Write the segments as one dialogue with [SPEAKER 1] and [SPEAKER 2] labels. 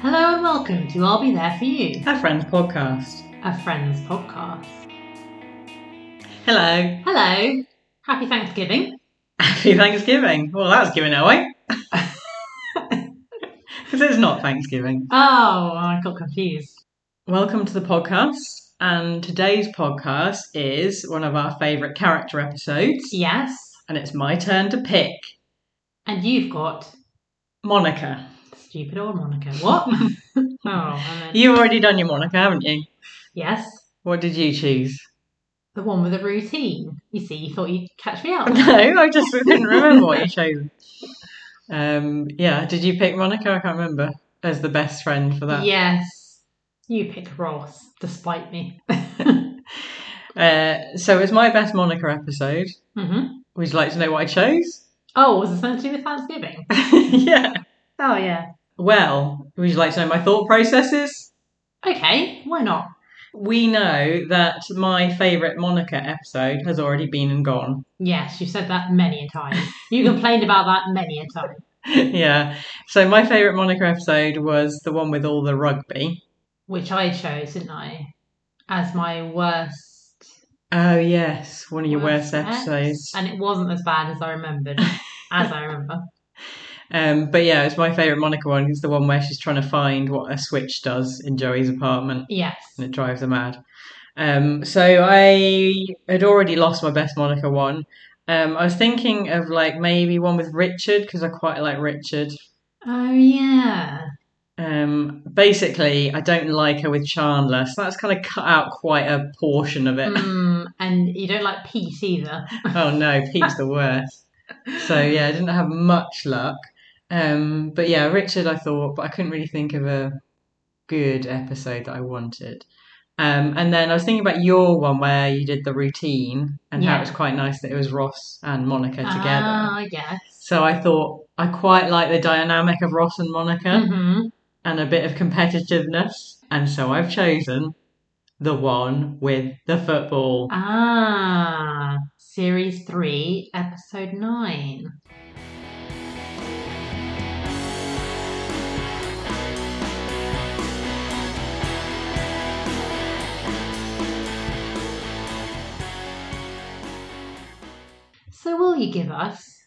[SPEAKER 1] Hello and welcome to I'll Be There For You,
[SPEAKER 2] Our Friends podcast.
[SPEAKER 1] a Friends podcast.
[SPEAKER 2] Hello.
[SPEAKER 1] Hello, happy Thanksgiving.
[SPEAKER 2] Happy Thanksgiving. Well, that's giving it away. Because it's not Thanksgiving.
[SPEAKER 1] Oh, I got confused.
[SPEAKER 2] Welcome to the podcast. And today's podcast is one of our favourite character episodes.
[SPEAKER 1] Yes,
[SPEAKER 2] And it's my turn to pick
[SPEAKER 1] and you've got
[SPEAKER 2] Monica.
[SPEAKER 1] stupid old Monica. What? oh, I mean,
[SPEAKER 2] You've already done your Monica, haven't you?
[SPEAKER 1] yes,
[SPEAKER 2] What did you choose?
[SPEAKER 1] the one with the routine. You see, you thought you'd catch me out.
[SPEAKER 2] No, I just didn't remember what you chose. Um, yeah, did you pick Monica? I can't remember. As the best friend for that.
[SPEAKER 1] Yes, you picked Ross, despite me.
[SPEAKER 2] Uh, so it's my best Monica episode.
[SPEAKER 1] hmm
[SPEAKER 2] Would you like to know what I chose?
[SPEAKER 1] Oh, was it something to do with Thanksgiving?
[SPEAKER 2] yeah.
[SPEAKER 1] Oh, yeah.
[SPEAKER 2] Well, would you like to know my thought processes?
[SPEAKER 1] Okay, why not?
[SPEAKER 2] We know that my favourite Monica episode has already been and gone.
[SPEAKER 1] Yes, you said that many a time. You complained about that many a time.
[SPEAKER 2] yeah. So my favourite Monica episode was the one with all the rugby.
[SPEAKER 1] which I chose, didn't I, as my worst,
[SPEAKER 2] Oh yes, one of your
[SPEAKER 1] Worst
[SPEAKER 2] worst, episodes.
[SPEAKER 1] and it wasn't as bad as I remembered. as I remember,
[SPEAKER 2] Um, but yeah, it's my favourite Monica one. It's the one where she's trying to find what a switch does in Joey's apartment.
[SPEAKER 1] yes,
[SPEAKER 2] and it drives her mad. Um, so I had already lost my best Monica one. Um, I was thinking of like maybe one with Richard because I quite like Richard.
[SPEAKER 1] oh yeah,
[SPEAKER 2] Um, basically, I don't like her with Chandler, so that's kind of cut out quite a portion of it.
[SPEAKER 1] mm, and you don't like peace either.
[SPEAKER 2] oh no, Pete's the worst. So yeah, I didn't have much luck. Um, but yeah, Richard, I thought, but I couldn't really think of a good episode that I wanted. Um, and then I was thinking about your one where you did the routine and how
[SPEAKER 1] Yeah.
[SPEAKER 2] it was quite nice that it was Ross and Monica together.
[SPEAKER 1] Ah, yes.
[SPEAKER 2] So I thought I quite like the dynamic of Ross and Monica
[SPEAKER 1] hmm
[SPEAKER 2] and a bit of competitiveness. And so I've chosen the one with the football.
[SPEAKER 1] Ah, series three, episode nine. So, will you give us,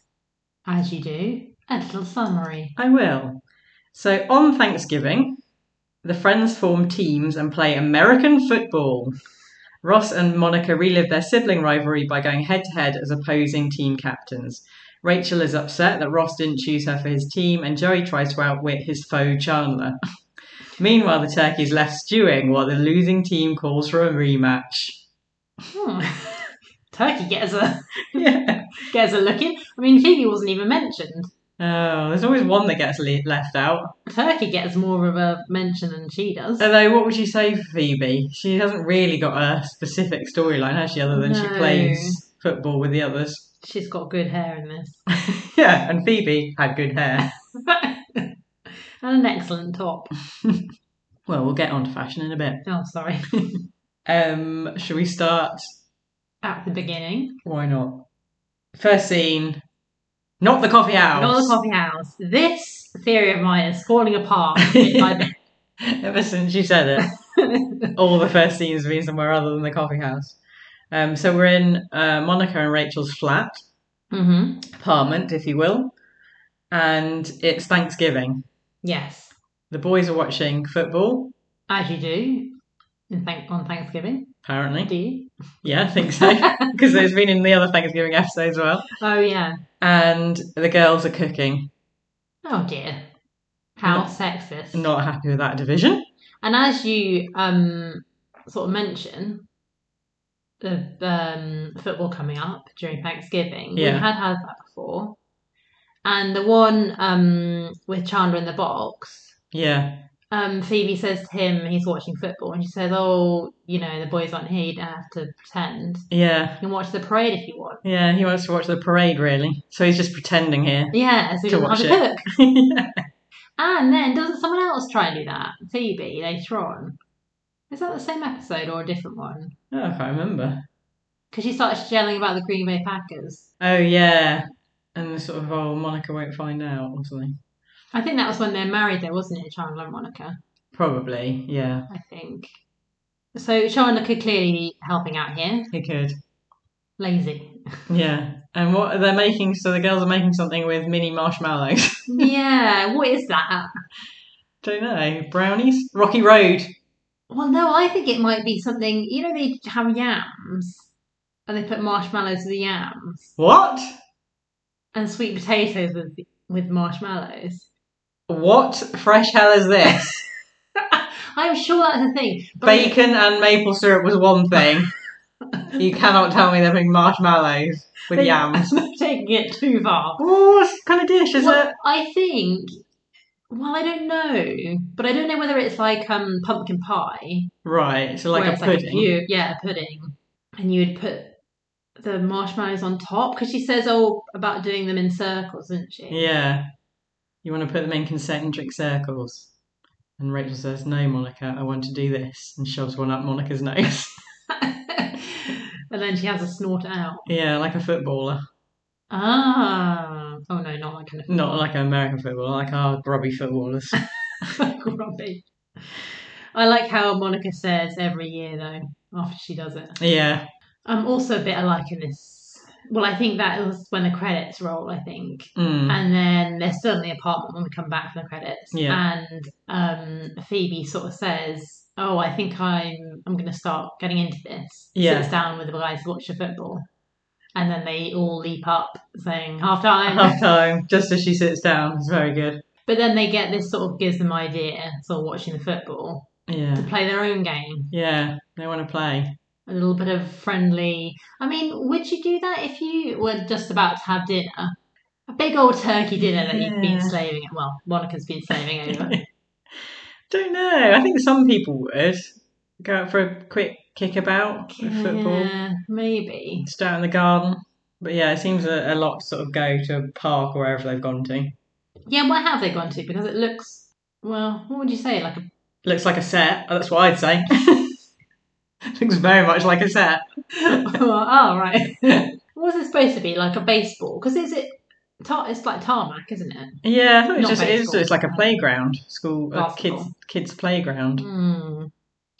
[SPEAKER 1] as you do, a little summary?
[SPEAKER 2] I will. So on Thanksgiving, the friends form teams and play American football. Ross and Monica relive their sibling rivalry by going head to head as opposing team captains. Rachel is upset that Ross didn't choose her for his team, and Joey tries to outwit his foe Chandler. Meanwhile, the turkey is left stewing while the losing team calls for a rematch.
[SPEAKER 1] Hmm. Turkey gets a
[SPEAKER 2] Yeah.
[SPEAKER 1] gets a look in. I mean, Phoebe wasn't even mentioned.
[SPEAKER 2] Oh, there's always one that gets le- left out.
[SPEAKER 1] Turkey gets more of a mention than she does.
[SPEAKER 2] Although, what would you say for Phoebe? She hasn't really got a specific storyline, has she, other than she
[SPEAKER 1] No.
[SPEAKER 2] plays football with the others?
[SPEAKER 1] She's got good hair in this.
[SPEAKER 2] yeah, and Phoebe had good hair.
[SPEAKER 1] and an excellent top.
[SPEAKER 2] well, we'll get on to fashion in a bit.
[SPEAKER 1] Oh, sorry.
[SPEAKER 2] Um, should we start?
[SPEAKER 1] At the beginning.
[SPEAKER 2] Why not? First scene, not the coffee house.
[SPEAKER 1] Not the coffee house. This theory of mine is falling apart bit by bit.
[SPEAKER 2] Ever since you said it, all the first scenes have been somewhere other than the coffee house. Um, so we're in uh, Monica and Rachel's flat,
[SPEAKER 1] hmm
[SPEAKER 2] apartment, if you will, and it's Thanksgiving.
[SPEAKER 1] Yes.
[SPEAKER 2] The boys are watching football,
[SPEAKER 1] As you do in thank- on Thanksgiving. Do
[SPEAKER 2] apparently.
[SPEAKER 1] you?
[SPEAKER 2] Yeah, I think so. Because there's been in the other Thanksgiving episode as well.
[SPEAKER 1] Oh, yeah.
[SPEAKER 2] And the girls are cooking.
[SPEAKER 1] Oh, dear. How
[SPEAKER 2] No.
[SPEAKER 1] sexist.
[SPEAKER 2] Not happy with that division.
[SPEAKER 1] And as you um, sort of mention the um, football coming up during Thanksgiving, we
[SPEAKER 2] Yeah.
[SPEAKER 1] had had that before. And the one um, with Chandler in the box,
[SPEAKER 2] Yeah.
[SPEAKER 1] um, Phoebe says to him he's watching football, and she says, "Oh, you know the boys aren't here. You don't have to pretend.
[SPEAKER 2] Yeah.
[SPEAKER 1] You can watch the parade if you want."
[SPEAKER 2] Yeah, he wants to watch the parade, really. So he's just pretending here. Oh,
[SPEAKER 1] Yeah, so he doesn't
[SPEAKER 2] To
[SPEAKER 1] have
[SPEAKER 2] watch
[SPEAKER 1] to
[SPEAKER 2] it.
[SPEAKER 1] cook. And then doesn't someone else try and do that? Phoebe later on. Is that the same episode or a different one?
[SPEAKER 2] Oh, I can't remember.
[SPEAKER 1] Because she starts yelling about the Green Bay Packers.
[SPEAKER 2] Oh, yeah. And the sort of, oh, Monica won't find out or something.
[SPEAKER 1] I think that was when they're married, though, wasn't it, Chandler and Monica?
[SPEAKER 2] Probably, yeah.
[SPEAKER 1] I think. So Chandler could clearly helping out here.
[SPEAKER 2] He could.
[SPEAKER 1] Lazy.
[SPEAKER 2] Yeah. And what they're making, so the girls are making something with mini marshmallows.
[SPEAKER 1] yeah, what is that?
[SPEAKER 2] Don't know. Brownies? Rocky Road.
[SPEAKER 1] Well, no, I think it might be something. You know, they have yams, and they put marshmallows with the yams,
[SPEAKER 2] What?
[SPEAKER 1] and sweet potatoes with with marshmallows.
[SPEAKER 2] What fresh hell is this?
[SPEAKER 1] I'm sure that's a thing. but I-
[SPEAKER 2] Bacon and maple syrup was one thing. you cannot tell me they're putting marshmallows with
[SPEAKER 1] They-
[SPEAKER 2] yams.
[SPEAKER 1] taking it too far.
[SPEAKER 2] Ooh, what kind of dish is
[SPEAKER 1] well,
[SPEAKER 2] it?
[SPEAKER 1] I think. Well, I don't know, but I don't know whether it's like um pumpkin pie,
[SPEAKER 2] Right, so like
[SPEAKER 1] where
[SPEAKER 2] a
[SPEAKER 1] it's
[SPEAKER 2] pudding.
[SPEAKER 1] you- yeah, a pudding, and you'd put the marshmallows on top because she says oh about doing them in circles, doesn't she?
[SPEAKER 2] yeah. You want to put them in concentric circles. And Rachel says, No, Monica, I want to do this. And shoves one up Monica's nose.
[SPEAKER 1] and then she has a snort out.
[SPEAKER 2] yeah, like a footballer.
[SPEAKER 1] Ah, oh no, not like an
[SPEAKER 2] Not like an American footballer, like our grubby footballers.
[SPEAKER 1] Robbie. I like how Monica says every year though after she does it.
[SPEAKER 2] yeah.
[SPEAKER 1] I'm also a bit alike in this. Well, I think that was when the credits roll. I think,
[SPEAKER 2] Mm.
[SPEAKER 1] and then they're still in the apartment when we come back from the credits.
[SPEAKER 2] Yeah.
[SPEAKER 1] And um, Phoebe sort of says, "Oh, I think I'm I'm going to start getting into this."
[SPEAKER 2] Yeah.
[SPEAKER 1] Sits down with the guys to watch the football, and then they all leap up saying half time.
[SPEAKER 2] Half time, just as she sits down. It's very good.
[SPEAKER 1] but then they get this sort of gives them idea, sort of watching the football to
[SPEAKER 2] Yeah.
[SPEAKER 1] play their own game.
[SPEAKER 2] Yeah. They want to play.
[SPEAKER 1] a little bit of friendly. I mean, would you do that if you were just about to have dinner? A big old turkey dinner that you've
[SPEAKER 2] Yeah.
[SPEAKER 1] been slaving at. Well, Monica's been slaving over.
[SPEAKER 2] Don't know. I think some people would go out for a quick kick about with football,
[SPEAKER 1] Oh, Yeah, maybe.
[SPEAKER 2] start in the garden. But yeah, it seems a, a lot to sort of go to a park or wherever they've gone to.
[SPEAKER 1] Yeah, where have they gone to? Because it looks, well, what would you say? Like a.
[SPEAKER 2] Looks like a set. oh, That's what I'd say. Looks very much like a set.
[SPEAKER 1] oh, right. What was it supposed to be? Like a baseball? Because is it. Tar- it's like tarmac, isn't it?
[SPEAKER 2] Yeah, I thought it was
[SPEAKER 1] Not
[SPEAKER 2] just it is
[SPEAKER 1] baseball.
[SPEAKER 2] just like a playground, school, a kids
[SPEAKER 1] Basketball.
[SPEAKER 2] kids playground.
[SPEAKER 1] Hmm.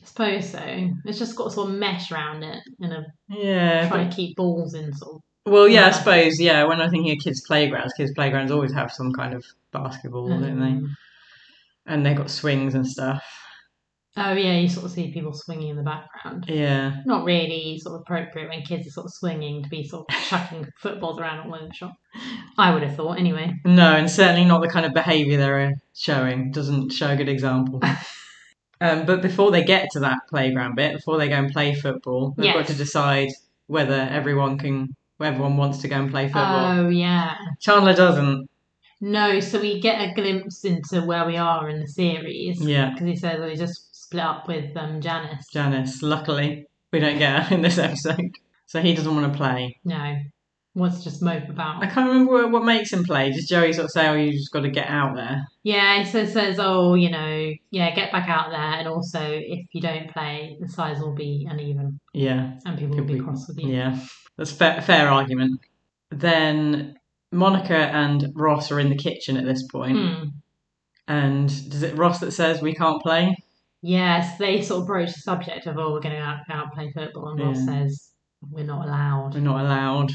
[SPEAKER 1] I suppose so. It's just got sort of mesh around it and a
[SPEAKER 2] Yeah, but
[SPEAKER 1] trying to keep balls in sort of
[SPEAKER 2] Well, yeah, I
[SPEAKER 1] Yeah.
[SPEAKER 2] suppose, yeah, when I'm thinking of kids' playgrounds, kids' playgrounds always have some kind of basketball,
[SPEAKER 1] Mm.
[SPEAKER 2] don't
[SPEAKER 1] Hmm.
[SPEAKER 2] they? And they've got swings and stuff.
[SPEAKER 1] Oh yeah, you sort of see people swinging in the background.
[SPEAKER 2] Yeah.
[SPEAKER 1] Not really sort of appropriate when kids are sort of swinging to be sort of chucking footballs around all over the shop. I would have thought anyway.
[SPEAKER 2] No, and certainly not the kind of behaviour they're uh, showing. Doesn't show a good example. um, but before they get to that playground bit, before they go and play football, they've got
[SPEAKER 1] Yes.
[SPEAKER 2] to decide whether everyone can, everyone wants to go and play football.
[SPEAKER 1] Oh yeah.
[SPEAKER 2] Chandler doesn't.
[SPEAKER 1] No, so we get a glimpse into where we are in the series.
[SPEAKER 2] Yeah,
[SPEAKER 1] Because he says that he just split up with um Janice.
[SPEAKER 2] Janice. Luckily, we don't get her in this episode. So he doesn't want to play.
[SPEAKER 1] No. Wants to just mope about.
[SPEAKER 2] I can't remember what, what makes him play. Does Joey sort of say, "Oh, you just got to get out there"?
[SPEAKER 1] Yeah, he says says, Oh, you know, yeah, get back out there and also if you don't play, the size will be uneven
[SPEAKER 2] Yeah,
[SPEAKER 1] and people will
[SPEAKER 2] Could
[SPEAKER 1] be
[SPEAKER 2] be-
[SPEAKER 1] cross with you.
[SPEAKER 2] yeah, that's fair, fair argument. Then Monica and Ross are in the kitchen at this point,
[SPEAKER 1] Hmm.
[SPEAKER 2] and does it Ross that says we can't play?
[SPEAKER 1] Yes, they sort of broach the subject of, oh, we're going to out, out play football, and Ross
[SPEAKER 2] Yeah.
[SPEAKER 1] says, we're not
[SPEAKER 2] We're
[SPEAKER 1] allowed.
[SPEAKER 2] not allowed.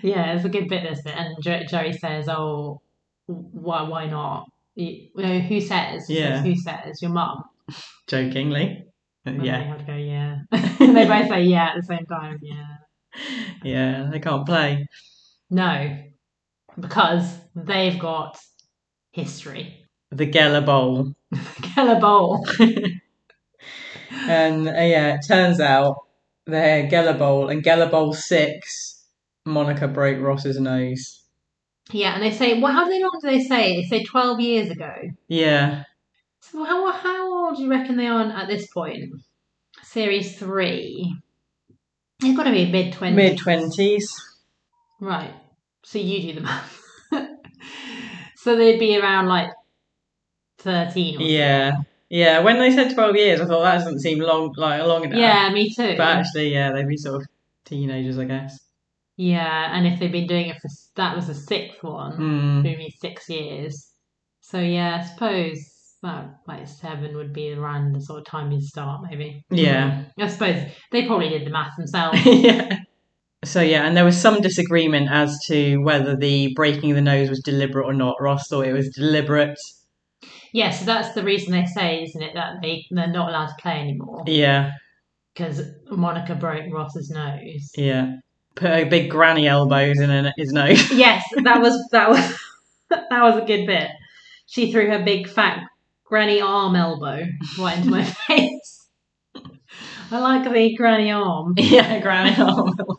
[SPEAKER 1] Yeah, it's a good bit, this bit. And jo- Joey says, oh, why, why not? You, no, who says? She
[SPEAKER 2] Yeah.
[SPEAKER 1] says, Who says? Your mum.
[SPEAKER 2] Jokingly,
[SPEAKER 1] And They
[SPEAKER 2] yeah,
[SPEAKER 1] have to go, yeah. and they both say, yeah, at the same time, yeah.
[SPEAKER 2] yeah, they can't play.
[SPEAKER 1] No, because they've got history.
[SPEAKER 2] The Geller Bowl,
[SPEAKER 1] Keller Bowl.
[SPEAKER 2] and uh, yeah, it turns out they're Geller Bowl and Geller Bowl six. Monica broke Ross's nose.
[SPEAKER 1] Yeah, and they say, well, how long do they say? They say 12 years ago.
[SPEAKER 2] Yeah,
[SPEAKER 1] So how how old do you reckon they are at this point? Series three. They've got to be mid twenties.
[SPEAKER 2] mid twenties.
[SPEAKER 1] Right. So you do the math. so they'd be around like thirteen. Or
[SPEAKER 2] Yeah, yeah. When they said twelve years, I thought that doesn't seem long, like long enough.
[SPEAKER 1] something. Yeah, me too.
[SPEAKER 2] but actually, yeah, they'd be sort of teenagers, I guess.
[SPEAKER 1] yeah, and if they've been doing it for that was the sixth one,
[SPEAKER 2] Mm.
[SPEAKER 1] maybe six years. So yeah, I suppose that like seven would be around the sort of time you start, maybe.
[SPEAKER 2] Yeah.
[SPEAKER 1] I suppose they probably did the math themselves.
[SPEAKER 2] Hmm. yeah. So yeah, and there was some disagreement as to whether the breaking the nose was deliberate or not. Ross thought it was deliberate.
[SPEAKER 1] yeah, so that's the reason they say, isn't it, that they they're not allowed to play anymore
[SPEAKER 2] Yeah,
[SPEAKER 1] because Monica broke Ross's nose.
[SPEAKER 2] yeah. Put a big granny elbows in an- his nose.
[SPEAKER 1] yes, that was that was that was a good bit. She threw her big fat granny arm elbow right into my face. I like the granny arm.
[SPEAKER 2] yeah, granny elbow.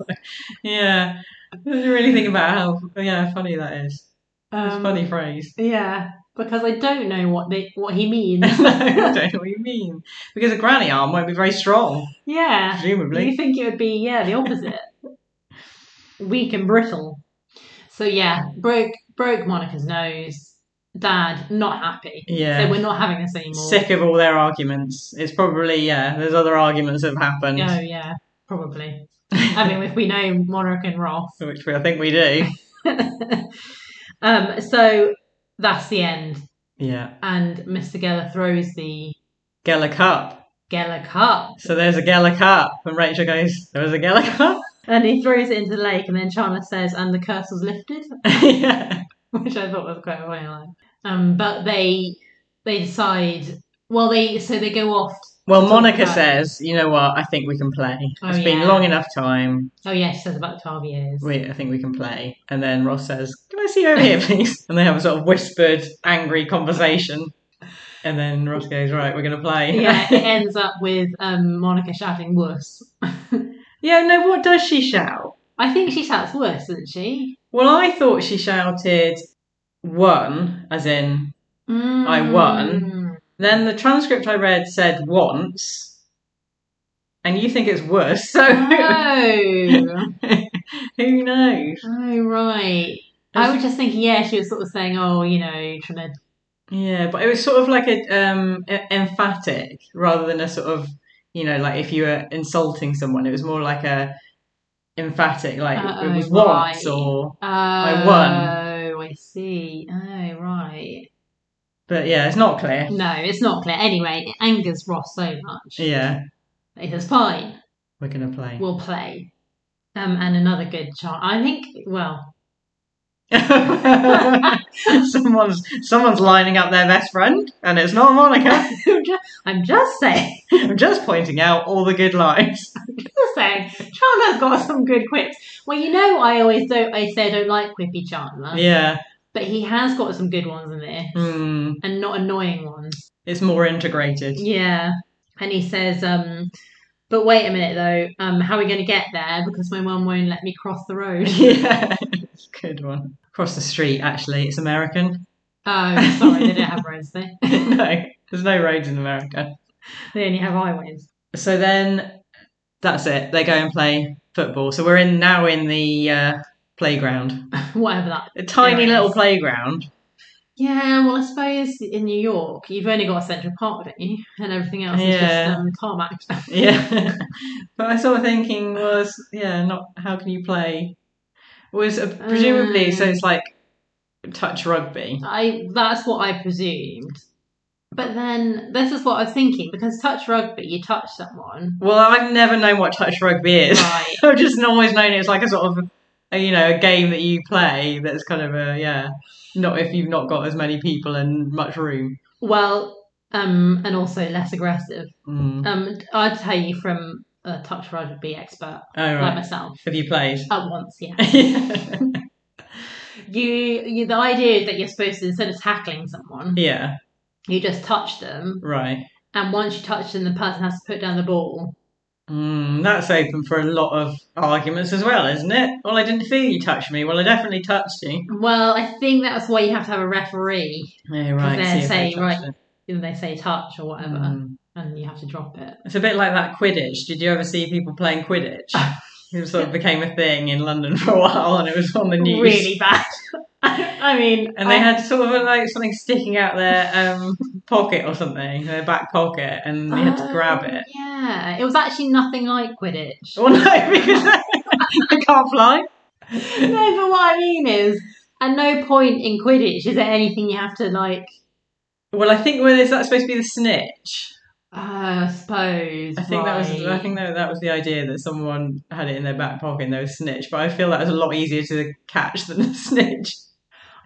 [SPEAKER 2] yeah. I didn't really think about how yeah funny that is. It's a
[SPEAKER 1] Um,
[SPEAKER 2] funny phrase.
[SPEAKER 1] Yeah, because I don't know what they what he
[SPEAKER 2] no,
[SPEAKER 1] means.
[SPEAKER 2] I don't know what you mean. Because a granny arm won't be very strong,
[SPEAKER 1] yeah,
[SPEAKER 2] presumably.
[SPEAKER 1] you think it would be yeah the opposite, weak and brittle. So yeah, broke broke Monica's nose. Dad not happy. So
[SPEAKER 2] Yeah.
[SPEAKER 1] we're not having this anymore.
[SPEAKER 2] Sick of all their arguments. It's probably yeah. There's other arguments that have happened,
[SPEAKER 1] Oh yeah, probably. I mean, if we know Monarch and Ross.
[SPEAKER 2] which we, I think we do.
[SPEAKER 1] um, so that's the end,
[SPEAKER 2] Yeah.
[SPEAKER 1] and Mr. Geller throws the
[SPEAKER 2] Geller Cup.
[SPEAKER 1] Geller cup,
[SPEAKER 2] So there's a Geller Cup, and Rachel goes, "There was a Geller Cup."
[SPEAKER 1] and he throws it into the lake, and then Chandler says, "And the curse was lifted."
[SPEAKER 2] yeah.
[SPEAKER 1] which I thought was quite a funny line. Um, but they they decide. Well, they so they go off.
[SPEAKER 2] Well,
[SPEAKER 1] Talk
[SPEAKER 2] Monica
[SPEAKER 1] about it.
[SPEAKER 2] says, "You know what? I think we can play. It's
[SPEAKER 1] Oh,
[SPEAKER 2] been
[SPEAKER 1] yeah.
[SPEAKER 2] long enough time.
[SPEAKER 1] Oh yeah, she says about twelve years.
[SPEAKER 2] We, I think we can play." And then Ross says, "Can I see you over here, please?" And they have a sort of whispered, angry conversation. And then Ross goes, "Right, we're gonna play."
[SPEAKER 1] Yeah, it ends up with um, Monica shouting "wuss."
[SPEAKER 2] yeah. No, what does she shout?
[SPEAKER 1] I think she shouts "wuss," doesn't she?
[SPEAKER 2] Well, I thought she shouted "one," as in
[SPEAKER 1] Mm.
[SPEAKER 2] I won. Then the transcript I read said once, and you think it's worse, so
[SPEAKER 1] Oh,
[SPEAKER 2] who knows?
[SPEAKER 1] oh right. I was just thinking, yeah, she was sort of saying, oh, you know, trying to.
[SPEAKER 2] Yeah, but it was sort of like a um, e- emphatic rather than a sort of you know like if you were insulting someone, it was more like a emphatic, like it
[SPEAKER 1] Uh-oh,
[SPEAKER 2] was once
[SPEAKER 1] right.
[SPEAKER 2] or.
[SPEAKER 1] Oh,
[SPEAKER 2] I
[SPEAKER 1] I see. Oh, right.
[SPEAKER 2] But yeah, it's not clear.
[SPEAKER 1] No, it's not clear. Anyway, it angers Ross so much.
[SPEAKER 2] Yeah,
[SPEAKER 1] He says, fine.
[SPEAKER 2] we're gonna play.
[SPEAKER 1] will play. Um, and another good chart. I think. Well,
[SPEAKER 2] someone's someone's lining up their best friend, and it's not Monica.
[SPEAKER 1] I'm ju- I'm just saying.
[SPEAKER 2] I'm just pointing out all the good lines.
[SPEAKER 1] Just saying. Chandler's got some good quips. Well, you know, I always don't. I say I don't like quippy Chandler,
[SPEAKER 2] Yeah.
[SPEAKER 1] but he has got some good ones in there,
[SPEAKER 2] Hmm.
[SPEAKER 1] and not annoying ones.
[SPEAKER 2] It's more integrated.
[SPEAKER 1] Yeah. And he says, um, "But wait a minute, though. Um, how are we going to get there? Because my mum won't let me cross the road."
[SPEAKER 2] Yeah. It's a good one. Across the street, actually. It's American.
[SPEAKER 1] oh, sorry, they don't have roads. They
[SPEAKER 2] no, there's no roads in America.
[SPEAKER 1] they only have highways.
[SPEAKER 2] So then that's it. They go and play football. So we're in now in the uh, playground.
[SPEAKER 1] Whatever that
[SPEAKER 2] A
[SPEAKER 1] There
[SPEAKER 2] tiny
[SPEAKER 1] it
[SPEAKER 2] little
[SPEAKER 1] is.
[SPEAKER 2] playground.
[SPEAKER 1] Yeah, well, I suppose in New York, you've only got a Central Park, don't you? And everything else is
[SPEAKER 2] Yeah.
[SPEAKER 1] just um, tarmac.
[SPEAKER 2] Yeah. but I sort of thinking was, yeah, not how can you play? Was uh, presumably, so it's like touch rugby.
[SPEAKER 1] I that's what I presumed. But then this is what I was thinking because touch rugby, you touch someone,
[SPEAKER 2] Well, I've never known what touch rugby is.
[SPEAKER 1] right?
[SPEAKER 2] I've just always known it's like a sort of, a, you know, a game that you play that's kind of a yeah, not if you've not got as many people and much room.
[SPEAKER 1] well, um, and also less aggressive.
[SPEAKER 2] Mm.
[SPEAKER 1] Um, I'd tell you from a touch rugby expert
[SPEAKER 2] oh
[SPEAKER 1] like
[SPEAKER 2] right,
[SPEAKER 1] myself
[SPEAKER 2] have you played?
[SPEAKER 1] at once. Yeah,
[SPEAKER 2] yeah,
[SPEAKER 1] you, you. The idea is that you're supposed to instead of tackling someone,
[SPEAKER 2] yeah,
[SPEAKER 1] you just touch them,
[SPEAKER 2] right.
[SPEAKER 1] and once you touch them, the person has to put down the ball.
[SPEAKER 2] Mm, that's open for a lot of arguments as well, isn't it? Well, I didn't feel you touched me. Well, I definitely touched you.
[SPEAKER 1] Well, I think that's why you have to have a referee.
[SPEAKER 2] Yeah, right.
[SPEAKER 1] they're
[SPEAKER 2] see if they
[SPEAKER 1] saying,
[SPEAKER 2] touched
[SPEAKER 1] right,
[SPEAKER 2] it.
[SPEAKER 1] You know, they say touch or whatever,
[SPEAKER 2] Mm.
[SPEAKER 1] and you have to drop it.
[SPEAKER 2] It's a bit like that Quidditch. Did you ever see people playing Quidditch? it sort of became a thing in London for a while, and it was on the news.
[SPEAKER 1] Really bad. I mean,
[SPEAKER 2] And they
[SPEAKER 1] I-
[SPEAKER 2] had sort of like something sticking out their um, pocket or something, their back pocket, and they had to
[SPEAKER 1] Oh,
[SPEAKER 2] grab it.
[SPEAKER 1] Yeah, it was actually nothing like Quidditch.
[SPEAKER 2] Well, no, because they can't fly.
[SPEAKER 1] no, but what I mean is, At no point in Quidditch is there anything you have to like.
[SPEAKER 2] Well, I think well, is that supposed to be the snitch?
[SPEAKER 1] Uh, I suppose.
[SPEAKER 2] I think that was I
[SPEAKER 1] right.
[SPEAKER 2] think that, that was the idea that someone had it in their back pocket and they were snitch. But I feel that was a lot easier to catch than the snitch.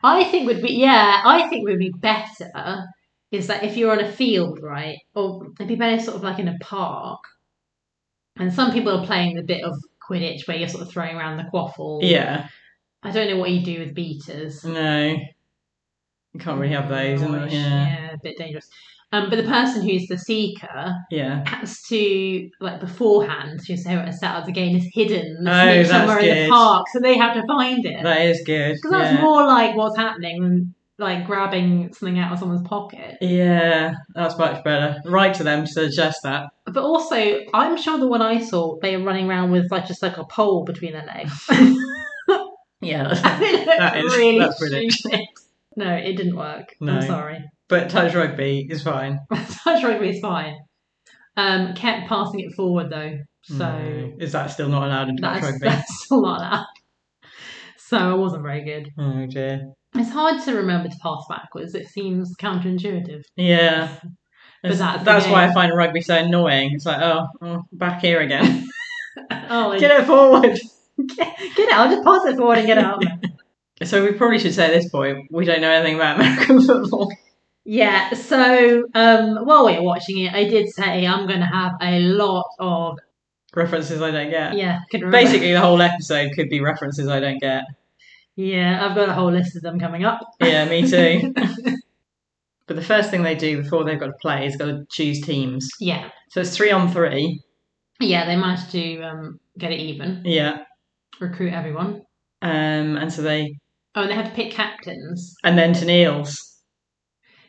[SPEAKER 1] I think would be yeah. I think would be better is that if you're on a field, right, or it'd be better sort of like in a park. And some people are playing the bit of Quidditch where you're sort of throwing around the quaffle.
[SPEAKER 2] Yeah,
[SPEAKER 1] I don't know what you do with beaters.
[SPEAKER 2] no, you can't really have those. and-
[SPEAKER 1] Gosh,
[SPEAKER 2] Yeah,
[SPEAKER 1] a bit dangerous. Um, but the person who's the seeker
[SPEAKER 2] yeah.
[SPEAKER 1] has to like beforehand to say what a set of the game is hidden
[SPEAKER 2] Oh,
[SPEAKER 1] snitch
[SPEAKER 2] that's
[SPEAKER 1] somewhere in
[SPEAKER 2] good.
[SPEAKER 1] the park, so they have to find it.
[SPEAKER 2] That is good.
[SPEAKER 1] Because that's
[SPEAKER 2] yeah.
[SPEAKER 1] more like what's happening than like grabbing something out of someone's pocket.
[SPEAKER 2] Yeah, that's much better. Right to them to suggest that.
[SPEAKER 1] But also, I'm sure the one I saw, they were running around with like just like a pole between their legs.
[SPEAKER 2] Yeah.
[SPEAKER 1] that
[SPEAKER 2] is-
[SPEAKER 1] really
[SPEAKER 2] that's brilliant.
[SPEAKER 1] stupid. No, it didn't work.
[SPEAKER 2] No.
[SPEAKER 1] I'm sorry.
[SPEAKER 2] but touch rugby is fine.
[SPEAKER 1] Touch rugby is fine. Um, kept passing it forward though, so
[SPEAKER 2] No. Mm. is that still not allowed in touch
[SPEAKER 1] that's
[SPEAKER 2] rugby?
[SPEAKER 1] that's a lot. Of that. So I wasn't very good.
[SPEAKER 2] Oh dear.
[SPEAKER 1] It's hard to remember to pass backwards. It seems counterintuitive.
[SPEAKER 2] Yeah.
[SPEAKER 1] But
[SPEAKER 2] It's-
[SPEAKER 1] that's the
[SPEAKER 2] why I
[SPEAKER 1] game.
[SPEAKER 2] find rugby so annoying. It's like, oh, oh, back here again.
[SPEAKER 1] Oh,
[SPEAKER 2] Get it forward.
[SPEAKER 1] get it! I'll just pass it forward and get it out.
[SPEAKER 2] So we probably should say at this point we don't know anything about American football.
[SPEAKER 1] Yeah, so um, while we were watching it, I did say I'm going to have a lot of
[SPEAKER 2] References I don't get.
[SPEAKER 1] yeah. Can remember.
[SPEAKER 2] Basically, the whole episode could be references I don't get.
[SPEAKER 1] yeah, I've got a whole list of them coming up.
[SPEAKER 2] Yeah, me too. but the first thing they do before they've got to play is got to choose teams.
[SPEAKER 1] Yeah,
[SPEAKER 2] So it's three on three.
[SPEAKER 1] yeah, they managed to um, get it even,
[SPEAKER 2] Yeah.
[SPEAKER 1] recruit everyone.
[SPEAKER 2] Um, and so they
[SPEAKER 1] Oh, and they had to pick captains.
[SPEAKER 2] and then to Niels.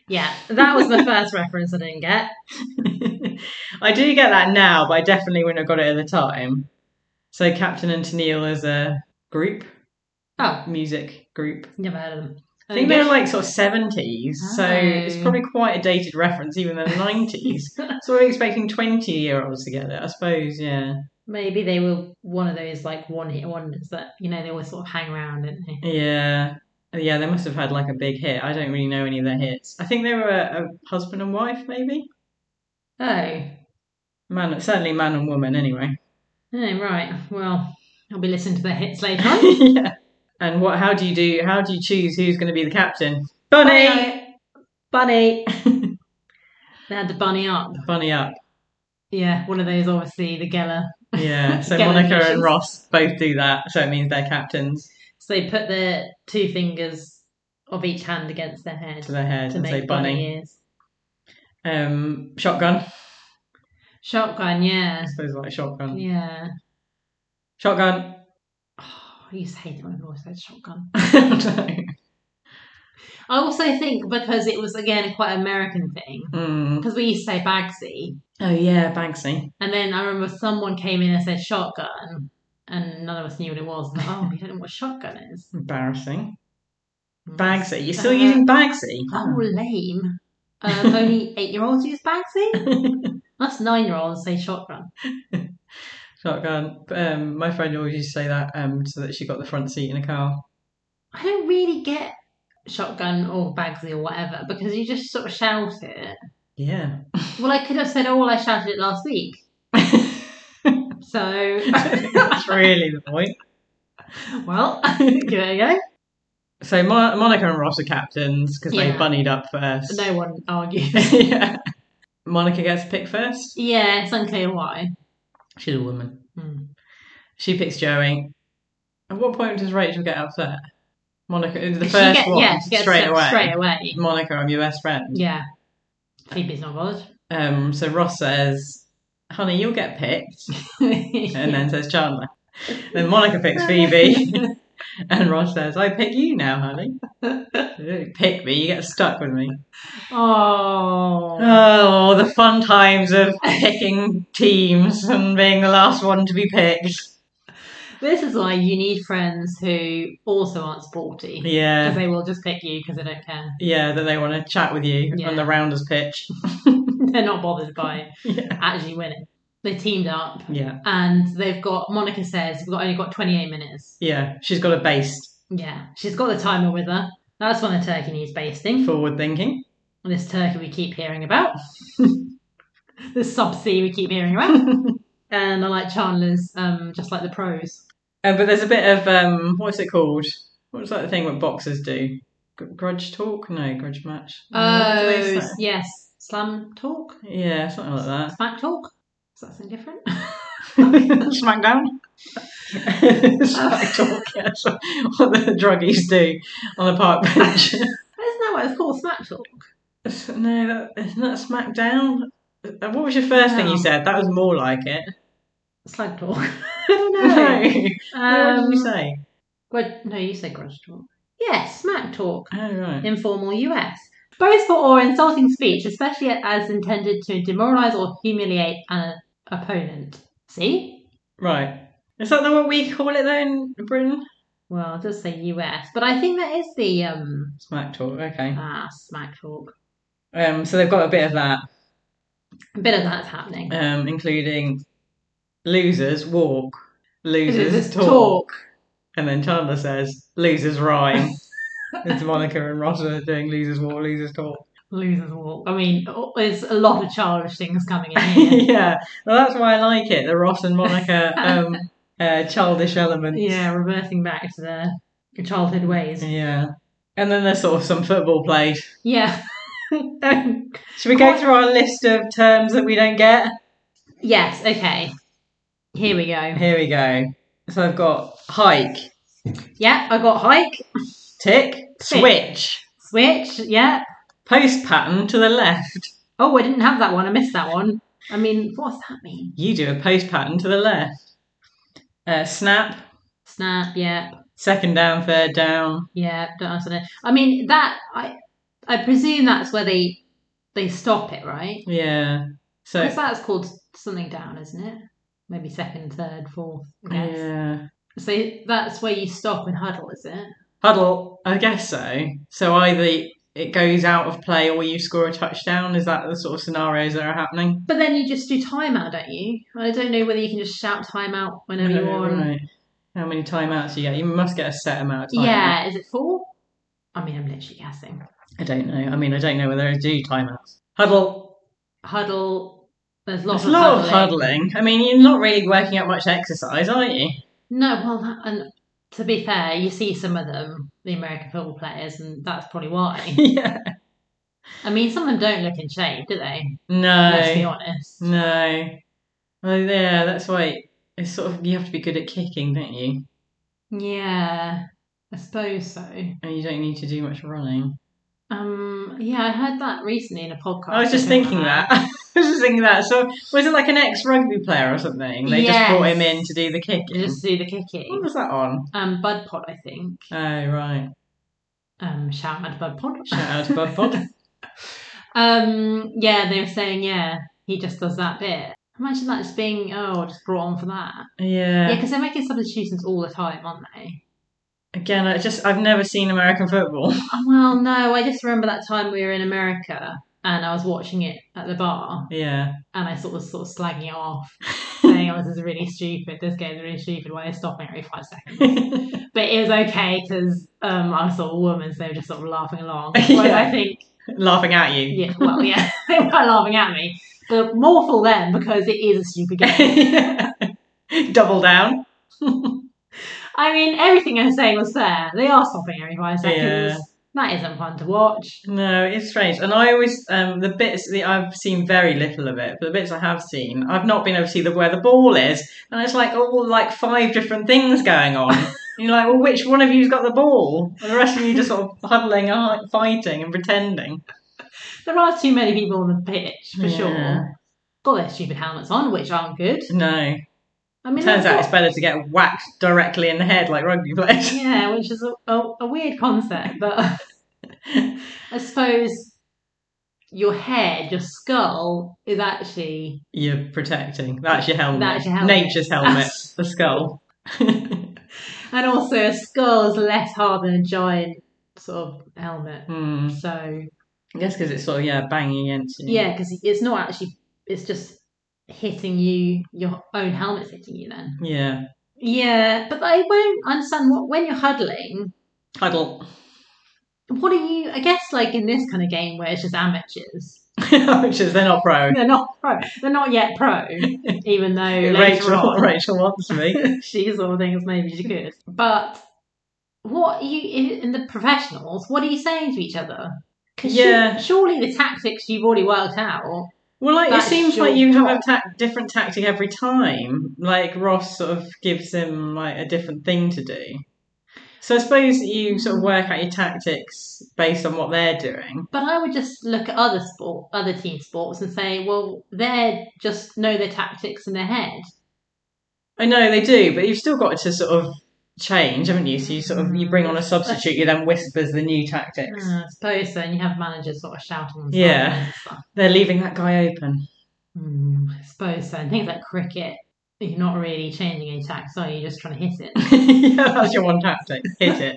[SPEAKER 1] Yeah, that was the first reference I didn't get.
[SPEAKER 2] I do get that now, but I definitely wouldn't have got it at the time. So Captain and Tennille is a group,
[SPEAKER 1] Oh,
[SPEAKER 2] music group.
[SPEAKER 1] never heard of them.
[SPEAKER 2] I think they were like sort of seventies, so it's
[SPEAKER 1] Oh.
[SPEAKER 2] probably quite a dated reference, even in the nineties. so we're expecting twenty year olds to get it, I suppose, yeah.
[SPEAKER 1] Maybe they were one of those like one hit wonders that you know they always sort of hang around, didn't they?
[SPEAKER 2] Yeah. Yeah, they must have had like a big hit. I don't really know any of their hits. I think they were a, a husband and wife, maybe?
[SPEAKER 1] Oh,
[SPEAKER 2] Man certainly man and woman anyway.
[SPEAKER 1] oh right. Well, I'll be listening to their hits later on.
[SPEAKER 2] yeah. And what? How do you do? How do you choose who's going to be the captain? Bunny,
[SPEAKER 1] Bunny. they had to bunny up.
[SPEAKER 2] bunny up.
[SPEAKER 1] Yeah, one of those, obviously, the Geller.
[SPEAKER 2] Yeah. So
[SPEAKER 1] Get
[SPEAKER 2] Monica
[SPEAKER 1] ambitious.
[SPEAKER 2] and Ross both do that. So it means they're captains
[SPEAKER 1] So they put their two fingers of each hand against their head
[SPEAKER 2] to their head
[SPEAKER 1] to
[SPEAKER 2] and say
[SPEAKER 1] make
[SPEAKER 2] bunny.
[SPEAKER 1] bunny ears.
[SPEAKER 2] Um, shotgun.
[SPEAKER 1] Shotgun, yeah.
[SPEAKER 2] I suppose like shotgun.
[SPEAKER 1] Yeah.
[SPEAKER 2] Shotgun.
[SPEAKER 1] Oh, I used to hate it when people said shotgun.
[SPEAKER 2] No.
[SPEAKER 1] I also think because it was, again, quite an American thing,
[SPEAKER 2] Mm.
[SPEAKER 1] because we used to say Bagsy,
[SPEAKER 2] Oh yeah, Banksy.
[SPEAKER 1] and then I remember someone came in and said shotgun, and none of us knew what it was. And, oh, we don't know what shotgun is.
[SPEAKER 2] Embarrassing. Bagsy. You're still
[SPEAKER 1] Uh,
[SPEAKER 2] using Bagsy.
[SPEAKER 1] Oh, lame. Um, only eight year olds use Bagsy? Us nine year olds say shotgun.
[SPEAKER 2] Shotgun. Um, my friend always used to say that um, so that she got the front seat in a car.
[SPEAKER 1] I don't really get shotgun or Bagsy or whatever because you just sort of shout it.
[SPEAKER 2] Yeah.
[SPEAKER 1] Well, I could have said, oh, well, I shouted it last week. So,
[SPEAKER 2] That's really the point.
[SPEAKER 1] well, give it a go.
[SPEAKER 2] So Mon- Monica and Ross are captains because they
[SPEAKER 1] Yeah.
[SPEAKER 2] bunnied up first.
[SPEAKER 1] No one argues.
[SPEAKER 2] yeah. Monica gets picked first.
[SPEAKER 1] Yeah, it's unclear why.
[SPEAKER 2] She's a woman.
[SPEAKER 1] Hmm.
[SPEAKER 2] She picks Joey. At what point does Rachel get upset? Monica, the
[SPEAKER 1] She
[SPEAKER 2] first
[SPEAKER 1] get-
[SPEAKER 2] one,
[SPEAKER 1] yeah, she gets
[SPEAKER 2] straight
[SPEAKER 1] upset
[SPEAKER 2] away. Hmm.
[SPEAKER 1] Straight away.
[SPEAKER 2] Monica, I'm your best friend.
[SPEAKER 1] Yeah. Phoebe's not bothered.
[SPEAKER 2] Um, so Ross says, "Honey, you'll get picked," and then says Chandler. Then Monica picks Phoebe, and Ross says, "I pick you now, honey. pick me. You get stuck with me."
[SPEAKER 1] oh.
[SPEAKER 2] Oh, the fun times of picking teams and being the last one to be picked.
[SPEAKER 1] This is why you need friends who also aren't sporty. Because
[SPEAKER 2] Yeah,
[SPEAKER 1] they will just pick you because they don't care.
[SPEAKER 2] yeah, that they want to chat with you
[SPEAKER 1] Yeah.
[SPEAKER 2] on the rounders pitch.
[SPEAKER 1] They're not bothered by
[SPEAKER 2] Yeah.
[SPEAKER 1] actually winning. They teamed up
[SPEAKER 2] Yeah,
[SPEAKER 1] and they've got, Monica says, we've got, only got 28 minutes.
[SPEAKER 2] yeah, she's got a base.
[SPEAKER 1] Yeah, she's got the timer with her. That's when the turkey needs basting.
[SPEAKER 2] Forward thinking.
[SPEAKER 1] And this turkey we keep hearing about. the subsea we keep hearing about. and I like Chandler's, um, just like the pros.
[SPEAKER 2] Uh, but there's a bit of um, what's it called? What's that thing what boxers do? Gr- grudge talk? No, grudge match.
[SPEAKER 1] Oh,
[SPEAKER 2] What do they say?
[SPEAKER 1] yes. Slam talk?
[SPEAKER 2] yeah, something like that.
[SPEAKER 1] Smack talk? Is that something different?
[SPEAKER 2] Smackdown. Smack talk. Yeah, that's what the druggies do on the park bench.
[SPEAKER 1] Isn't that what it's called? Smack talk?
[SPEAKER 2] no, that, isn't that Smackdown? Uh, What was your first thing you
[SPEAKER 1] No.
[SPEAKER 2] said? That was more like it.
[SPEAKER 1] Slag talk? I don't
[SPEAKER 2] No.
[SPEAKER 1] know.
[SPEAKER 2] what did you
[SPEAKER 1] Um,
[SPEAKER 2] say?
[SPEAKER 1] grud- no, you said grudge talk. Yes, smack talk.
[SPEAKER 2] Oh right.
[SPEAKER 1] informal US. Boastful or insulting speech, especially as intended to demoralise or humiliate an opponent. See?
[SPEAKER 2] Right. Is that not what we call it though in Britain?
[SPEAKER 1] Well, it does say US, but I think that is the um,
[SPEAKER 2] Smack talk. Okay.
[SPEAKER 1] ah, smack talk.
[SPEAKER 2] Um. So they've got a bit of that.
[SPEAKER 1] A bit of that's happening.
[SPEAKER 2] um, including losers walk,
[SPEAKER 1] This
[SPEAKER 2] losers
[SPEAKER 1] is
[SPEAKER 2] talk. and then Chandler says losers rhyme. it's Monica and Ross are doing losers walk, losers talk.
[SPEAKER 1] Losers walk. I mean, oh, there's a lot of childish things coming in here.
[SPEAKER 2] yeah, well, that's why I like it. The Ross and Monica um, uh, childish elements.
[SPEAKER 1] yeah, reversing back to their childhood ways.
[SPEAKER 2] yeah. And then there's sort of some football play.
[SPEAKER 1] Yeah.
[SPEAKER 2] Should we go through our list of terms that we don't get?
[SPEAKER 1] yes, okay. Here we go.
[SPEAKER 2] Here we go. So I've got hike,
[SPEAKER 1] Yeah, I got hike,
[SPEAKER 2] tick, switch,
[SPEAKER 1] switch, yeah.
[SPEAKER 2] post pattern to the left.
[SPEAKER 1] Oh, I didn't have that one. I missed that one. I mean, what's that mean?
[SPEAKER 2] You do a post pattern to the left. Uh, snap,
[SPEAKER 1] Snap. Yep.
[SPEAKER 2] second down, third down.
[SPEAKER 1] Yep. Don't understand it. I mean, that I I presume that's where they they stop it, right?
[SPEAKER 2] Yeah. So,
[SPEAKER 1] Because that's called something down, isn't it? Maybe second, third, fourth. I guess.
[SPEAKER 2] yeah.
[SPEAKER 1] So that's where you stop and huddle, is it?
[SPEAKER 2] Huddle, I guess so. So either it goes out of play or you score a touchdown. Is that the sort of scenarios that are happening?
[SPEAKER 1] But then you just do timeout, don't you? I don't know whether you can just shout timeout whenever you
[SPEAKER 2] Oh,
[SPEAKER 1] want.
[SPEAKER 2] right. How many timeouts you get? You must get a set amount of time.
[SPEAKER 1] Yeah. Is it four? I mean, I'm literally guessing.
[SPEAKER 2] I don't know. I mean, I don't know whether I do timeouts. Huddle.
[SPEAKER 1] Huddle. There's lots
[SPEAKER 2] It's a
[SPEAKER 1] of
[SPEAKER 2] lot
[SPEAKER 1] huddling.
[SPEAKER 2] of huddling. I mean, you're not really working out much exercise, are you?
[SPEAKER 1] No, well, that, and to be fair, you see some of them, the American football players, and that's probably why.
[SPEAKER 2] yeah.
[SPEAKER 1] I mean, some of them don't look in shape, do they?
[SPEAKER 2] No.
[SPEAKER 1] Let's be honest.
[SPEAKER 2] No. Well, yeah, that's why it's sort of you have to be good at kicking, don't you?
[SPEAKER 1] Yeah, I suppose so.
[SPEAKER 2] And you don't need to do much running.
[SPEAKER 1] Um, yeah, I heard that recently in a podcast.
[SPEAKER 2] I was just
[SPEAKER 1] something
[SPEAKER 2] thinking
[SPEAKER 1] like
[SPEAKER 2] that. I was just thinking that. So was it like an ex rugby player or something? They
[SPEAKER 1] Yes.
[SPEAKER 2] just brought him in to do the kicking.
[SPEAKER 1] You Just do the
[SPEAKER 2] What
[SPEAKER 1] kicking.
[SPEAKER 2] was that on?
[SPEAKER 1] Um, Bud Pod, I think.
[SPEAKER 2] Oh right.
[SPEAKER 1] Um, shout out to Bud Pod.
[SPEAKER 2] Shout out to Bud Pod.
[SPEAKER 1] Um, yeah, they were saying, yeah, he just does that bit. Imagine that just being, oh, just brought on for that. Yeah,
[SPEAKER 2] Yeah.
[SPEAKER 1] because they're making substitutions all the time, aren't they?
[SPEAKER 2] Again, I just I've never seen American football.
[SPEAKER 1] Oh, Well, no, I just remember that time we were in America and I was watching it at the bar
[SPEAKER 2] yeah.
[SPEAKER 1] and I sort of sort of slagging it off, saying, "Oh, this is really stupid. This game's really stupid. Why are they stopping every five seconds?" But it was okay because um, I was sort of a woman, so they were just sort of laughing along. Whereas
[SPEAKER 2] Yeah.
[SPEAKER 1] I think,
[SPEAKER 2] Laughing at you.
[SPEAKER 1] yeah, well, yeah, they were laughing at me, but more for them because it is a stupid game.
[SPEAKER 2] Double down.
[SPEAKER 1] I mean, everything I was saying was fair. They are stopping every five seconds.
[SPEAKER 2] Yeah.
[SPEAKER 1] That isn't fun to watch.
[SPEAKER 2] No, it's strange. And I always um the bits the I've seen very little of it, but the bits I have seen, I've not been able to see the where the ball is. And it's like all like five different things going on. And you're like, well, which one of you's got the ball? And the rest of you just sort of huddling and like, fighting and pretending.
[SPEAKER 1] There are too many people on the pitch for
[SPEAKER 2] Yeah.
[SPEAKER 1] sure. Got their stupid helmets on, which aren't good.
[SPEAKER 2] No.
[SPEAKER 1] I mean,
[SPEAKER 2] Turns out
[SPEAKER 1] that's
[SPEAKER 2] it's better to get whacked directly in the head like rugby players.
[SPEAKER 1] not- yeah, which is a, a, a weird concept, but I suppose your head, your skull, is actually
[SPEAKER 2] You're protecting. That's your helmet.
[SPEAKER 1] That's your helmet.
[SPEAKER 2] Nature's helmet. the skull.
[SPEAKER 1] and also a skull is less hard than a giant sort of helmet.
[SPEAKER 2] Hmm.
[SPEAKER 1] So
[SPEAKER 2] I guess because it's sort of yeah banging against you.
[SPEAKER 1] yeah, because it's not actually, it's just hitting you. Your own helmet's hitting you then.
[SPEAKER 2] Yeah.
[SPEAKER 1] Yeah, but I won't understand what when you're huddling,
[SPEAKER 2] Huddle.
[SPEAKER 1] What do you? I guess like in this kind of game where it's just amateurs,
[SPEAKER 2] Which is they're not pro.
[SPEAKER 1] they're not pro. They're not yet pro, even though later
[SPEAKER 2] Rachel,
[SPEAKER 1] on
[SPEAKER 2] Rachel wants me.
[SPEAKER 1] she saw things maybe she could. But what you in the professionals? What are you saying to each other? 'Cause su-
[SPEAKER 2] Yeah.
[SPEAKER 1] surely the tactics you've already worked out.
[SPEAKER 2] Well, like
[SPEAKER 1] That's
[SPEAKER 2] it seems
[SPEAKER 1] your
[SPEAKER 2] like you have a
[SPEAKER 1] job.
[SPEAKER 2] ta- different tactic every time. Like Ross sort of gives him like a different thing to do. So I suppose you sort of work out your tactics based on what they're doing.
[SPEAKER 1] But I would just look at other sport, other team sports, and say, well, they're just know their tactics in their head.
[SPEAKER 2] I know they do, but you've still got to sort of change, haven't you? So you sort of you bring on a substitute, you then whispers the new tactics.
[SPEAKER 1] Uh, I suppose so. And you have managers sort of shouting. on the
[SPEAKER 2] Yeah.
[SPEAKER 1] sidelines and stuff.
[SPEAKER 2] They're leaving that guy open.
[SPEAKER 1] Hmm, I suppose so. And things like cricket, you're not really changing any tactics, are you? You're just trying to hit it,
[SPEAKER 2] yeah, that's your one tactic. Hit
[SPEAKER 1] hit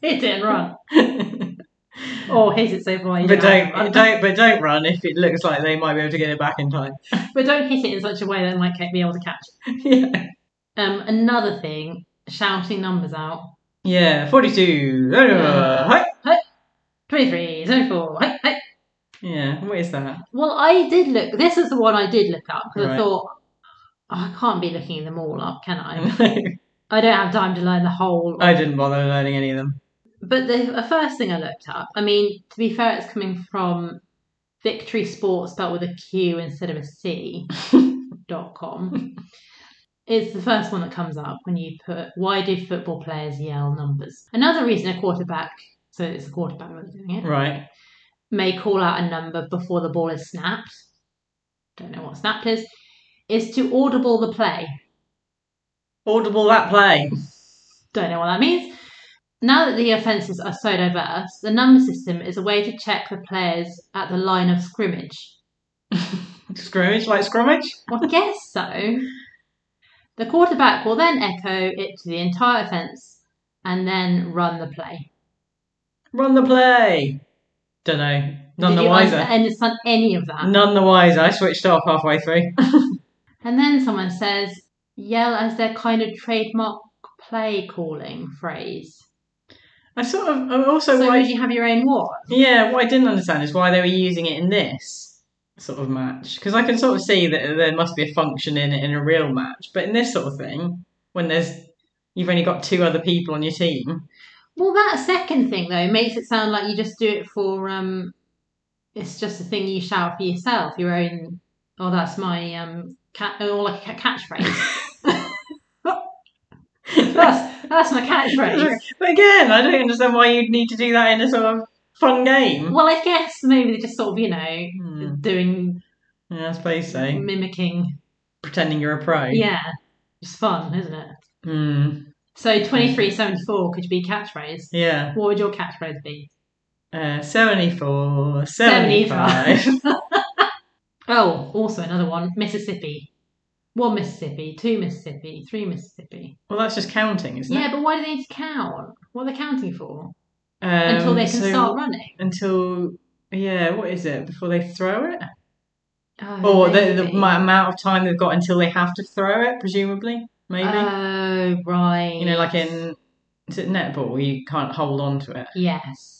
[SPEAKER 1] it and run,
[SPEAKER 2] it.
[SPEAKER 1] or hit it so far. you
[SPEAKER 2] but
[SPEAKER 1] don't,
[SPEAKER 2] don't, don't but don't run if it looks like they might be able to get it back in time.
[SPEAKER 1] but don't hit it in such a way that it might ca- be able to catch. it.
[SPEAKER 2] yeah.
[SPEAKER 1] Um, another thing, shouting numbers out.
[SPEAKER 2] Yeah, 42.
[SPEAKER 1] Yeah.
[SPEAKER 2] Hey.
[SPEAKER 1] 23, 24, hey, hey.
[SPEAKER 2] Yeah, what is that?
[SPEAKER 1] Well, I did look. This is the one I did look up because I
[SPEAKER 2] Right.
[SPEAKER 1] thought oh, I can't be looking them all up, can I? I don't have time to learn the whole.
[SPEAKER 2] I didn't bother learning any of them.
[SPEAKER 1] But the, the first thing I looked up. I mean, to be fair, it's coming from Victory Sports, but with a Q instead of a C. dot com. It's the first one that comes up when you put why do football players yell numbers? Another reason a quarterback, so it's a quarterback that's doing it,
[SPEAKER 2] Right.
[SPEAKER 1] may call out a number before the ball is snapped. Don't know what snapped is. Is to audible the play.
[SPEAKER 2] Audible that play.
[SPEAKER 1] Don't know what that means. Now that the offences are so diverse, the number system is a way to check the players at the line of scrimmage.
[SPEAKER 2] Scrimmage like scrimmage?
[SPEAKER 1] Well, I guess so. The quarterback will then echo it to the entire offence and then run the play.
[SPEAKER 2] Run the play. Dunno. None
[SPEAKER 1] Did
[SPEAKER 2] the
[SPEAKER 1] you
[SPEAKER 2] wiser.
[SPEAKER 1] understand any of that?
[SPEAKER 2] None the wiser. I switched off halfway through.
[SPEAKER 1] And then someone says, yell as their kind of trademark play calling phrase.
[SPEAKER 2] I sort of I also
[SPEAKER 1] So,
[SPEAKER 2] why
[SPEAKER 1] would you have your own what?
[SPEAKER 2] Yeah, what I didn't understand is why they were using it in this sort of match. Because I can sort of see that there must be a function in it in a real match, but in this sort of thing, when there's you've only got two other people on your team,
[SPEAKER 1] Well, that second thing, though, makes it sound like you just do it for, um, it's just a thing you shout for yourself, your own, oh, that's my, um, cat, or like a ca- catchphrase. that's, that's my catchphrase.
[SPEAKER 2] But again, I don't understand why you'd need to do that in a sort of fun game.
[SPEAKER 1] Well, I guess maybe they're just sort of, you know,
[SPEAKER 2] Hmm,
[SPEAKER 1] doing,
[SPEAKER 2] yeah, I suppose so.
[SPEAKER 1] mimicking.
[SPEAKER 2] Pretending you're a pro.
[SPEAKER 1] Yeah. It's fun, isn't it?
[SPEAKER 2] Hmm,
[SPEAKER 1] So 2374 could be catchphrase.
[SPEAKER 2] yeah.
[SPEAKER 1] What would your catchphrase be?
[SPEAKER 2] Uh, 74, 75.
[SPEAKER 1] Oh, also another one Mississippi. One Mississippi, two Mississippi, three Mississippi.
[SPEAKER 2] well, that's just counting, isn't
[SPEAKER 1] yeah,
[SPEAKER 2] it?
[SPEAKER 1] but why do they need to count? What are they counting for?
[SPEAKER 2] Um,
[SPEAKER 1] Until they can
[SPEAKER 2] so-
[SPEAKER 1] start running.
[SPEAKER 2] Until, yeah, what is it? Before they throw it?
[SPEAKER 1] Oh,
[SPEAKER 2] Or the, the
[SPEAKER 1] maybe.
[SPEAKER 2] mi- amount of time they've got until they have to throw it, presumably. Maybe.
[SPEAKER 1] Oh, right.
[SPEAKER 2] you know, like in is it netball, you can't hold on to it.
[SPEAKER 1] Yes.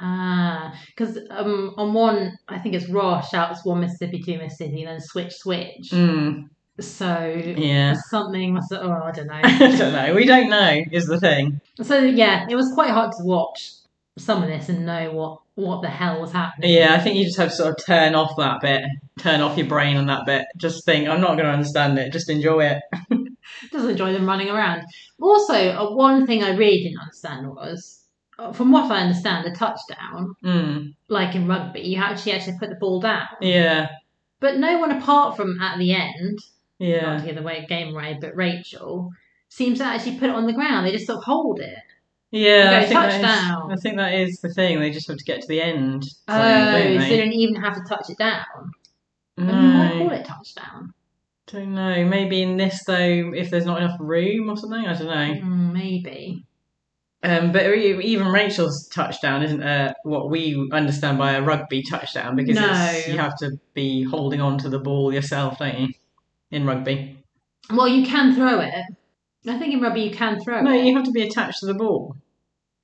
[SPEAKER 1] Ah, because um, on one, I think it's Raw shouts one Mississippi, two Mississippi, and then switch, switch.
[SPEAKER 2] Mm,
[SPEAKER 1] So
[SPEAKER 2] yeah.
[SPEAKER 1] something must have, oh, I don't know.
[SPEAKER 2] I don't know. We don't know is the thing.
[SPEAKER 1] So yeah, it was quite hard to watch some of this and know what what the hell was happening.
[SPEAKER 2] Yeah, I think you just have to sort of turn off that bit, turn off your brain on that bit. Just think, I'm not going to understand it. Just enjoy it.
[SPEAKER 1] just enjoy them running around. Also, uh, one thing I really didn't understand was, uh, from what I understand, a touchdown
[SPEAKER 2] Mm,
[SPEAKER 1] like in rugby, you actually actually put the ball down,
[SPEAKER 2] yeah,
[SPEAKER 1] but no one apart from at the end, not
[SPEAKER 2] yeah.
[SPEAKER 1] to give away game away, but Rachel seems to actually put it on the ground. They just sort of hold it.
[SPEAKER 2] Yeah,
[SPEAKER 1] Go
[SPEAKER 2] I think, that
[SPEAKER 1] touchdown.
[SPEAKER 2] is, I think that is the thing. They just have to get to the end. thing,
[SPEAKER 1] oh,
[SPEAKER 2] don't
[SPEAKER 1] so they
[SPEAKER 2] they? Mm.
[SPEAKER 1] don't even have to touch it down. I don't know why I
[SPEAKER 2] No.
[SPEAKER 1] call it touchdown.
[SPEAKER 2] Don't know. Maybe in this though, if there's not enough room or something, I don't know.
[SPEAKER 1] Mm, maybe.
[SPEAKER 2] Um, but e- even Rachel's touchdown isn't uh, what we understand by a rugby touchdown because it's,
[SPEAKER 1] No.
[SPEAKER 2] you have to be holding on to the ball yourself, don't you? In rugby,
[SPEAKER 1] Well, you can throw it. I think in rugby you can throw
[SPEAKER 2] no,
[SPEAKER 1] it.
[SPEAKER 2] you have to be attached to the ball.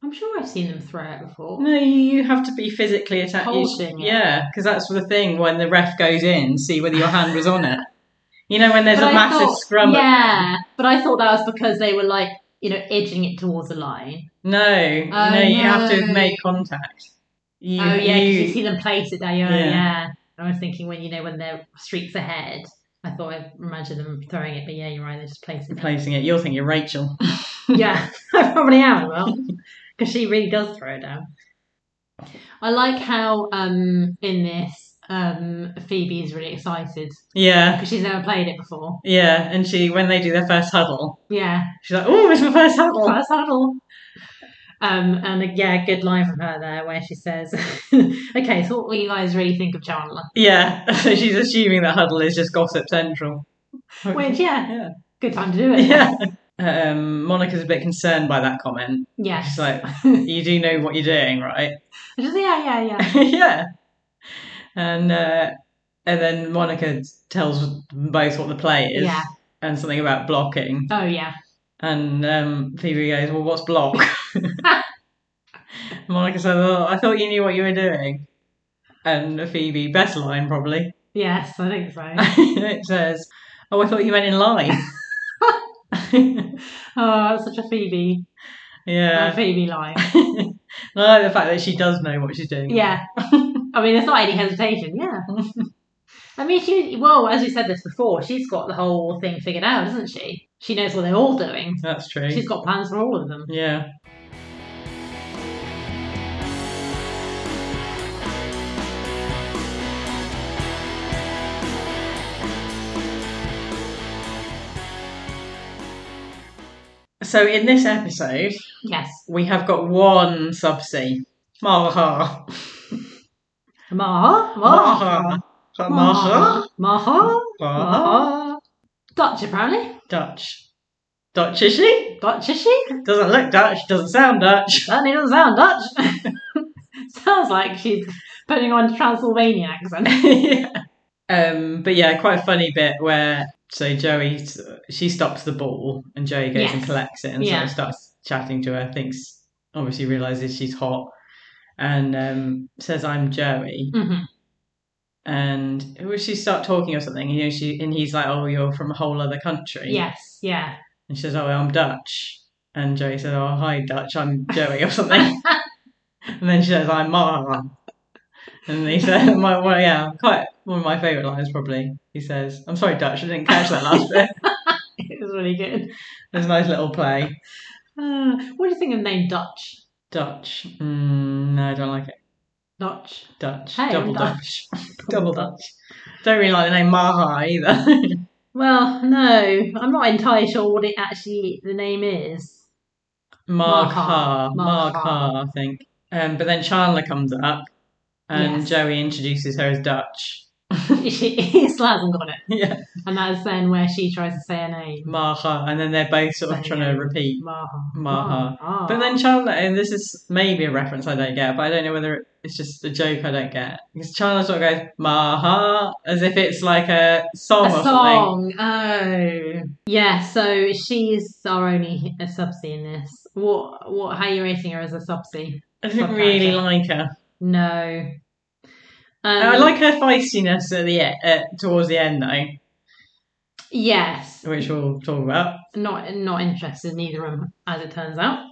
[SPEAKER 1] I'm sure I've seen them throw it before.
[SPEAKER 2] No, you have to be physically attached.
[SPEAKER 1] Holding it.
[SPEAKER 2] Yeah, because that's the thing when the ref goes in, see whether your hand was on it. You know, when there's
[SPEAKER 1] But
[SPEAKER 2] a
[SPEAKER 1] I
[SPEAKER 2] massive
[SPEAKER 1] thought-
[SPEAKER 2] scrum. at-
[SPEAKER 1] Yeah, but I thought that was because they were like, you know, edging it towards the line.
[SPEAKER 2] No, no, you have to
[SPEAKER 1] Oh, no.
[SPEAKER 2] make contact. You,
[SPEAKER 1] oh yeah, 'cause
[SPEAKER 2] you-
[SPEAKER 1] you, see them place it down.
[SPEAKER 2] Yeah.
[SPEAKER 1] Yeah. yeah. I was thinking when you know when they're streaks ahead. I thought I imagine them throwing it, but yeah, you're right. They just place it. down.
[SPEAKER 2] placing it. You'll think you're Rachel.
[SPEAKER 1] yeah, I probably am. Well, because she really does throw it down. I like how um in this um Phoebe is really excited
[SPEAKER 2] Yeah,
[SPEAKER 1] because she's never played it before.
[SPEAKER 2] yeah. And she, when they do their first huddle,
[SPEAKER 1] Yeah,
[SPEAKER 2] she's like, "Oh, it's my first
[SPEAKER 1] Well,
[SPEAKER 2] huddle."
[SPEAKER 1] that's not all. Um, and uh, yeah, good line from her there where she says, "Okay, so what will you guys really think of Chandler?"
[SPEAKER 2] Yeah. So she's assuming that huddle is just gossip central.
[SPEAKER 1] Which yeah,
[SPEAKER 2] Yeah.
[SPEAKER 1] good time to do it.
[SPEAKER 2] Yeah. Um, Monica's a bit concerned by that comment.
[SPEAKER 1] yeah.
[SPEAKER 2] She's like,
[SPEAKER 1] I
[SPEAKER 2] "You do know what you're doing, right?"
[SPEAKER 1] Just, yeah, yeah, yeah.
[SPEAKER 2] yeah. And uh, and then Monica tells them both what the play is
[SPEAKER 1] Yeah.
[SPEAKER 2] and something about blocking.
[SPEAKER 1] Oh yeah.
[SPEAKER 2] And um, Phoebe goes, "Well, what's block?" Monica says, "Oh, I thought you knew what you were doing." And Phoebe, best line probably.
[SPEAKER 1] Yes, I think so.
[SPEAKER 2] it says, "Oh, I thought you meant in line."
[SPEAKER 1] Oh, that's such a Phoebe, a
[SPEAKER 2] yeah.
[SPEAKER 1] Phoebe line.
[SPEAKER 2] And I like the fact that she does know what she's doing.
[SPEAKER 1] Yeah. I mean, there's not any hesitation. Yeah. I mean, she. Well, as we said this before, she's got the whole thing figured out, doesn't she? She knows what they're all doing.
[SPEAKER 2] That's true.
[SPEAKER 1] She's got plans for all of them.
[SPEAKER 2] Yeah. So in this episode,
[SPEAKER 1] Yes,
[SPEAKER 2] we have got one subsea. Maha.
[SPEAKER 1] Maha,
[SPEAKER 2] Maha. Maha.
[SPEAKER 1] Maha.
[SPEAKER 2] Maha.
[SPEAKER 1] Maha. Dutch, apparently.
[SPEAKER 2] Dutch. Dutch is she?
[SPEAKER 1] Dutch, is she?
[SPEAKER 2] Doesn't look Dutch, doesn't sound Dutch.
[SPEAKER 1] Certainly doesn't sound Dutch. Sounds like she's putting on a Transylvanian accent.
[SPEAKER 2] Um, but yeah, quite a funny bit where so Joey she stops the ball and Joey goes and
[SPEAKER 1] Yes.
[SPEAKER 2] collects it and sort
[SPEAKER 1] Yeah.
[SPEAKER 2] of starts chatting to her. Thinks obviously realizes she's hot and um, says I'm Joey.
[SPEAKER 1] Mhm.
[SPEAKER 2] And well, she start talking or something, you know. She and he's like, "Oh, you're from a whole other country."
[SPEAKER 1] Yes, yeah.
[SPEAKER 2] And she says, "Oh, I'm Dutch." And Joey says, "Oh, hi Dutch, I'm Joey or something." and then she says, "I'm Ma." And he says, "My well, yeah, quite one of my favourite lines probably." He says, "I'm sorry, Dutch, I didn't catch that last bit."
[SPEAKER 1] It was really good.
[SPEAKER 2] There's a nice little play.
[SPEAKER 1] Uh, what do you think of the name Dutch?
[SPEAKER 2] Dutch. Mm, no, I don't like it.
[SPEAKER 1] Dutch.
[SPEAKER 2] Dutch.
[SPEAKER 1] Hey, I'm
[SPEAKER 2] Double Dutch. Double Dutch. Don't really like the name Maha either.
[SPEAKER 1] Well, no, I'm not entirely sure what it actually the name is.
[SPEAKER 2] Marha.
[SPEAKER 1] Marha.
[SPEAKER 2] Marha, I think. Um, but then Chandler comes up and
[SPEAKER 1] Yes.
[SPEAKER 2] Joey introduces her as Dutch.
[SPEAKER 1] She still hasn't got it,
[SPEAKER 2] Yeah,
[SPEAKER 1] and that is then where she tries to say her name.
[SPEAKER 2] Maha, and then they're both sort of
[SPEAKER 1] So,
[SPEAKER 2] trying
[SPEAKER 1] yeah.
[SPEAKER 2] to repeat.
[SPEAKER 1] Maha.
[SPEAKER 2] Maha. But then Chandler, and this is maybe a reference I don't get, but I don't know whether it's just a joke I don't get. Because Chandler sort of goes Maha as if it's like a song
[SPEAKER 1] a
[SPEAKER 2] or something.
[SPEAKER 1] song. Oh, yeah. So she's our only a subsy in this. What? What? How are you rating her as a subsy?
[SPEAKER 2] I didn't really
[SPEAKER 1] Subtitle.
[SPEAKER 2] like her.
[SPEAKER 1] No. Um,
[SPEAKER 2] And I like her feistiness at the e- uh, towards the end though,
[SPEAKER 1] Yes.
[SPEAKER 2] which we'll talk about.
[SPEAKER 1] Not not interested in either of them, as it turns out.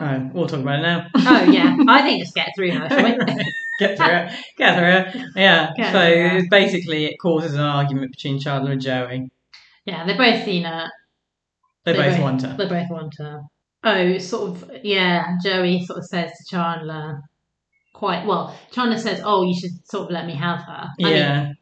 [SPEAKER 2] Oh, we'll talk about it now.
[SPEAKER 1] Oh yeah. I think just get through her. Shall we?
[SPEAKER 2] Get through it. Get through it. Yeah.
[SPEAKER 1] Get
[SPEAKER 2] so
[SPEAKER 1] through it.
[SPEAKER 2] basically, it causes an argument between Chandler and Joey.
[SPEAKER 1] yeah. They've both seen her.
[SPEAKER 2] They,
[SPEAKER 1] They
[SPEAKER 2] both
[SPEAKER 1] both-
[SPEAKER 2] want her.
[SPEAKER 1] They both want her. Oh, sort of. Yeah. Joey sort of says to Chandler. Quite well. Chandler says, "Oh, you should sort of let me have her." I mean,
[SPEAKER 2] yeah.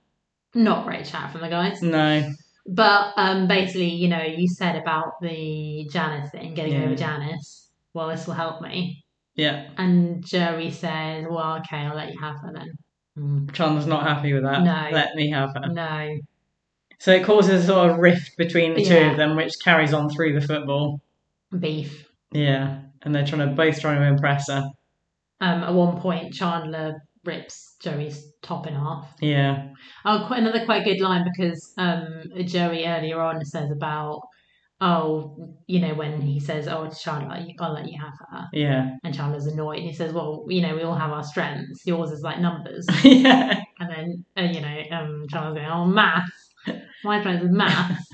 [SPEAKER 1] not great chat from the guys.
[SPEAKER 2] no.
[SPEAKER 1] But um, basically, you know, you said about the Janice thing, getting
[SPEAKER 2] Yeah.
[SPEAKER 1] over Janice. Well, this will help me.
[SPEAKER 2] Yeah,
[SPEAKER 1] And Joey says, "Well, okay, I'll let you have her then."
[SPEAKER 2] Chandler's not happy with that.
[SPEAKER 1] No.
[SPEAKER 2] Let me have her.
[SPEAKER 1] No,
[SPEAKER 2] So it causes a sort of rift between the two
[SPEAKER 1] Yeah.
[SPEAKER 2] of them, which carries on through the football.
[SPEAKER 1] beef.
[SPEAKER 2] Yeah, and they're trying to both trying to impress her.
[SPEAKER 1] Um, at one point, Chandler rips Joey's top in half.
[SPEAKER 2] Yeah,
[SPEAKER 1] Oh, quite another quite good line because um, Joey earlier on says about oh, you know, when he says, oh, to Chandler, you- I'll let you have her.
[SPEAKER 2] Yeah.
[SPEAKER 1] And Chandler's annoyed. He says, well, you know, we all have our strengths. Yours is like numbers.
[SPEAKER 2] yeah.
[SPEAKER 1] And then, uh, you know, um, Charles going, oh, math. My friends with math.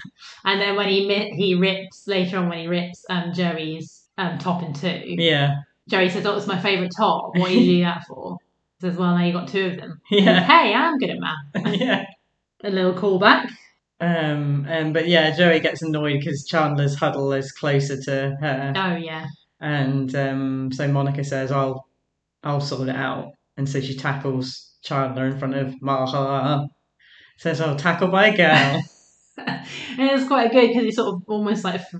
[SPEAKER 1] and then when he mi- he rips, later on when he rips um, Joey's um, top in two,
[SPEAKER 2] Yeah.
[SPEAKER 1] Joey says, oh, it's my favourite top. What do you do that for? He says, well, now you got two of them.
[SPEAKER 2] Yeah.
[SPEAKER 1] Hey, I'm good at math.
[SPEAKER 2] Yeah.
[SPEAKER 1] A little callback.
[SPEAKER 2] Um, and but yeah, Joey gets annoyed because Chandler's huddle is closer to her,
[SPEAKER 1] Oh, yeah.
[SPEAKER 2] and um, so Monica says, "I'll, I'll sort it out." And so she tackles Chandler in front of Maha. Says, "Oh, tackle by a girl."
[SPEAKER 1] and it's quite good because he sort of almost like f-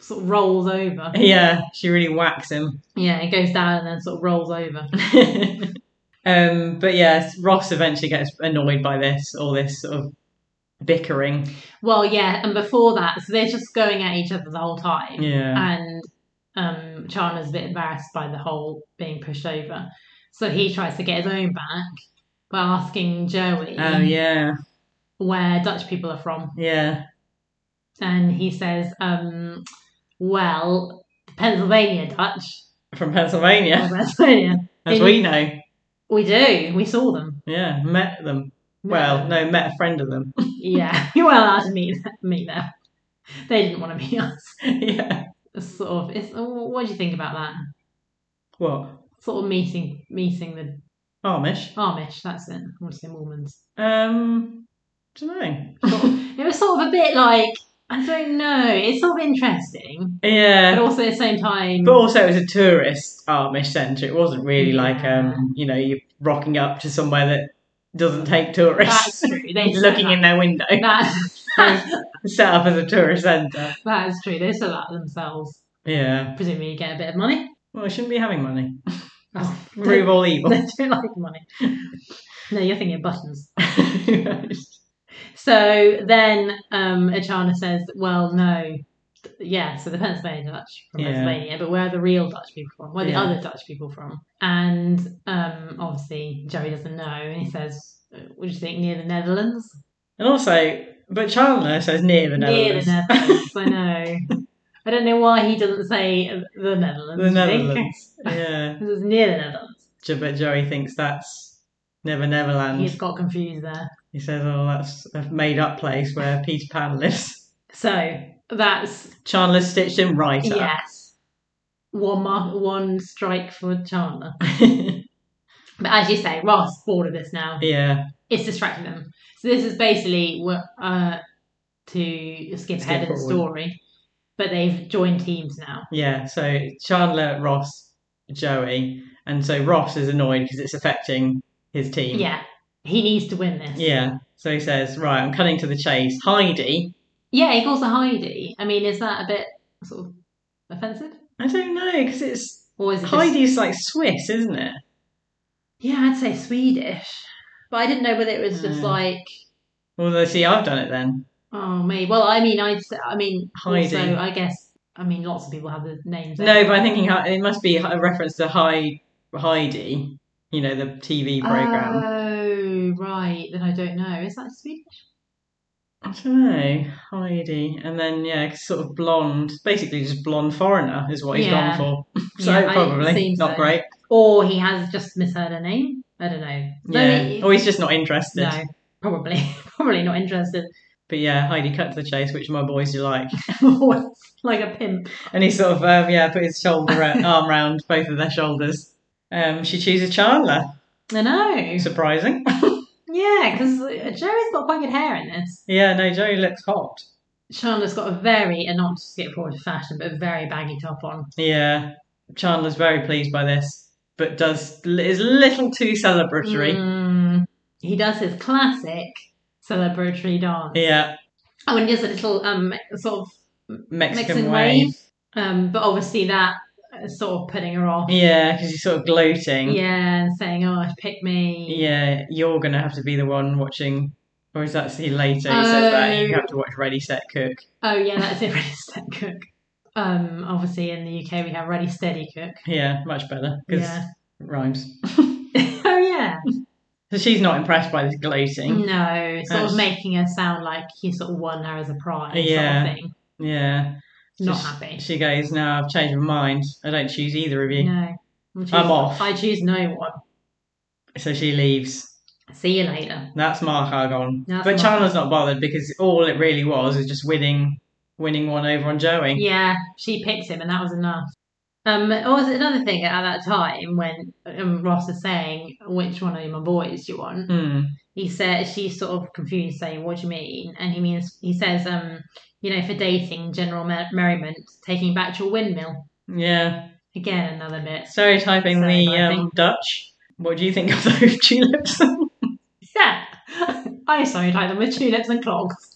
[SPEAKER 1] sort of rolls over.
[SPEAKER 2] yeah, she really whacks him.
[SPEAKER 1] Yeah, it goes down and then sort of rolls over.
[SPEAKER 2] um, but yes, Ross eventually gets annoyed by this, all this sort of bickering.
[SPEAKER 1] Well, yeah, and before that, so they're just going at each other the whole time.
[SPEAKER 2] Yeah,
[SPEAKER 1] and um, Chandler's a bit embarrassed by the whole being pushed over, so he tries to get his own back by asking Joey
[SPEAKER 2] oh yeah,
[SPEAKER 1] where Dutch people are from,
[SPEAKER 2] yeah,
[SPEAKER 1] and he says, um, "Well, Pennsylvania Dutch,
[SPEAKER 2] from Pennsylvania,
[SPEAKER 1] or Pennsylvania.
[SPEAKER 2] as
[SPEAKER 1] in-
[SPEAKER 2] we know.
[SPEAKER 1] We do. We saw them.
[SPEAKER 2] Yeah, met them. Well, no, met a friend of them.
[SPEAKER 1] yeah, you weren't allowed to meet meet them. They didn't want to meet us.
[SPEAKER 2] yeah.
[SPEAKER 1] It's Sort of. It's, what do you think about that?
[SPEAKER 2] What?
[SPEAKER 1] Sort of meeting meeting the
[SPEAKER 2] Amish.
[SPEAKER 1] Amish. That's it. I want to say Mormons.
[SPEAKER 2] Um, don't know.
[SPEAKER 1] Sort of- it was sort of a bit like I don't know. It's sort of interesting, but
[SPEAKER 2] Yeah.
[SPEAKER 1] also at the same time,
[SPEAKER 2] But also, it was a tourist Amish centre. It wasn't really like,
[SPEAKER 1] Yeah.
[SPEAKER 2] um, you know, you're rocking up to somewhere that doesn't take tourists.
[SPEAKER 1] that's true. They set
[SPEAKER 2] looking in their window.
[SPEAKER 1] that, that,
[SPEAKER 2] Set up as a tourist centre.
[SPEAKER 1] that is true. They sell that themselves.
[SPEAKER 2] Yeah.
[SPEAKER 1] Presumably, you get a bit of money.
[SPEAKER 2] Well, I shouldn't be having money.
[SPEAKER 1] Oh,
[SPEAKER 2] Remove all evil.
[SPEAKER 1] they don't like money. No, you're thinking of buttons. So then, um, Achana says, "Well, no." Yeah, so the Pennsylvania Dutch from
[SPEAKER 2] Yeah.
[SPEAKER 1] Pennsylvania, but where are the real Dutch people from? Where are the
[SPEAKER 2] Yeah.
[SPEAKER 1] other Dutch people from? And um, obviously, Joey doesn't know, and he says, "What do you think near the Netherlands?"
[SPEAKER 2] and also, but Chandler says near the
[SPEAKER 1] Near
[SPEAKER 2] Netherlands.
[SPEAKER 1] the Netherlands, I know. I don't know why he doesn't say uh, the Netherlands.
[SPEAKER 2] the
[SPEAKER 1] do you think?
[SPEAKER 2] Netherlands. yeah.
[SPEAKER 1] This is near the Netherlands.
[SPEAKER 2] Jo- But Joey thinks that's Never Neverland.
[SPEAKER 1] He's got confused there.
[SPEAKER 2] He says, "Oh, that's a made-up place where Peter Pan lives."
[SPEAKER 1] So that's
[SPEAKER 2] Chandler stitched him right up.
[SPEAKER 1] yes, one mark, one strike for Chandler. But as you say, Ross bored of this now.
[SPEAKER 2] yeah,
[SPEAKER 1] It's distracting them. So this is basically what uh, to skip
[SPEAKER 2] Skip
[SPEAKER 1] ahead in the
[SPEAKER 2] forward.
[SPEAKER 1] story. But they've joined teams now.
[SPEAKER 2] yeah. So Chandler, Ross, Joey, and so Ross is annoyed because it's affecting his team.
[SPEAKER 1] Yeah, he needs to win this.
[SPEAKER 2] yeah. So he says, "Right, I'm cutting to the chase." Heidi,
[SPEAKER 1] Yeah, he calls her Heidi. I mean, is that a bit sort of offensive?
[SPEAKER 2] I don't know because it's
[SPEAKER 1] Or is it just-
[SPEAKER 2] Heidi's like Swiss, isn't it?
[SPEAKER 1] Yeah, I'd say Swedish. But I didn't know whether it was just
[SPEAKER 2] Mm.
[SPEAKER 1] like,
[SPEAKER 2] Although, see, I've done it then.
[SPEAKER 1] oh, me. Well, I mean, I'd say, I mean,
[SPEAKER 2] Heidi.
[SPEAKER 1] also, I guess, I mean, lots of people have the names.
[SPEAKER 2] No, but I'm thinking Hei- it must be a reference to Hi- Heidi. You know, the TV
[SPEAKER 1] Ah.
[SPEAKER 2] program.
[SPEAKER 1] Oh, right. Then I don't know. Is that Swedish?
[SPEAKER 2] I don't know, Heidi, and then yeah, sort of blonde, basically just blonde foreigner is what he's
[SPEAKER 1] Yeah.
[SPEAKER 2] gone for. so
[SPEAKER 1] Yeah, I- it
[SPEAKER 2] probably
[SPEAKER 1] seems
[SPEAKER 2] not
[SPEAKER 1] so.
[SPEAKER 2] great.
[SPEAKER 1] Or he has just misheard her name. I don't know. No,
[SPEAKER 2] yeah, Oh,
[SPEAKER 1] it-
[SPEAKER 2] or he's just not interested.
[SPEAKER 1] no, probably, probably not interested.
[SPEAKER 2] But yeah, Heidi cut to the chase, which my boys do like.
[SPEAKER 1] like a pimp.
[SPEAKER 2] And he sort of um, yeah, put his shoulder arm round both of their shoulders. Um, she chooses Chandler.
[SPEAKER 1] I know.
[SPEAKER 2] Surprising.
[SPEAKER 1] Yeah, because Joey's got quite good hair in this.
[SPEAKER 2] yeah, no, Joey looks hot.
[SPEAKER 1] Chandler's got a very, and not to skip forward to fashion, but a very baggy top on.
[SPEAKER 2] Yeah, Chandler's very pleased by this, but does is a little too celebratory.
[SPEAKER 1] Mm, he does his classic celebratory dance.
[SPEAKER 2] Yeah,
[SPEAKER 1] Oh, and he does a little um sort of
[SPEAKER 2] Mexican,
[SPEAKER 1] Mexican
[SPEAKER 2] wave.
[SPEAKER 1] wave. Um, but obviously that is sort of putting her off.
[SPEAKER 2] Yeah, because he's sort of gloating.
[SPEAKER 1] Yeah, and saying, "Oh, pick me."
[SPEAKER 2] Yeah, you're gonna have to be the one watching, or is that see later? He says that you
[SPEAKER 1] Oh.
[SPEAKER 2] have to watch Ready Set Cook.
[SPEAKER 1] Oh, yeah, that's it. Ready Steady Cook. Um, obviously in the UK we have Ready Steady Cook.
[SPEAKER 2] Yeah, much better because
[SPEAKER 1] Yeah.
[SPEAKER 2] rhymes.
[SPEAKER 1] oh yeah.
[SPEAKER 2] So she's not impressed by this gloating.
[SPEAKER 1] No, sort
[SPEAKER 2] That's-
[SPEAKER 1] of making her sound like he sort of won her as a prize,
[SPEAKER 2] Yeah.
[SPEAKER 1] sort of thing.
[SPEAKER 2] Yeah. So
[SPEAKER 1] Not
[SPEAKER 2] she-
[SPEAKER 1] happy.
[SPEAKER 2] She goes, No, I've changed my mind. I don't choose either of you.
[SPEAKER 1] No. I'm, choose-
[SPEAKER 2] I'm off.
[SPEAKER 1] I choose no one.
[SPEAKER 2] So she leaves.
[SPEAKER 1] See you later.
[SPEAKER 2] That's Mark gone.
[SPEAKER 1] That's
[SPEAKER 2] but
[SPEAKER 1] Mark.
[SPEAKER 2] Chandler's not bothered because all it really was is just winning winning one over on Joey.
[SPEAKER 1] Yeah, she picked him, and that was enough. Um, also another thing at that time when um, Ross is saying, "Which one of my boys do you want?"
[SPEAKER 2] Hmm.
[SPEAKER 1] He says she's sort of confused, saying, "What do you mean?" And he means he says, "Um, you know, for dating, general mer- merriment, taking back your windmill."
[SPEAKER 2] Yeah.
[SPEAKER 1] Again, another bit.
[SPEAKER 2] Stereotyping the
[SPEAKER 1] Stereotyping.
[SPEAKER 2] um, Dutch. What do you think of those tulips?
[SPEAKER 1] Yeah, I sorry, like them with tulips and clogs.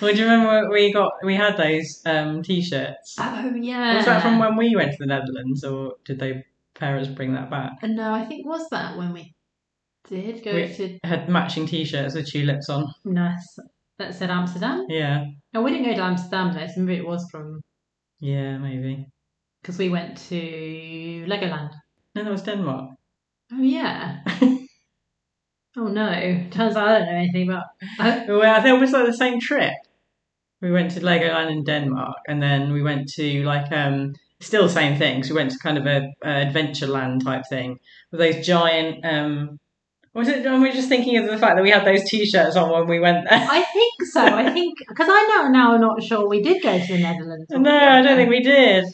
[SPEAKER 2] well, do you remember we got we had those um, t-shirts?
[SPEAKER 1] Oh yeah.
[SPEAKER 2] Was that from when we went to the Netherlands, or did they parents bring that back?
[SPEAKER 1] Uh, No, I think was that when we did go
[SPEAKER 2] We-
[SPEAKER 1] to
[SPEAKER 2] Had matching t-shirts with tulips on.
[SPEAKER 1] nice that said Amsterdam.
[SPEAKER 2] Yeah,
[SPEAKER 1] No, we didn't go to Amsterdam though. So maybe it was from
[SPEAKER 2] yeah, maybe.
[SPEAKER 1] because we went to Legoland.
[SPEAKER 2] No, that was Denmark.
[SPEAKER 1] Oh yeah. oh no, turns out I don't know anything about.
[SPEAKER 2] Well, I think it was like the same trip. We went to Legoland in Denmark, and then we went to like um still the same things. we went to kind of a, a Adventureland type thing with those giant. um Was it? Am we just thinking of the fact that we had those T-shirts on when we went there?
[SPEAKER 1] I think so. I think because I know now. I'm not sure we did go to the Netherlands.
[SPEAKER 2] No, I don't think we did.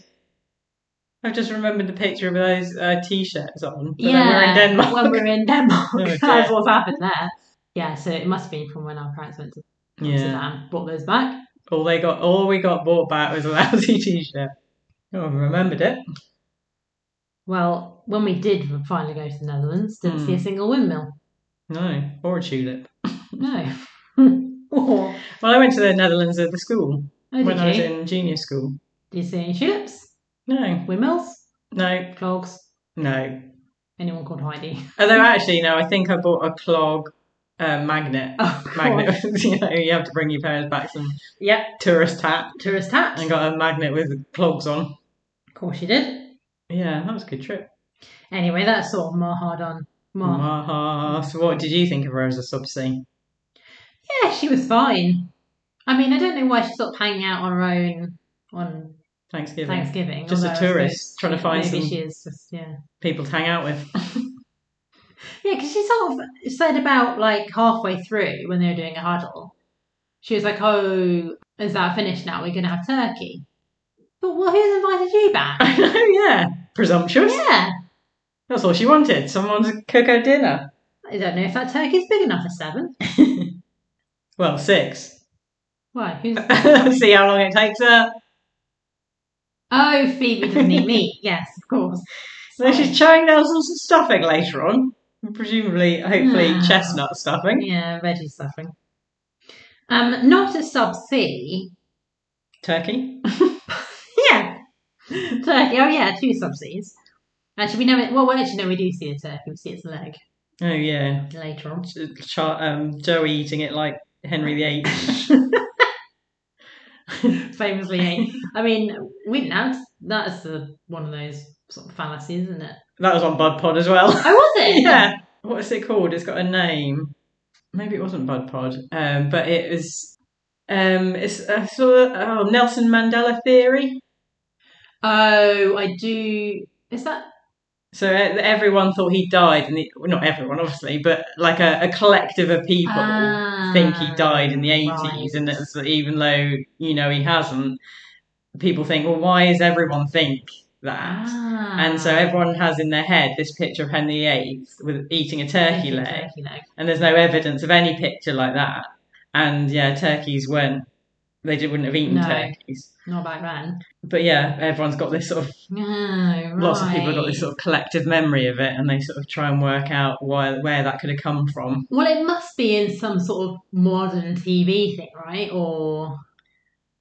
[SPEAKER 2] I've just remembered the picture of those uh, T-shirts on. But then
[SPEAKER 1] yeah,
[SPEAKER 2] we were in Denmark.
[SPEAKER 1] when we were in Denmark,
[SPEAKER 2] We were
[SPEAKER 1] that's
[SPEAKER 2] dead.
[SPEAKER 1] what's happened there. Yeah, so it must have been from when our parents went to
[SPEAKER 2] yeah.
[SPEAKER 1] Amsterdam. Brought those back.
[SPEAKER 2] All they got, all we got bought back was a lousy T-shirt. No one remembered it.
[SPEAKER 1] Well, when we did finally go to the Netherlands, didn't
[SPEAKER 2] Hmm.
[SPEAKER 1] see a single windmill.
[SPEAKER 2] No, or a tulip.
[SPEAKER 1] No. or,
[SPEAKER 2] Well, I went to the Netherlands at the school
[SPEAKER 1] oh,
[SPEAKER 2] when
[SPEAKER 1] did,
[SPEAKER 2] I was
[SPEAKER 1] you?
[SPEAKER 2] in junior school.
[SPEAKER 1] did you see any tulips?
[SPEAKER 2] No,
[SPEAKER 1] Windmills?
[SPEAKER 2] no,
[SPEAKER 1] Clogs?
[SPEAKER 2] no.
[SPEAKER 1] Anyone called Heidi?
[SPEAKER 2] Although actually, no, I think I bought a clog uh, magnet.
[SPEAKER 1] Oh,
[SPEAKER 2] Magnet. you know, you have to bring your parents back some
[SPEAKER 1] Yep.
[SPEAKER 2] tourist hat.
[SPEAKER 1] Tourist hat.
[SPEAKER 2] And got a magnet with clogs on.
[SPEAKER 1] Of course you did.
[SPEAKER 2] Yeah, that was a good trip.
[SPEAKER 1] Anyway, that's all. More hard on. More.
[SPEAKER 2] Maha. So what did you think of her as a subsea?
[SPEAKER 1] Yeah, she was fine. I mean, I don't know why she stopped hanging out on her own on
[SPEAKER 2] Thanksgiving.
[SPEAKER 1] Thanksgiving.
[SPEAKER 2] Just a
[SPEAKER 1] although I
[SPEAKER 2] tourist trying to find
[SPEAKER 1] suppose Maybe
[SPEAKER 2] some
[SPEAKER 1] she is just, yeah.
[SPEAKER 2] people to hang out with.
[SPEAKER 1] Yeah, because she sort of said about like halfway through when they were doing a huddle, she was like, "Oh, is that finished now? We're gonna have turkey." But well, who's invited you back?
[SPEAKER 2] I know, yeah. Presumptuous.
[SPEAKER 1] yeah,
[SPEAKER 2] That's all she wanted. Someone to cook her dinner.
[SPEAKER 1] I don't know if that turkey's big enough for seven.
[SPEAKER 2] Well, six.
[SPEAKER 1] Why? Who's?
[SPEAKER 2] See how long it takes her.
[SPEAKER 1] oh, Phoebe doesn't eat meat. Yes, of course.
[SPEAKER 2] So she's chowing down some stuffing later on. Presumably, hopefully,
[SPEAKER 1] Yeah.
[SPEAKER 2] chestnut stuffing.
[SPEAKER 1] Yeah, Reggie's suffering. Um, not a sub C.
[SPEAKER 2] Turkey.
[SPEAKER 1] Yeah, turkey. Oh yeah, two sub Cs. Actually, we never. Well, actually, no, we do see a turkey. We see its leg
[SPEAKER 2] Oh, yeah.
[SPEAKER 1] later on.
[SPEAKER 2] Ch- um, Joey eating it like Henry VIII.
[SPEAKER 1] famously ate. I mean, we didn't have that's the one of those sort of fallacies, isn't it?
[SPEAKER 2] that was on Bud Pod as well.
[SPEAKER 1] Oh, was it?
[SPEAKER 2] yeah. What's it called? It's got a name. Maybe it wasn't Bud Pod, um, but it was. Um, it's a sort of oh, Nelson Mandela theory.
[SPEAKER 1] Oh, I do. Is that?
[SPEAKER 2] So e- everyone thought he died, and well, not everyone, obviously, but like a, a collective of people
[SPEAKER 1] Ah,
[SPEAKER 2] think he died in the eighties,
[SPEAKER 1] right.
[SPEAKER 2] and it's, even though you know he hasn't, people think, well, why does everyone think that?
[SPEAKER 1] Ah.
[SPEAKER 2] And so everyone has in their head this picture of Henry VIII with eating a turkey leg,
[SPEAKER 1] Turkey leg.
[SPEAKER 2] and there's no evidence of any picture like that. And yeah, turkeys weren't they did, wouldn't have eaten
[SPEAKER 1] No.
[SPEAKER 2] turkeys.
[SPEAKER 1] Not back then.
[SPEAKER 2] But yeah, everyone's got this sort of
[SPEAKER 1] Oh, right.
[SPEAKER 2] lots of people have got this sort of collective memory of it, and they sort of try and work out why where that could have come from.
[SPEAKER 1] Well, it must be in some sort of modern TV thing, right? Or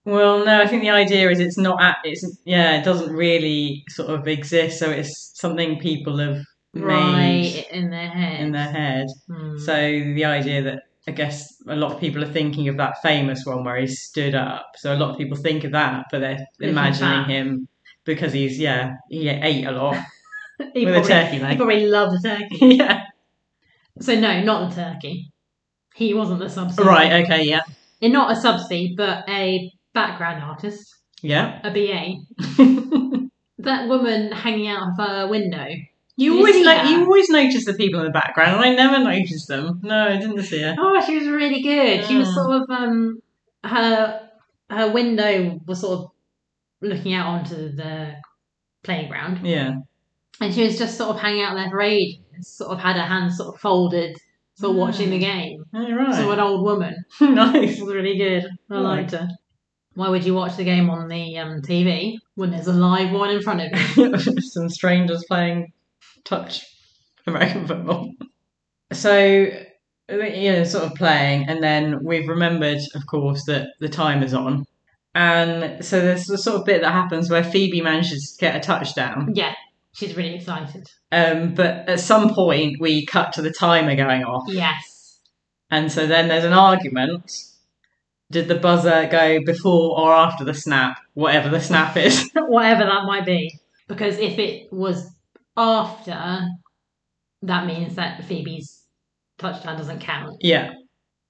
[SPEAKER 2] Well, no, I think the idea is it's not at it's yeah, it doesn't really sort of exist, so it's something people have made
[SPEAKER 1] right in their head.
[SPEAKER 2] in their head.
[SPEAKER 1] Hmm.
[SPEAKER 2] So the idea that I guess a lot of people are thinking of that famous one where he stood up. So a lot of people think of that, but they're
[SPEAKER 1] Looking
[SPEAKER 2] imagining
[SPEAKER 1] fat.
[SPEAKER 2] him because he's yeah he ate a lot
[SPEAKER 1] he
[SPEAKER 2] with
[SPEAKER 1] probably,
[SPEAKER 2] a turkey
[SPEAKER 1] he
[SPEAKER 2] leg.
[SPEAKER 1] probably loved the turkey.
[SPEAKER 2] yeah.
[SPEAKER 1] So no, not the turkey. He wasn't the substitute.
[SPEAKER 2] uh,
[SPEAKER 1] Eh,
[SPEAKER 2] Right. Okay. Yeah.
[SPEAKER 1] and not a subsidy, but a background artist,
[SPEAKER 2] Yeah.
[SPEAKER 1] a BA.
[SPEAKER 2] you
[SPEAKER 1] That woman hanging out of her window. Did you
[SPEAKER 2] always
[SPEAKER 1] see
[SPEAKER 2] like
[SPEAKER 1] her?
[SPEAKER 2] you always notice the people in the background, and I never noticed them. No, I didn't see her.
[SPEAKER 1] Oh, she was really good. She was
[SPEAKER 2] Mm.
[SPEAKER 1] sort of um her her window was sort of looking out onto the playground,
[SPEAKER 2] Yeah.
[SPEAKER 1] and she was just sort of hanging out there for ages. Sort of had her hands sort of folded, sort of watching
[SPEAKER 2] Mm.
[SPEAKER 1] the game.
[SPEAKER 2] All Oh, right.
[SPEAKER 1] So an old woman. It
[SPEAKER 2] nice.
[SPEAKER 1] was really good. I
[SPEAKER 2] Right.
[SPEAKER 1] liked her. Why would you watch the game on the um, TV when there's a live one in front of you?
[SPEAKER 2] Some strangers playing touch American football. So you know, sort of playing, and then we've remembered, of course, that the timer's on. And so there's the sort of bit that happens where Phoebe manages to get a touchdown.
[SPEAKER 1] yeah, she's really excited.
[SPEAKER 2] Um, but at some point, we cut to the timer going off.
[SPEAKER 1] Yes.
[SPEAKER 2] And so then there's an argument. Did the buzzer go before or after the snap? Whatever the snap is.
[SPEAKER 1] whatever that might be. Because if it was after, that means that Phoebe's touchdown doesn't count.
[SPEAKER 2] yeah,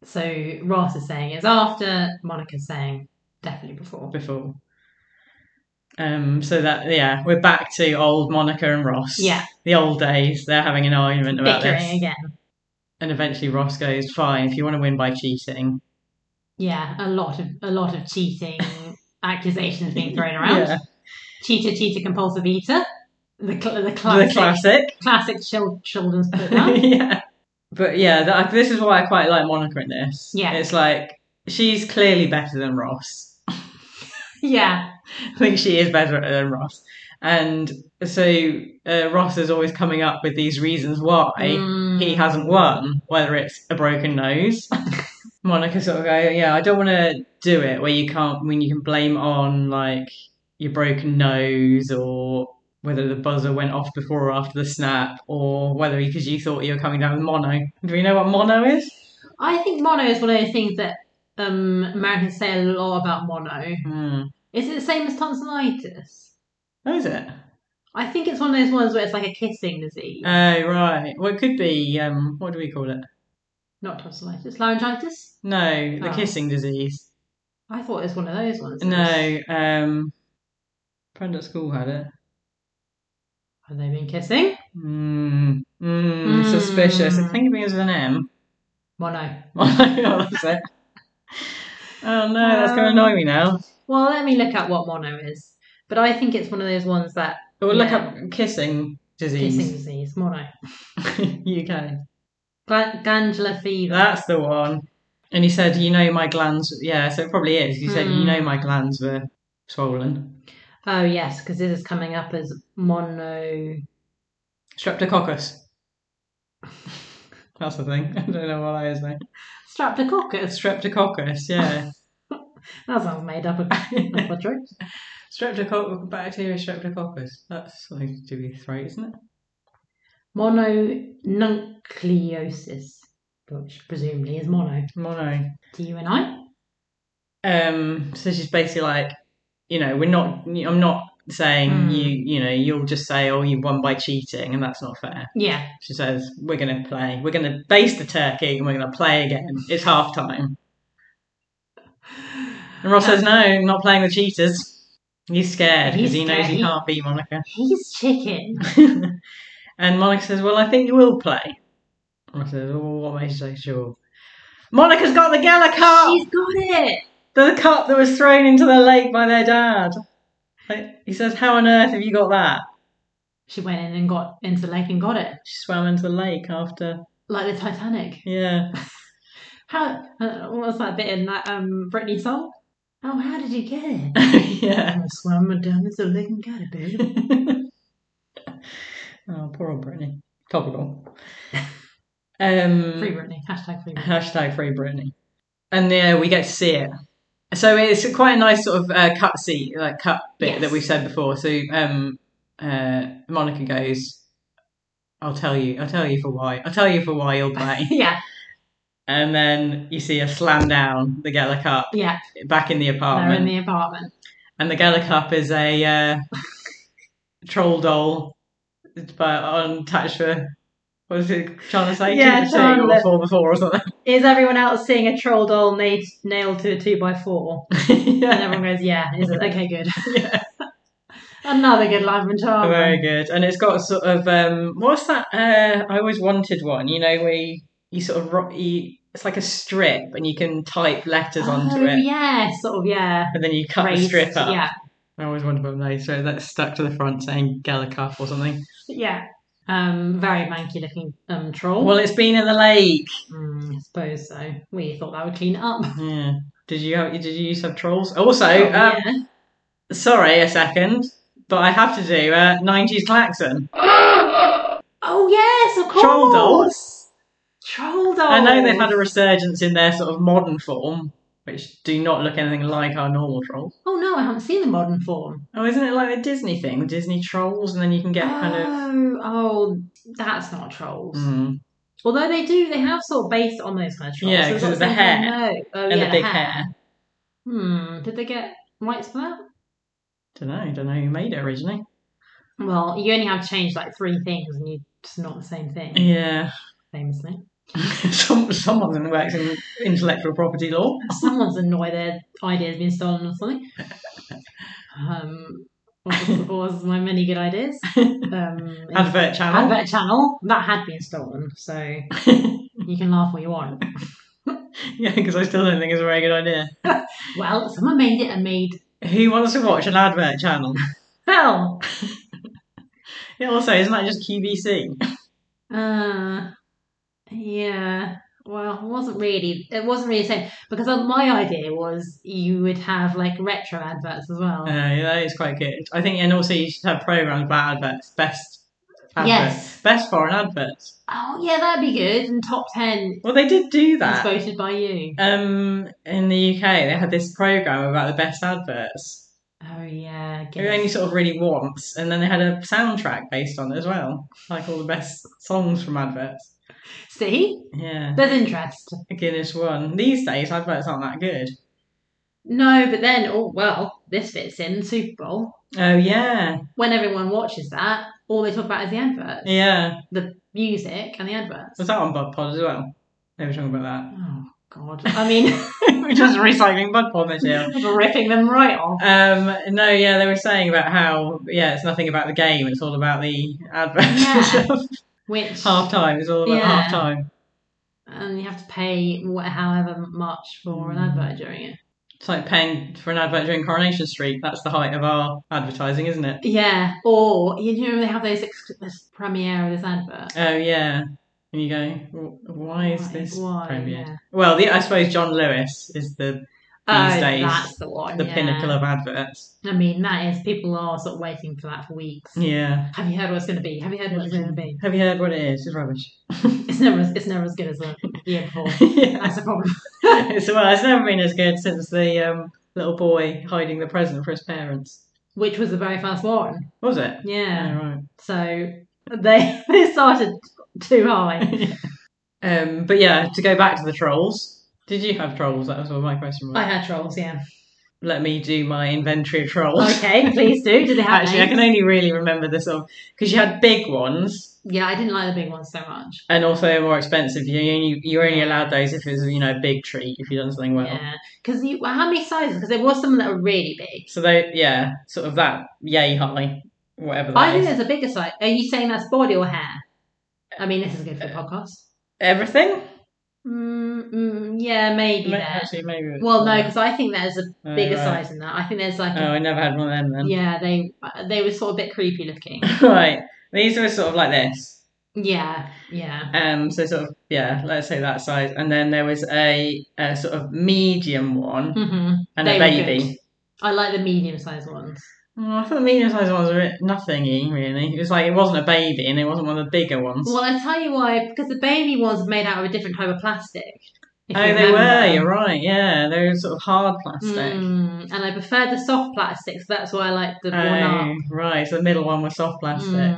[SPEAKER 1] So Ross is saying it's after, Monica's saying definitely before.
[SPEAKER 2] before. Um, so that, yeah, we're back to old Monica and Ross.
[SPEAKER 1] Yeah,
[SPEAKER 2] The old days. They're having an argument about
[SPEAKER 1] bickering
[SPEAKER 2] this.
[SPEAKER 1] again.
[SPEAKER 2] And eventually Ross goes, fine, if you want to win by cheating.
[SPEAKER 1] Yeah, a lot of a lot of cheating accusations being thrown around.
[SPEAKER 2] Yeah.
[SPEAKER 1] Cheater, cheater, compulsive eater. The cl- the classic
[SPEAKER 2] The classic.
[SPEAKER 1] classic chil- children's book. now.
[SPEAKER 2] yeah. But yeah, that, this is why I quite like Monica in this.
[SPEAKER 1] Yeah.
[SPEAKER 2] It's like, she's clearly better than Ross.
[SPEAKER 1] yeah,
[SPEAKER 2] I think she is better than Ross. And so uh, Ross is always coming up with these reasons why
[SPEAKER 1] Mm.
[SPEAKER 2] he hasn't won, whether it's a broken nose. Monica sort of go, yeah, I don't want to do it where you can't, when you can blame on like your broken nose or whether the buzzer went off before or after the snap or whether because you thought you were coming down with mono. Do we know what mono is?
[SPEAKER 1] I think mono is one of those things that um, Americans say a lot about mono.
[SPEAKER 2] Hmm.
[SPEAKER 1] Is it the same as tonsillitis?
[SPEAKER 2] Oh, is it?
[SPEAKER 1] I think it's one of those ones where it's like a kissing disease.
[SPEAKER 2] Oh, right. Well, it could be, um, what do we call it?
[SPEAKER 1] Not tonsillitis, laryngitis.
[SPEAKER 2] No, the
[SPEAKER 1] Oh.
[SPEAKER 2] kissing disease.
[SPEAKER 1] I thought it was one of those ones.
[SPEAKER 2] No, um, friend at school had it.
[SPEAKER 1] Have they been kissing?
[SPEAKER 2] Mm, mm, Suspicious. I
[SPEAKER 1] Mm.
[SPEAKER 2] think it begins with an M.
[SPEAKER 1] Mono.
[SPEAKER 2] oh, that's it. Oh no, that's going to annoy me now.
[SPEAKER 1] Well, let me look up what mono is. But I think it's one of those ones that
[SPEAKER 2] But we'll look
[SPEAKER 1] Yeah.
[SPEAKER 2] up kissing
[SPEAKER 1] kissing
[SPEAKER 2] disease.
[SPEAKER 1] disease, mono,
[SPEAKER 2] UK.
[SPEAKER 1] Gla- glandular fever.
[SPEAKER 2] That's the one. And he said, "You know my glands." Yeah, so it probably is. He said, "You
[SPEAKER 1] Mm.
[SPEAKER 2] know my glands were swollen."
[SPEAKER 1] oh yes, because this is coming up as mono.
[SPEAKER 2] Streptococcus. that's the thing. I don't know what that is, mate.
[SPEAKER 1] Streptococcus.
[SPEAKER 2] Streptococcus. Yeah.
[SPEAKER 1] That sounds made up of of a drug.
[SPEAKER 2] Streptococcus, bacteria streptococcus. That's something to do with your throat, isn't it?
[SPEAKER 1] Mononucleosis, which presumably is mono.
[SPEAKER 2] Mono.
[SPEAKER 1] Do you and I?
[SPEAKER 2] Um, so she's basically like, you know, we're not. I'm not saying
[SPEAKER 1] Hmm.
[SPEAKER 2] you. You know, you'll just say, oh, you won by cheating, and that's not fair.
[SPEAKER 1] Yeah.
[SPEAKER 2] She says, we're going to play. We're going to base the turkey, and we're going to play again. It's half time. And Ross says, no, I'm not playing with cheaters. He's scared because
[SPEAKER 1] He's
[SPEAKER 2] he knows he
[SPEAKER 1] scared.
[SPEAKER 2] can't beat Monica.
[SPEAKER 1] He's chicken.
[SPEAKER 2] and Monica says, Well, I think you will play. And I said, Oh, what makes you so sure? Monica's got the gala cup!
[SPEAKER 1] She's got it.
[SPEAKER 2] The cup that was thrown into the lake by their dad. Like, he says, How on earth have you got that?
[SPEAKER 1] She went in and got into the lake and got it,
[SPEAKER 2] She swam into the lake after.
[SPEAKER 1] like the Titanic.
[SPEAKER 2] Yeah.
[SPEAKER 1] How? Uh, what was that bit in that um Britney song? Oh, how did you get it?
[SPEAKER 2] yeah.
[SPEAKER 1] I swam down this little lake and got it, babe.
[SPEAKER 2] oh, poor old Brittany. Topical. Um,
[SPEAKER 1] Free Britney. Hashtag free Britney.
[SPEAKER 2] Hashtag free Britney. And yeah, we get to see it. So it's quite a nice sort of uh, cut seat, like cut bit
[SPEAKER 1] Yes.
[SPEAKER 2] that we've said before. So um, uh, Monica goes, "I'll tell you, I'll tell you for why, I'll tell you for why you'll play."
[SPEAKER 1] yeah,
[SPEAKER 2] and then you see her slam down the Geller Cup
[SPEAKER 1] yeah.
[SPEAKER 2] back in the
[SPEAKER 1] They're
[SPEAKER 2] apartment,
[SPEAKER 1] in the apartment.
[SPEAKER 2] and the Geller Cup is a uh, troll doll, but on attached to a What was it trying to say?
[SPEAKER 1] Yeah,
[SPEAKER 2] Two for two
[SPEAKER 1] Chandler.
[SPEAKER 2] or four for four or something.
[SPEAKER 1] Is everyone else seeing a troll doll nailed, nailed to a two by four? And
[SPEAKER 2] yeah.
[SPEAKER 1] everyone goes, yeah. Is it okay? Good. Another good line from Charles.
[SPEAKER 2] Very good. And it's got a sort of um what's that uh I always wanted one, you know, where you, you sort of ro- you, it's like a strip and you can type letters onto
[SPEAKER 1] oh,
[SPEAKER 2] it.
[SPEAKER 1] yeah, sort of, yeah.
[SPEAKER 2] And then you cut the
[SPEAKER 1] Raised,
[SPEAKER 2] strip up.
[SPEAKER 1] Yeah,
[SPEAKER 2] I always wondered about those, so that's stuck to the front saying Gallicuff or something.
[SPEAKER 1] yeah. Um, very manky looking um, troll.
[SPEAKER 2] Well, it's been in the lake.
[SPEAKER 1] Mm, I suppose so. We thought that would clean it up.
[SPEAKER 2] Yeah. Did you have, did you use have trolls? Also,
[SPEAKER 1] Oh,
[SPEAKER 2] um,
[SPEAKER 1] yeah.
[SPEAKER 2] sorry a second, but I have to do uh, 90s klaxon.
[SPEAKER 1] Oh, yes, of course.
[SPEAKER 2] Troll dolls.
[SPEAKER 1] Troll dolls.
[SPEAKER 2] I know they've had a resurgence in their sort of modern form, which do not look anything like our normal trolls.
[SPEAKER 1] Oh no, I haven't seen the modern form.
[SPEAKER 2] Oh, isn't it like the Disney thing, the Disney trolls, and then you can get
[SPEAKER 1] oh,
[SPEAKER 2] kind of.
[SPEAKER 1] oh, that's not trolls.
[SPEAKER 2] Hmm.
[SPEAKER 1] Although they do, they have sort of based on those kind of trolls.
[SPEAKER 2] Yeah,
[SPEAKER 1] So
[SPEAKER 2] 'cause
[SPEAKER 1] sort
[SPEAKER 2] of the
[SPEAKER 1] of
[SPEAKER 2] hair
[SPEAKER 1] something I know. Oh,
[SPEAKER 2] and
[SPEAKER 1] yeah,
[SPEAKER 2] the big hair.
[SPEAKER 1] Hmm. Did they get rights for that?
[SPEAKER 2] Don't know. Don't know who made it originally.
[SPEAKER 1] Well, you only have to change like three things, and you it's not the same thing,
[SPEAKER 2] Yeah.
[SPEAKER 1] famously.
[SPEAKER 2] Some, someone works in intellectual property law.
[SPEAKER 1] Someone's annoyed their idea's been stolen or something. Um, what was, what was my many good ideas? Um,
[SPEAKER 2] Advert channel.
[SPEAKER 1] advert channel that had been stolen, so you can laugh all you want.
[SPEAKER 2] yeah, because I still don't think it's a very good idea.
[SPEAKER 1] Well, someone made it and made
[SPEAKER 2] Who wants to watch an advert channel?
[SPEAKER 1] hell.
[SPEAKER 2] Yeah, also, isn't that just QVC?
[SPEAKER 1] Uh, yeah. Well, it wasn't really. It wasn't really the same because uh, my idea was you would have like retro adverts as well.
[SPEAKER 2] Uh, yeah, that is quite good. I think, and also you should have programs about adverts, best adverts,
[SPEAKER 1] Yes.
[SPEAKER 2] best foreign adverts.
[SPEAKER 1] oh yeah, that'd be good. And top ten
[SPEAKER 2] Well, they did do
[SPEAKER 1] was
[SPEAKER 2] that.
[SPEAKER 1] voted by you.
[SPEAKER 2] Um, in the UK, they had this program about the best adverts.
[SPEAKER 1] Oh yeah. I
[SPEAKER 2] It was
[SPEAKER 1] guess.
[SPEAKER 2] only sort of really once, and then they had a soundtrack based on it as well, like all the best songs from adverts.
[SPEAKER 1] See,
[SPEAKER 2] Yeah,
[SPEAKER 1] there's interest.
[SPEAKER 2] Guinness one. These days, adverts aren't that good.
[SPEAKER 1] No, but then oh well, this fits in Super Bowl.
[SPEAKER 2] Oh yeah,
[SPEAKER 1] When everyone watches that, all they talk about is the adverts,
[SPEAKER 2] yeah.
[SPEAKER 1] the music, and the adverts.
[SPEAKER 2] Was that on Bud Pod as well? They were talking about that.
[SPEAKER 1] Oh God! I mean,
[SPEAKER 2] We're just recycling Bud Pod material.
[SPEAKER 1] ripping them right off.
[SPEAKER 2] Um, no, yeah, they were saying about how yeah, it's nothing about the game; it's all about the adverts.
[SPEAKER 1] Yeah.
[SPEAKER 2] and stuff.
[SPEAKER 1] Which
[SPEAKER 2] half time, it's all about
[SPEAKER 1] Yeah.
[SPEAKER 2] half time.
[SPEAKER 1] and you have to pay wha- however much for an
[SPEAKER 2] Mm.
[SPEAKER 1] advert during it.
[SPEAKER 2] It's like paying for an advert during Coronation Street. That's the height of our advertising, isn't it?
[SPEAKER 1] Yeah, or you know they have those ex- this premiere of this advert.
[SPEAKER 2] Oh yeah. And you go, "W- why is
[SPEAKER 1] Why-
[SPEAKER 2] this
[SPEAKER 1] why,
[SPEAKER 2] premiered?
[SPEAKER 1] yeah.
[SPEAKER 2] Well, the, I suppose John Lewis is the
[SPEAKER 1] Oh,
[SPEAKER 2] days,
[SPEAKER 1] that's the one.
[SPEAKER 2] the
[SPEAKER 1] yeah.
[SPEAKER 2] pinnacle of adverts.
[SPEAKER 1] I mean, that is people are sort of waiting for that for weeks.
[SPEAKER 2] Yeah.
[SPEAKER 1] Have you heard what it's going to be? Have you heard what it's going to be?
[SPEAKER 2] Have you heard what it is? It's rubbish.
[SPEAKER 1] It's never, as, it's never as good as the year before.
[SPEAKER 2] yeah.
[SPEAKER 1] That's the problem.
[SPEAKER 2] it's, well, it's never been as good since the um, little boy hiding the present for his parents.
[SPEAKER 1] Which was the very first one.
[SPEAKER 2] Was it?
[SPEAKER 1] Yeah.
[SPEAKER 2] Oh, right.
[SPEAKER 1] So they they started too high.
[SPEAKER 2] Um, but yeah, to go back to the trolls. Did you have trolls? That was what my question was.
[SPEAKER 1] I had trolls. Yeah.
[SPEAKER 2] Let me do my inventory of trolls.
[SPEAKER 1] Okay, please do. Did they have
[SPEAKER 2] Actually, I
[SPEAKER 1] names?
[SPEAKER 2] can only really remember the sort of because you had big ones,
[SPEAKER 1] Yeah, I didn't like the big ones so much.
[SPEAKER 2] and also they were more expensive. You only you were only allowed those if it was you know a big treat if you'd done something well.
[SPEAKER 1] Yeah, because you well, how many sizes? Because there was some that are really big.
[SPEAKER 2] So they yeah, sort of that yay high, whatever. that
[SPEAKER 1] I think
[SPEAKER 2] is.
[SPEAKER 1] there's a bigger size. Are you saying that's body or hair? I mean, this is good for
[SPEAKER 2] Uh,
[SPEAKER 1] the podcast.
[SPEAKER 2] everything.
[SPEAKER 1] Mm, mm, yeah, maybe
[SPEAKER 2] Ma-
[SPEAKER 1] there.
[SPEAKER 2] Actually, maybe. it's-
[SPEAKER 1] Well, no, because I think there's a
[SPEAKER 2] Oh,
[SPEAKER 1] bigger
[SPEAKER 2] right.
[SPEAKER 1] size than that. I think there's like
[SPEAKER 2] Oh,
[SPEAKER 1] a,
[SPEAKER 2] I never had one of them then.
[SPEAKER 1] yeah, they they were sort of a bit creepy looking.
[SPEAKER 2] right. These were sort of like this.
[SPEAKER 1] yeah, yeah.
[SPEAKER 2] Um, so sort of yeah, let's say that size, and then there was a, a sort of medium one
[SPEAKER 1] hmm
[SPEAKER 2] and
[SPEAKER 1] They
[SPEAKER 2] a
[SPEAKER 1] were
[SPEAKER 2] baby.
[SPEAKER 1] I like the medium sized ones.
[SPEAKER 2] Oh, I thought the medium sized ones were nothingy really. It was like it wasn't a baby, and it wasn't one of the bigger ones.
[SPEAKER 1] Well, I tell you why, because the baby ones were made out of a different type of plastic. if
[SPEAKER 2] oh,
[SPEAKER 1] you
[SPEAKER 2] they were.
[SPEAKER 1] remember.
[SPEAKER 2] You're right. Yeah, they were sort of hard plastic.
[SPEAKER 1] Mm, and I preferred the soft plastics. That's why I liked the one up. Mm,
[SPEAKER 2] Oh, right. So the middle one was soft plastic.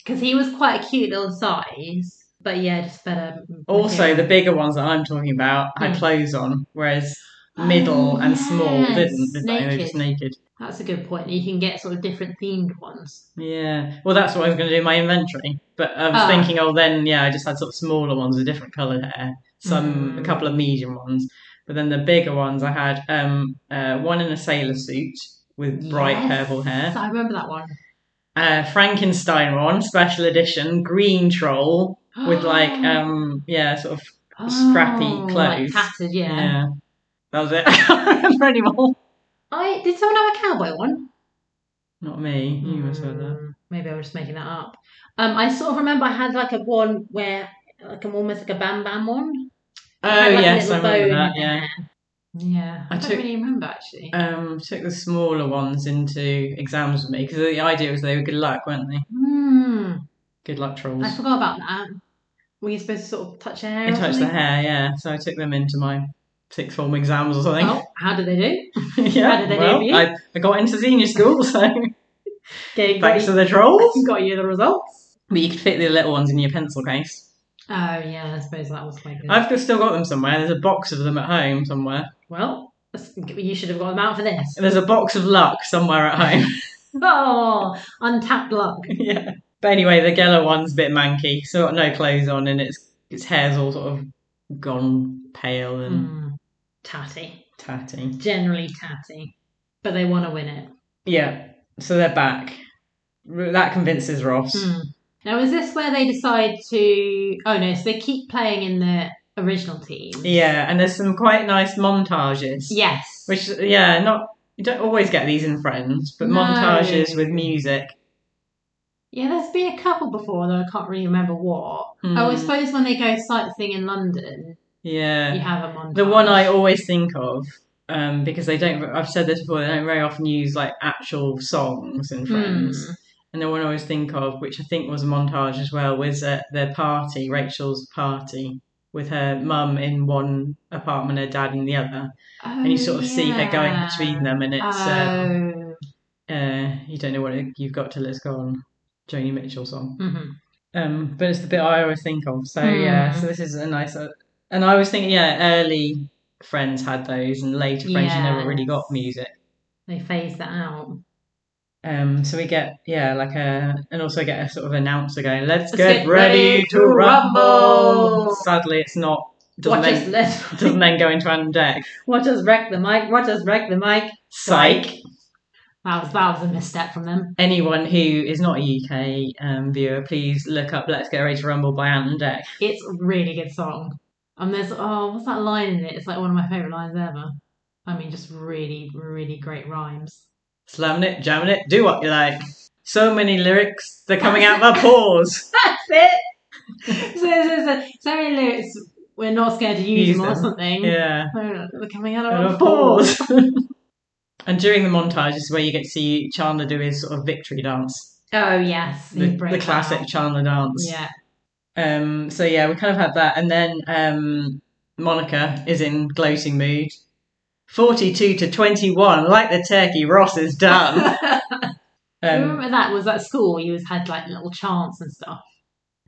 [SPEAKER 1] Because he was quite a cute little size, but yeah, just better.
[SPEAKER 2] Also,
[SPEAKER 1] material.
[SPEAKER 2] the bigger ones that I'm talking about had
[SPEAKER 1] Mm. Oh,
[SPEAKER 2] clothes on, whereas middle, and small
[SPEAKER 1] yes,
[SPEAKER 2] didn't, did they? They were just naked.
[SPEAKER 1] That's a good point. You can get sort of different themed ones.
[SPEAKER 2] Yeah. Well, that's what I was going to do in my inventory. But I was
[SPEAKER 1] Ah.
[SPEAKER 2] thinking, oh, then, yeah, I just had sort of smaller ones with different coloured hair, some, a
[SPEAKER 1] Mm.
[SPEAKER 2] couple of medium ones. But then the bigger ones, I had um, uh, one in a sailor suit with bright
[SPEAKER 1] Yes.
[SPEAKER 2] purple hair,
[SPEAKER 1] I remember that one.
[SPEAKER 2] uh, Frankenstein one, special edition, green troll with like, um, yeah, sort of, scrappy
[SPEAKER 1] Oh, Like
[SPEAKER 2] clothes.
[SPEAKER 1] tattered,
[SPEAKER 2] yeah.
[SPEAKER 1] yeah.
[SPEAKER 2] That was it. I don't remember anymore.
[SPEAKER 1] I did someone have a cowboy one?
[SPEAKER 2] Not me. You must have had that.
[SPEAKER 1] Mm, Maybe I was just making that up. Um, I sort of remember I had like a one where like an almost like a bam bam one.
[SPEAKER 2] Oh,
[SPEAKER 1] It had, like, a
[SPEAKER 2] yes, I
[SPEAKER 1] little
[SPEAKER 2] remember
[SPEAKER 1] bow in
[SPEAKER 2] that,
[SPEAKER 1] it.
[SPEAKER 2] yeah.
[SPEAKER 1] Yeah, I,
[SPEAKER 2] I
[SPEAKER 1] don't
[SPEAKER 2] took-
[SPEAKER 1] really remember actually.
[SPEAKER 2] um, took the smaller ones into exams with me because the idea was they were good luck, weren't they?
[SPEAKER 1] Hmm,
[SPEAKER 2] Good luck trolls.
[SPEAKER 1] I forgot about that. Were you supposed to sort of touch their hair?
[SPEAKER 2] They
[SPEAKER 1] or
[SPEAKER 2] touched the
[SPEAKER 1] something?
[SPEAKER 2] hair, yeah. So I took them into my sixth form exams or something.
[SPEAKER 1] Oh, how did they do?
[SPEAKER 2] yeah,
[SPEAKER 1] how did they do
[SPEAKER 2] well,
[SPEAKER 1] for you?
[SPEAKER 2] I, I got into senior school, so
[SPEAKER 1] Getting
[SPEAKER 2] thanks to
[SPEAKER 1] ready-
[SPEAKER 2] the trolls.
[SPEAKER 1] got you the results.
[SPEAKER 2] But you could fit the little ones in your pencil case.
[SPEAKER 1] Oh yeah, I suppose that was quite good.
[SPEAKER 2] I've got- still got them somewhere. There's a box of them at home somewhere.
[SPEAKER 1] Well, that's- you should have got them out for this.
[SPEAKER 2] There's a box of luck somewhere at home.
[SPEAKER 1] Oh, untapped luck.
[SPEAKER 2] yeah. But anyway, the Geller one's a bit manky, so got no clothes on, and its its hair's all sort of gone pale and
[SPEAKER 1] Mm, tatty.
[SPEAKER 2] tatty.
[SPEAKER 1] Generally tatty. But they want to win it.
[SPEAKER 2] Yeah. So they're back. R- That convinces Ross.
[SPEAKER 1] Hmm. Now, is this where they decide to. Oh, no, so they keep playing in the original team?
[SPEAKER 2] Yeah, and there's some quite nice montages.
[SPEAKER 1] Yes.
[SPEAKER 2] Which yeah, not you don't always get these in Friends, but
[SPEAKER 1] No.
[SPEAKER 2] montages with music.
[SPEAKER 1] yeah, there's been a couple before, though I can't really remember what.
[SPEAKER 2] Hmm.
[SPEAKER 1] Oh, I suppose when they go sightseeing in London,
[SPEAKER 2] yeah.
[SPEAKER 1] you have a montage. Oh,
[SPEAKER 2] The one I always think of, um, because they don't. I've said this before. They don't very often use like actual songs in Friends.
[SPEAKER 1] Hmm.
[SPEAKER 2] And the one I always think of, which I think was a montage as well, was at their party, Rachel's party, with her mum in one apartment, her dad in the other. And you
[SPEAKER 1] Oh,
[SPEAKER 2] sort of see her going
[SPEAKER 1] yeah.
[SPEAKER 2] between them, and it's uh,
[SPEAKER 1] Oh.
[SPEAKER 2] uh, you don't know what it, you've got till it's gone. Joni Mitchell song.
[SPEAKER 1] mhm.
[SPEAKER 2] Um, but it's the bit I always think of. So
[SPEAKER 1] Hmm.
[SPEAKER 2] yeah, so this is a nice. Uh, and I was thinking, yeah, early Friends had those, and later Friends you never really got
[SPEAKER 1] Yes.
[SPEAKER 2] music.
[SPEAKER 1] They phase that out.
[SPEAKER 2] Um, so we get yeah, like a and also get a sort of announcer going, "Let's,
[SPEAKER 1] Let's
[SPEAKER 2] get, ready, to rumble.
[SPEAKER 1] rumble.
[SPEAKER 2] Sadly, it's not. Doesn't
[SPEAKER 1] Watch us,
[SPEAKER 2] then, doesn't then go into Anne Deck.
[SPEAKER 1] watch us wreck the mic. Watch us wreck the mic.
[SPEAKER 2] Psych.
[SPEAKER 1] That was that was a misstep from them.
[SPEAKER 2] Anyone who is not a UK um, viewer, please look up "Let's Get Ready to Rumble" by Anne Deck.
[SPEAKER 1] It's a really good song. And there's oh, what's that line in it? It's like one of my favorite lines ever. I mean, just really, really great rhymes.
[SPEAKER 2] Slamming it, jamming it, do what you like. So many lyrics, they're coming out of our pores.
[SPEAKER 1] That's it. so, so, so, so many lyrics. We're not scared to use,
[SPEAKER 2] Use
[SPEAKER 1] them, or
[SPEAKER 2] them.
[SPEAKER 1] something.
[SPEAKER 2] Yeah.
[SPEAKER 1] Oh, They're coming out
[SPEAKER 2] Out
[SPEAKER 1] of
[SPEAKER 2] of
[SPEAKER 1] our paws.
[SPEAKER 2] pores. and during the montage is where you get to see Chandler do his sort of victory dance.
[SPEAKER 1] Oh yes,
[SPEAKER 2] the,
[SPEAKER 1] you break
[SPEAKER 2] the
[SPEAKER 1] that
[SPEAKER 2] classic
[SPEAKER 1] out.
[SPEAKER 2] Chandler dance.
[SPEAKER 1] Yeah.
[SPEAKER 2] Um, so yeah, we kind of had that, and then um, Monica is in gloating mood. Forty-two to twenty-one, like the turkey. Ross is done.
[SPEAKER 1] Do you
[SPEAKER 2] Um,
[SPEAKER 1] remember that was at school. You was had like little chants and stuff.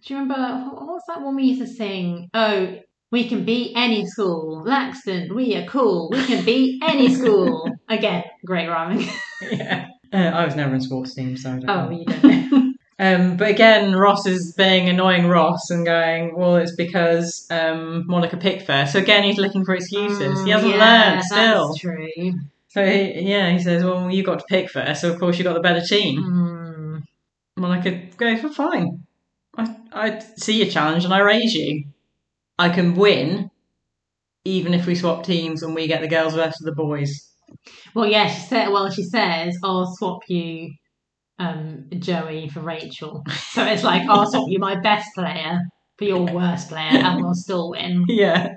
[SPEAKER 1] Do you remember wh- what's that one we used to sing? Oh, we can beat any school, Laxton. We are cool. We can beat any school. Again, great rhyming.
[SPEAKER 2] yeah. Uh, I was never in sports team, so I don't
[SPEAKER 1] Oh,
[SPEAKER 2] know.
[SPEAKER 1] you don't. Know.
[SPEAKER 2] Um, but again, Ross is being annoying Ross and going, well, it's because um, Monica picked fair. So again, he's looking for excuses. he hasn't
[SPEAKER 1] Mm, yeah,
[SPEAKER 2] learned
[SPEAKER 1] that's
[SPEAKER 2] still.
[SPEAKER 1] true.
[SPEAKER 2] So he, yeah, he says, well, you got to pick first, so of course you got the better team.
[SPEAKER 1] Mm,
[SPEAKER 2] Monica goes, well, fine. I, I see your challenge and I raise you. I can win, even if we swap teams and we get the girls versus the boys.
[SPEAKER 1] Well, yeah, she said. Well, she says, "I'll swap you, um, Joey for Rachel." So it's like, "I'll swap you my best player for your worst player, and we'll still win."
[SPEAKER 2] Yeah.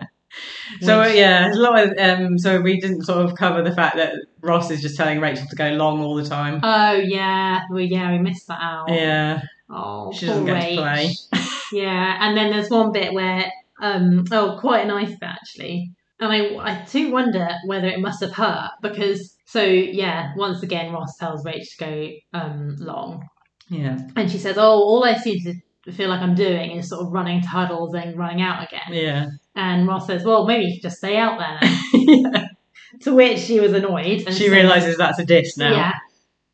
[SPEAKER 2] So
[SPEAKER 1] Which-
[SPEAKER 2] yeah, there's a lot of um. So we didn't sort of cover the fact that Ross is just telling Rachel to go long all the time.
[SPEAKER 1] Oh yeah, well yeah, we missed that out.
[SPEAKER 2] Yeah,
[SPEAKER 1] Oh,
[SPEAKER 2] she doesn't
[SPEAKER 1] poor
[SPEAKER 2] get to play.
[SPEAKER 1] Rach. Yeah, and then there's one bit where um oh quite a nice bit actually. And I I do wonder whether it must have hurt because so yeah, once again Ross tells Rach to go um long.
[SPEAKER 2] Yeah,
[SPEAKER 1] And she says, Oh, all I seem to feel like I'm doing is sort of running to huddles and running out again.
[SPEAKER 2] yeah,
[SPEAKER 1] And Ross says, Well maybe you can just stay out there.
[SPEAKER 2] yeah.
[SPEAKER 1] To which she was annoyed. And
[SPEAKER 2] She
[SPEAKER 1] said-
[SPEAKER 2] realizes that's a diss now.
[SPEAKER 1] Yeah.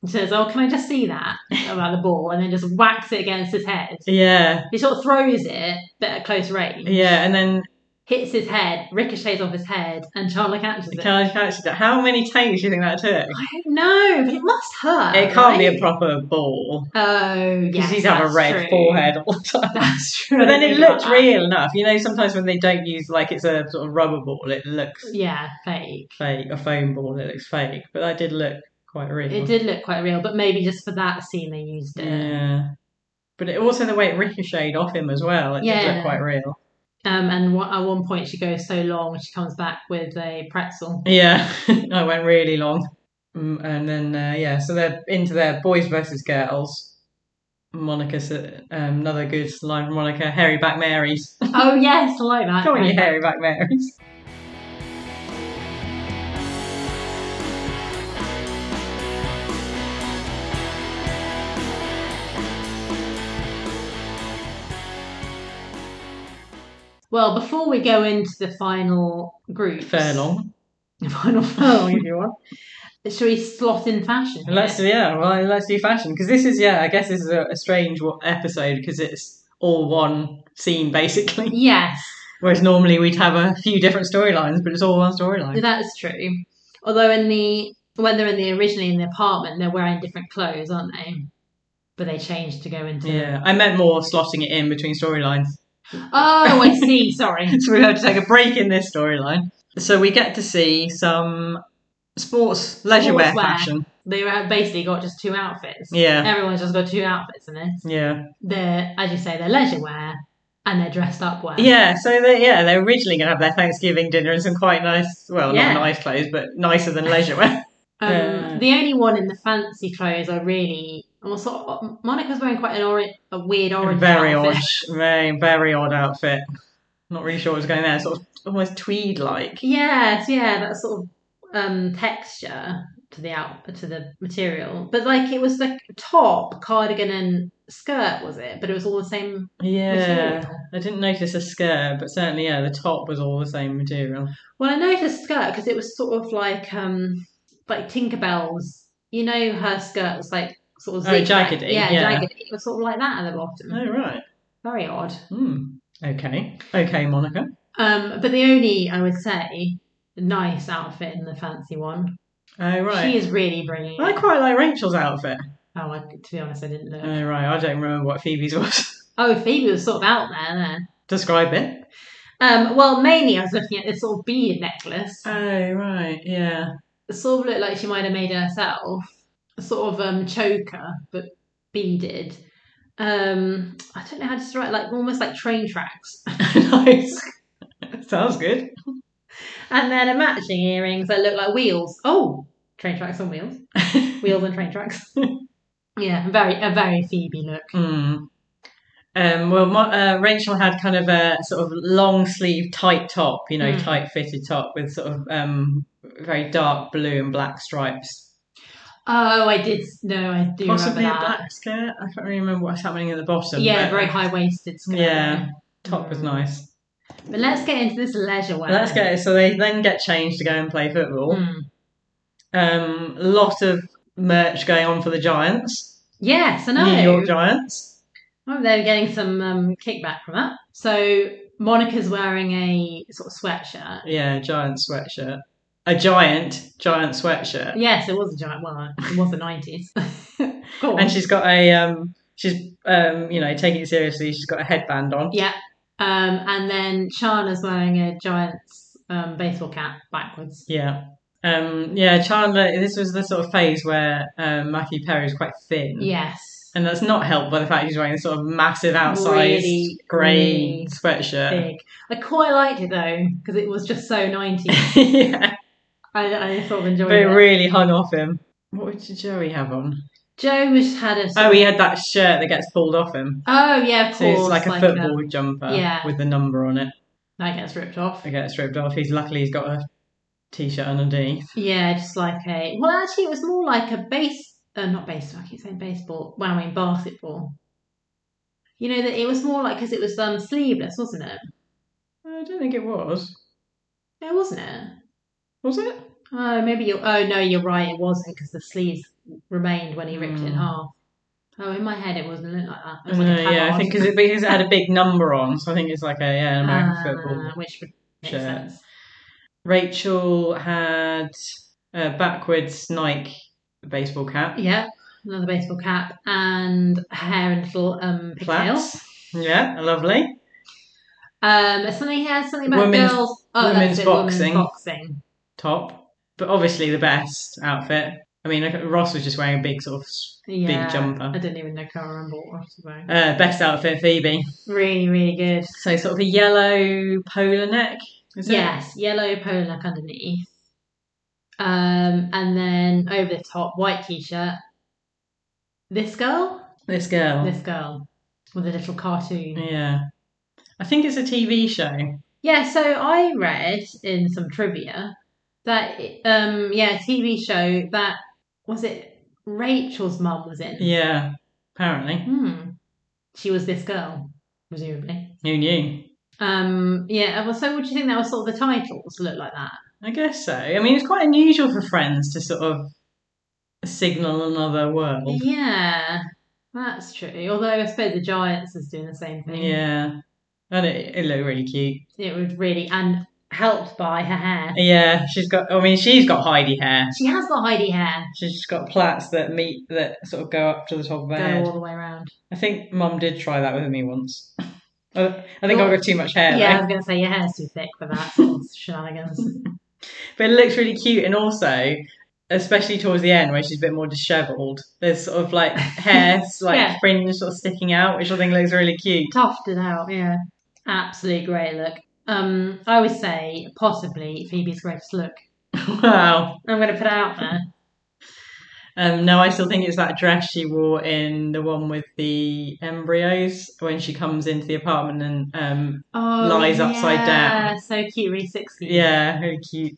[SPEAKER 1] And says, "Oh, can I just see that about the ball?" And then just whacks it against his head.
[SPEAKER 2] Yeah,
[SPEAKER 1] He sort of throws it, but at close range.
[SPEAKER 2] yeah, and then
[SPEAKER 1] Hits his head, ricochets off his head, and Charlotte catches it.
[SPEAKER 2] can I catch that? How many takes do you think that took?
[SPEAKER 1] I don't know, but it must hurt.
[SPEAKER 2] It can't be a proper ball
[SPEAKER 1] Oh, yeah.
[SPEAKER 2] because she's have a red forehead all the time.
[SPEAKER 1] That's true. Uh,
[SPEAKER 2] But then it
[SPEAKER 1] You've
[SPEAKER 2] looked
[SPEAKER 1] got that.
[SPEAKER 2] real enough. You know, sometimes when they don't use like it's a sort of rubber ball, it looks
[SPEAKER 1] Yeah, fake.
[SPEAKER 2] fake. A foam ball, it looks fake. But that did look quite real.
[SPEAKER 1] It did look quite real, but maybe just for that scene they used it.
[SPEAKER 2] Yeah. But it, also the way it ricocheted off him as well, it did
[SPEAKER 1] Yeah.
[SPEAKER 2] look quite real.
[SPEAKER 1] Um, and one, at one point she goes so long, she comes back with a pretzel.
[SPEAKER 2] Yeah, I went really long. Mm, And then, uh, yeah, so they're into their boys versus girls. Monica, s- um, another good line from Monica, hairy back Marys.
[SPEAKER 1] oh yes, I like that.
[SPEAKER 2] Call you hairy back Marys.
[SPEAKER 1] Well, before we go into the final group,
[SPEAKER 2] Furlong.
[SPEAKER 1] the final
[SPEAKER 2] Oh,
[SPEAKER 1] furlong, if you want, should we slot in fashion?
[SPEAKER 2] Let's, yeah, well, let's do fashion. Because this is, yeah, I guess this is a, a strange wa- episode because it's all one scene basically.
[SPEAKER 1] Yes,
[SPEAKER 2] Whereas normally we'd have a few different storylines, but it's all one storyline.
[SPEAKER 1] that's true. Although in the when they're in the originally in the apartment, they're wearing different clothes, aren't they? But they change to go into.
[SPEAKER 2] Yeah, I meant more slotting it in between storylines.
[SPEAKER 1] Oh, I see. Sorry.
[SPEAKER 2] So we have to take a break in this storyline. So we get to see some sports leisure wear
[SPEAKER 1] Sportswear.
[SPEAKER 2] fashion.
[SPEAKER 1] They have basically got just two outfits.
[SPEAKER 2] Yeah,
[SPEAKER 1] Everyone's just got two outfits in this.
[SPEAKER 2] yeah,
[SPEAKER 1] They're, as you say, they're leisure wear and they're dressed up wear.
[SPEAKER 2] yeah. So they, yeah, they're originally going to have their Thanksgiving dinner in some quite nice, well,
[SPEAKER 1] Yeah.
[SPEAKER 2] not nice clothes, but nicer than leisure wear.
[SPEAKER 1] Um,
[SPEAKER 2] Yeah.
[SPEAKER 1] The only one in the fancy clothes are really. Well, sort of, Monica's wearing quite an orange, a weird orange.
[SPEAKER 2] very odd,
[SPEAKER 1] outfit.
[SPEAKER 2] very very odd outfit. Not really sure what's going there. Sort of almost tweed like.
[SPEAKER 1] Yes, yeah, that sort of um, texture to the out to the material, but like it was like top cardigan and skirt, was it? But it was all the same
[SPEAKER 2] Yeah,
[SPEAKER 1] material.
[SPEAKER 2] I didn't notice a skirt, but certainly yeah, the top was all the same material.
[SPEAKER 1] Well, I noticed skirt because it was sort of like um like Tinkerbell's. You know, her skirt was like sort of
[SPEAKER 2] Oh,
[SPEAKER 1] zigzag-
[SPEAKER 2] jaggedy,
[SPEAKER 1] Yeah,
[SPEAKER 2] yeah.
[SPEAKER 1] jaggedy. It was sort of like that at the bottom.
[SPEAKER 2] Oh right.
[SPEAKER 1] Very odd.
[SPEAKER 2] Hmm. Okay. Okay, Monica.
[SPEAKER 1] Um, but the only I would say nice outfit in the fancy one.
[SPEAKER 2] Oh right.
[SPEAKER 1] She is really bringing.
[SPEAKER 2] I
[SPEAKER 1] it.
[SPEAKER 2] quite like Rachel's outfit.
[SPEAKER 1] Oh, I, to be honest, I didn't look.
[SPEAKER 2] Oh, right, I don't remember what Phoebe's was.
[SPEAKER 1] oh, Phoebe was sort of out there then.
[SPEAKER 2] Describe it.
[SPEAKER 1] Um, well, mainly I was looking at this sort of beaded necklace.
[SPEAKER 2] Oh, right, yeah.
[SPEAKER 1] It sort of looked like she might have made it herself. A sort of um choker, but beaded. Um, I don't know how to describe it, like almost like train tracks.
[SPEAKER 2] nice. Sounds good.
[SPEAKER 1] And then a matching earrings that look like wheels. Oh, train tracks on wheels. Wheels and train tracks. yeah, very a very Phoebe look.
[SPEAKER 2] Hmm. Um, well, Mo- uh, Rachel had kind of a sort of long sleeve tight top, you know,
[SPEAKER 1] Hmm.
[SPEAKER 2] tight fitted top with sort of um, very dark blue and black stripes.
[SPEAKER 1] Oh, I did. No, I do
[SPEAKER 2] Possibly a
[SPEAKER 1] remember that.
[SPEAKER 2] black skirt. I can't really remember what's happening at the bottom.
[SPEAKER 1] yeah,
[SPEAKER 2] but
[SPEAKER 1] very high waisted skirt.
[SPEAKER 2] Yeah. Top was
[SPEAKER 1] Mm.
[SPEAKER 2] nice.
[SPEAKER 1] But let's get into this leisure wear.
[SPEAKER 2] Let's get so they then get changed to go and play football.
[SPEAKER 1] Mm.
[SPEAKER 2] Um, lot of merch going on for the Giants,
[SPEAKER 1] Yes, I
[SPEAKER 2] New
[SPEAKER 1] know.
[SPEAKER 2] York Giants.
[SPEAKER 1] Oh, they're getting some um, kickback from that. So Monica's wearing a sort of sweatshirt.
[SPEAKER 2] Yeah, giant sweatshirt. A giant, giant sweatshirt.
[SPEAKER 1] Yes, it was a giant. Well, it was the nineties. cool.
[SPEAKER 2] And she's got a um, she's um, you know, taking it seriously. She's got a headband on.
[SPEAKER 1] yeah. Um, and then Shana's wearing a giant um, baseball cap backwards.
[SPEAKER 2] Yeah. Um, yeah, Chandler. This was the sort of phase where um, Matthew Perry was quite thin.
[SPEAKER 1] Yes.
[SPEAKER 2] And that's not helped by the fact he's wearing this sort of massive outsized
[SPEAKER 1] Really,
[SPEAKER 2] grey
[SPEAKER 1] really
[SPEAKER 2] sweatshirt.
[SPEAKER 1] Big. I quite liked it though because it was just so nineties.
[SPEAKER 2] yeah,
[SPEAKER 1] I, I sort of
[SPEAKER 2] but
[SPEAKER 1] enjoyed
[SPEAKER 2] it
[SPEAKER 1] it.
[SPEAKER 2] really hung off him. What did Joey have on?
[SPEAKER 1] Joe was had a. sort
[SPEAKER 2] Oh,
[SPEAKER 1] of-
[SPEAKER 2] he had that shirt that gets pulled off him.
[SPEAKER 1] Oh yeah, of
[SPEAKER 2] So
[SPEAKER 1] course.
[SPEAKER 2] it's like a football jumper
[SPEAKER 1] yeah.
[SPEAKER 2] with the number on it.
[SPEAKER 1] that gets ripped off.
[SPEAKER 2] It gets stripped off. He's luckily he's got a t-shirt underneath.
[SPEAKER 1] Yeah, just like a. Well, actually, it was more like a base. Uh, not baseball. I keep saying baseball. Well, I mean basketball. You know that it was more like because it was um sleeveless, wasn't it?
[SPEAKER 2] I don't think it was.
[SPEAKER 1] Yeah, wasn't it?
[SPEAKER 2] Was it?
[SPEAKER 1] Oh, maybe you. Oh no, you're right. It wasn't because the sleeves remained when he ripped it in
[SPEAKER 2] Hmm.
[SPEAKER 1] half. Oh, in my head, it wasn't look like that. It was
[SPEAKER 2] No,
[SPEAKER 1] like a
[SPEAKER 2] yeah, I
[SPEAKER 1] collage.
[SPEAKER 2] think because it, because it had a big number on, so I think it's like a yeah, an American
[SPEAKER 1] Ah,
[SPEAKER 2] football.
[SPEAKER 1] which would make
[SPEAKER 2] shirt.
[SPEAKER 1] sense.
[SPEAKER 2] Rachel had a backwards Nike baseball cap.
[SPEAKER 1] Yeah, another baseball cap and hair and little um pigtails.
[SPEAKER 2] Plaits. Yeah, lovely.
[SPEAKER 1] Um, something he has something about
[SPEAKER 2] Women's-
[SPEAKER 1] girls. Oh,
[SPEAKER 2] women's
[SPEAKER 1] that's it, women's
[SPEAKER 2] boxing.
[SPEAKER 1] boxing.
[SPEAKER 2] Top. But obviously the best outfit. I mean, look, Ross was just wearing a big sort of s-
[SPEAKER 1] Yeah,
[SPEAKER 2] jumper.
[SPEAKER 1] I didn't even know. Can't remember what I was wearing.
[SPEAKER 2] uh, best outfit, Phoebe.
[SPEAKER 1] Really, really good.
[SPEAKER 2] So sort of a yellow polo neck. Is it?
[SPEAKER 1] Yes, yellow polo neck underneath. Um, and then over the top, white t-shirt. This girl,
[SPEAKER 2] This girl.
[SPEAKER 1] this girl, with a little cartoon.
[SPEAKER 2] Yeah. I think it's a TV show.
[SPEAKER 1] Yeah, so I read in some trivia that um yeah, TV show that was it Rachel's mum was in.
[SPEAKER 2] Yeah. Apparently.
[SPEAKER 1] Hmm. She was this girl, presumably.
[SPEAKER 2] Who knew?
[SPEAKER 1] Um yeah, well so would you think that was sort of the titles look like that?
[SPEAKER 2] I guess so. I mean, it's quite unusual for friends to sort of signal another world.
[SPEAKER 1] Yeah. That's true. Although I suppose the Giants is doing the same thing.
[SPEAKER 2] Yeah. And it, it looked really cute.
[SPEAKER 1] It would really and helped by her hair.
[SPEAKER 2] Yeah, she's got. I mean, she's got Heidi hair.
[SPEAKER 1] She has got Heidi hair.
[SPEAKER 2] She's just got plaits that meet that sort of go up to the top of her
[SPEAKER 1] Go all
[SPEAKER 2] head.
[SPEAKER 1] the way around.
[SPEAKER 2] I think Mum did try that with me once. I I think
[SPEAKER 1] Well,
[SPEAKER 2] I've got too much hair.
[SPEAKER 1] Oh, yeah, I
[SPEAKER 2] Though.
[SPEAKER 1] was gonna say your hair's too thick for that sort of shenanigans.
[SPEAKER 2] But it looks really cute, and also, especially towards the end where she's a bit more dishevelled, there's sort of like hair, like
[SPEAKER 1] Yeah.
[SPEAKER 2] fringe, sort of sticking out, which I think looks really cute.
[SPEAKER 1] tufted out. Yeah, absolutely great look. Um, I would say possibly Phoebe's greatest look.
[SPEAKER 2] wow.
[SPEAKER 1] I'm going to put it out there.
[SPEAKER 2] Um, no, I still think it's that dress she wore in the one with the embryos when she comes into the apartment and um,
[SPEAKER 1] Oh,
[SPEAKER 2] Lies upside
[SPEAKER 1] yeah,
[SPEAKER 2] down.
[SPEAKER 1] So cute, really sixty.
[SPEAKER 2] yeah, very cute.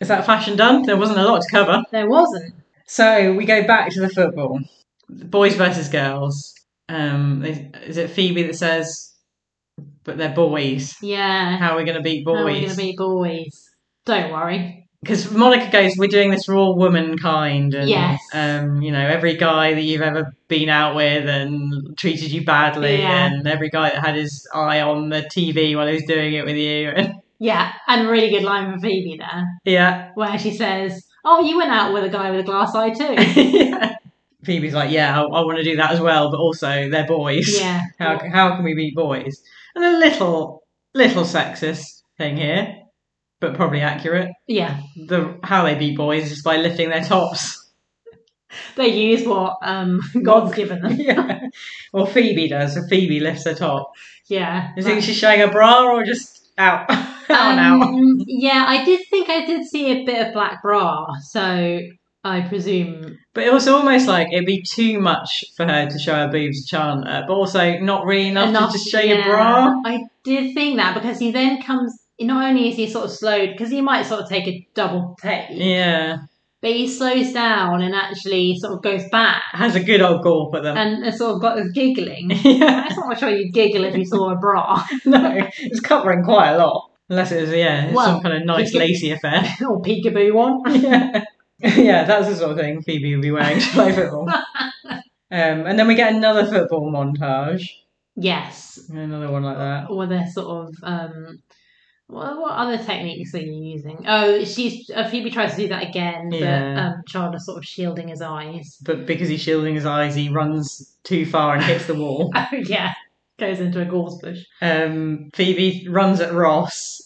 [SPEAKER 2] Is that fashion done? There wasn't a lot to cover.
[SPEAKER 1] there wasn't.
[SPEAKER 2] So we go back to the football, boys versus girls. Um, is is it Phoebe that says, "But they're boys.
[SPEAKER 1] Yeah,
[SPEAKER 2] How are we going to beat
[SPEAKER 1] How are we going to
[SPEAKER 2] boys?"
[SPEAKER 1] be boys? Don't worry.
[SPEAKER 2] Because Monica goes, "We're doing this for all womankind, and
[SPEAKER 1] Yes.
[SPEAKER 2] um, you know every guy that you've ever been out with and treated you badly,
[SPEAKER 1] Yeah.
[SPEAKER 2] and every guy that had his eye on the TV while he was doing it with you."
[SPEAKER 1] Yeah, and a really good line from Phoebe there,
[SPEAKER 2] yeah.
[SPEAKER 1] where she says, "Oh, you went out with a guy with a glass eye too."
[SPEAKER 2] yeah. Phoebe's like, "Yeah, I, I want to do that as well, but also they're boys.
[SPEAKER 1] yeah,
[SPEAKER 2] How how can we beat boys?" And a little little sexist thing here, but probably accurate.
[SPEAKER 1] yeah.
[SPEAKER 2] The how they beat boys is by lifting their tops.
[SPEAKER 1] They use what um, God's given them.
[SPEAKER 2] yeah. Well, Phoebe does. So Phoebe lifts her top.
[SPEAKER 1] Yeah,
[SPEAKER 2] You think she's showing her bra or just out? out and out.
[SPEAKER 1] Um, yeah, I did think I did see a bit of black bra, so I presume.
[SPEAKER 2] But it was almost like it'd be too much for her to show her boobs to Chandler, but also not really enough, to just show your
[SPEAKER 1] yeah.
[SPEAKER 2] bra.
[SPEAKER 1] I did think that because he then comes. Not only is he sort of slowed, because he might sort of take a double take,
[SPEAKER 2] Yeah.
[SPEAKER 1] but he slows down and actually sort of goes back
[SPEAKER 2] Has a good old gawp at them.
[SPEAKER 1] and, and sort of got this giggling.
[SPEAKER 2] yeah.
[SPEAKER 1] I'm not sure you'd giggle if you saw a bra
[SPEAKER 2] No, it's covering quite a lot. Unless it was, yeah, it's
[SPEAKER 1] Well,
[SPEAKER 2] some kind of nice
[SPEAKER 1] you could-
[SPEAKER 2] lacy affair.
[SPEAKER 1] or peekaboo one.
[SPEAKER 2] yeah. yeah, that's the sort of thing Phoebe would be wearing to play football. um, and then we get another football montage.
[SPEAKER 1] Yes,
[SPEAKER 2] Another one like that.
[SPEAKER 1] or they're sort of um what, what other techniques are you using oh she's uh, phoebe tries to do that again but
[SPEAKER 2] Yeah.
[SPEAKER 1] um chandler's sort of shielding his eyes
[SPEAKER 2] but because he's shielding his eyes, he runs too far and hits the wall.
[SPEAKER 1] oh yeah goes into a gorse bush
[SPEAKER 2] Um, Phoebe runs at Ross,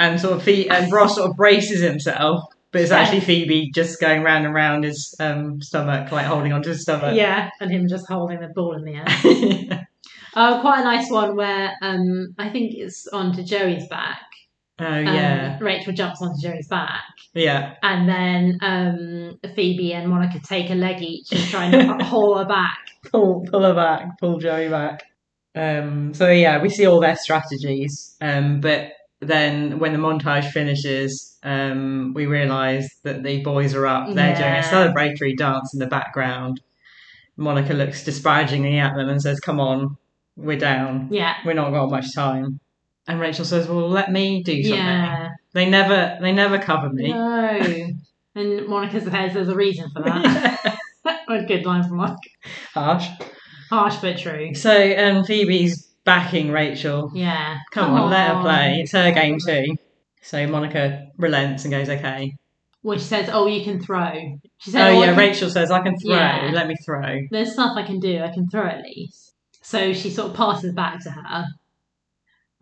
[SPEAKER 2] and sort of Phoe- and Ross sort of braces himself, but it's
[SPEAKER 1] Yeah.
[SPEAKER 2] actually Phoebe just going round and round his um, stomach, like holding onto his stomach.
[SPEAKER 1] yeah and him just holding the ball in the air
[SPEAKER 2] Yeah.
[SPEAKER 1] oh quite a nice one where um i think it's onto joey's back
[SPEAKER 2] oh
[SPEAKER 1] Um,
[SPEAKER 2] yeah,
[SPEAKER 1] rachel jumps onto joey's back
[SPEAKER 2] yeah.
[SPEAKER 1] and then um phoebe and monica take a leg each and try and haul her back
[SPEAKER 2] Pull, pull her back, pull Joey back. Um, so yeah, we see all their strategies. Um, but then when the montage finishes, um, we realise that the boys are up.
[SPEAKER 1] Yeah.
[SPEAKER 2] They're doing a celebratory dance in the background. Monica looks disparagingly at them and says, "Come on, we're down.
[SPEAKER 1] yeah
[SPEAKER 2] We're not got much time." And Rachel says, "Well, let me do something."
[SPEAKER 1] yeah
[SPEAKER 2] They never they never cover me.
[SPEAKER 1] No. and Monica says there's a reason for that.
[SPEAKER 2] Yeah.
[SPEAKER 1] a good line from Monica.
[SPEAKER 2] Harsh.
[SPEAKER 1] Harsh but true.
[SPEAKER 2] So um, Phoebe's backing Rachel.
[SPEAKER 1] Yeah.
[SPEAKER 2] Come, on, let her play. It's her game too. So Monica relents and goes, okay.
[SPEAKER 1] Well, she says, "Oh, you can throw." She says,
[SPEAKER 2] oh,
[SPEAKER 1] "Oh, I
[SPEAKER 2] yeah,
[SPEAKER 1] can-
[SPEAKER 2] Rachel says, I can throw.
[SPEAKER 1] Yeah.
[SPEAKER 2] Let me throw.
[SPEAKER 1] There's stuff I can do. I can throw at least." So she sort of passes back to her,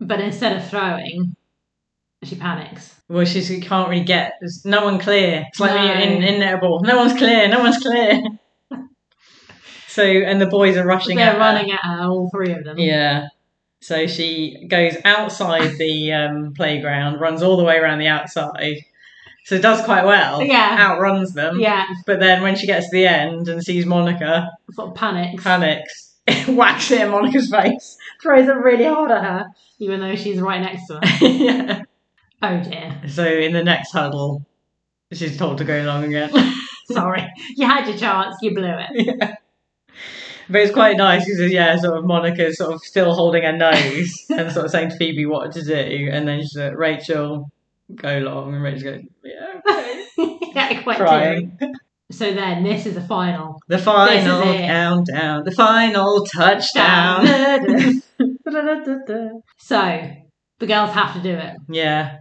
[SPEAKER 1] but instead of throwing, she panics.
[SPEAKER 2] Well, she's, she can't really get, there's no one clear. It's like when
[SPEAKER 1] No.
[SPEAKER 2] you're in, in netball. No one's clear. No one's clear. so, and the boys are rushing at
[SPEAKER 1] They're
[SPEAKER 2] her.
[SPEAKER 1] running at her, all three of them.
[SPEAKER 2] Yeah. So she goes outside the um, playground, runs all the way around the outside. So does quite well.
[SPEAKER 1] Yeah.
[SPEAKER 2] Outruns them.
[SPEAKER 1] Yeah,
[SPEAKER 2] But then when she gets to the end and sees Monica,
[SPEAKER 1] sort of panics.
[SPEAKER 2] panics, whacks it in Monica's face, throws it really hard
[SPEAKER 1] at her, even though she's right next to her.
[SPEAKER 2] at her. yeah.
[SPEAKER 1] Oh dear.
[SPEAKER 2] So in the next huddle, she's told to go along again.
[SPEAKER 1] Sorry. You had your chance, you blew it.
[SPEAKER 2] But it's quite nice because yeah, sort of Monica's sort of still holding her nose and sort of saying to Phoebe what to do, and then she's like, Rachel, go along, and Rachel goes, yeah, okay."
[SPEAKER 1] yeah, quite teary.
[SPEAKER 2] crying.
[SPEAKER 1] So then this is the final.
[SPEAKER 2] The final
[SPEAKER 1] This is it.
[SPEAKER 2] countdown, the final touchdown.
[SPEAKER 1] so the girls have to do it.
[SPEAKER 2] yeah,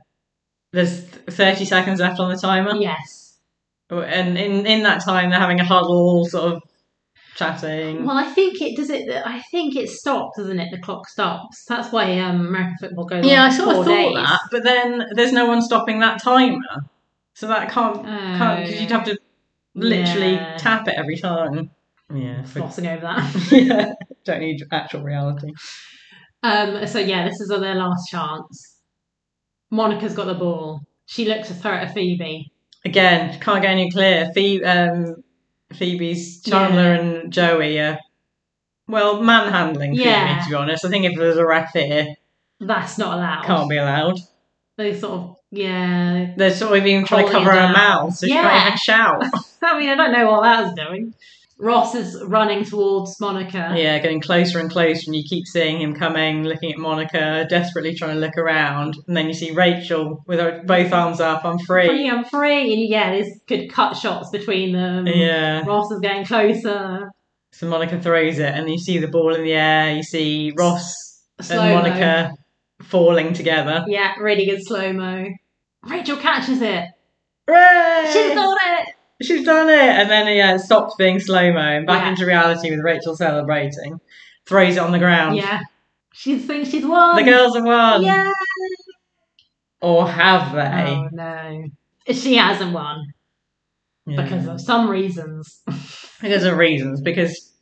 [SPEAKER 2] there's 30 seconds left on the timer,
[SPEAKER 1] Yes.
[SPEAKER 2] Oh, and in in that time they're having a huddle, sort of chatting.
[SPEAKER 1] Well, I think it does it. I think it stops, doesn't it? The clock stops. That's why um, American football goes.
[SPEAKER 2] yeah, I
[SPEAKER 1] on for
[SPEAKER 2] sort
[SPEAKER 1] four
[SPEAKER 2] of thought
[SPEAKER 1] days.
[SPEAKER 2] that, but then there's no one stopping that timer, so that can't can't because you'd have to literally
[SPEAKER 1] Oh. Yeah.
[SPEAKER 2] tap it every time. Yeah, for,
[SPEAKER 1] Glossing over that.
[SPEAKER 2] yeah. Don't need actual reality.
[SPEAKER 1] Um, so yeah, this is their last chance. Monica's got the ball. She looks to throw it at Phoebe.
[SPEAKER 2] Again, can't get any clear. Phoebe, um, Phoebe's Chandler and Joey are well manhandling Phoebe.
[SPEAKER 1] Yeah.
[SPEAKER 2] To be honest, I think if there's a ref here,
[SPEAKER 1] That's not allowed.
[SPEAKER 2] can't be allowed.
[SPEAKER 1] They sort of yeah.
[SPEAKER 2] They're sort of even trying to
[SPEAKER 1] Calling
[SPEAKER 2] cover her
[SPEAKER 1] down.
[SPEAKER 2] mouth, so she
[SPEAKER 1] Yeah.
[SPEAKER 2] can't even shout.
[SPEAKER 1] I mean, I don't know what that's doing. Ross is running towards Monica.
[SPEAKER 2] Yeah, getting closer and closer, and you keep seeing him coming, looking at Monica, desperately trying to look around, and then you see Rachel with her both arms up. I'm free.
[SPEAKER 1] Free, I'm free. And yeah, there's good cut shots between them.
[SPEAKER 2] Yeah.
[SPEAKER 1] Ross is getting closer.
[SPEAKER 2] So Monica throws it, and you see the ball in the air. You see Ross
[SPEAKER 1] Slow
[SPEAKER 2] and
[SPEAKER 1] mo.
[SPEAKER 2] Monica falling together.
[SPEAKER 1] Yeah, really good slow mo. Rachel catches it.
[SPEAKER 2] Hooray!
[SPEAKER 1] She's got it.
[SPEAKER 2] She's done it! And then yeah, it stops being slow mo and back
[SPEAKER 1] Yeah.
[SPEAKER 2] into reality with Rachel celebrating. Throws it on the ground.
[SPEAKER 1] Yeah, she thinks she's won.
[SPEAKER 2] The girls have won.
[SPEAKER 1] Yeah.
[SPEAKER 2] Or have they?
[SPEAKER 1] Oh no, she hasn't won
[SPEAKER 2] Yeah.
[SPEAKER 1] because of some reasons.
[SPEAKER 2] Because of reasons, because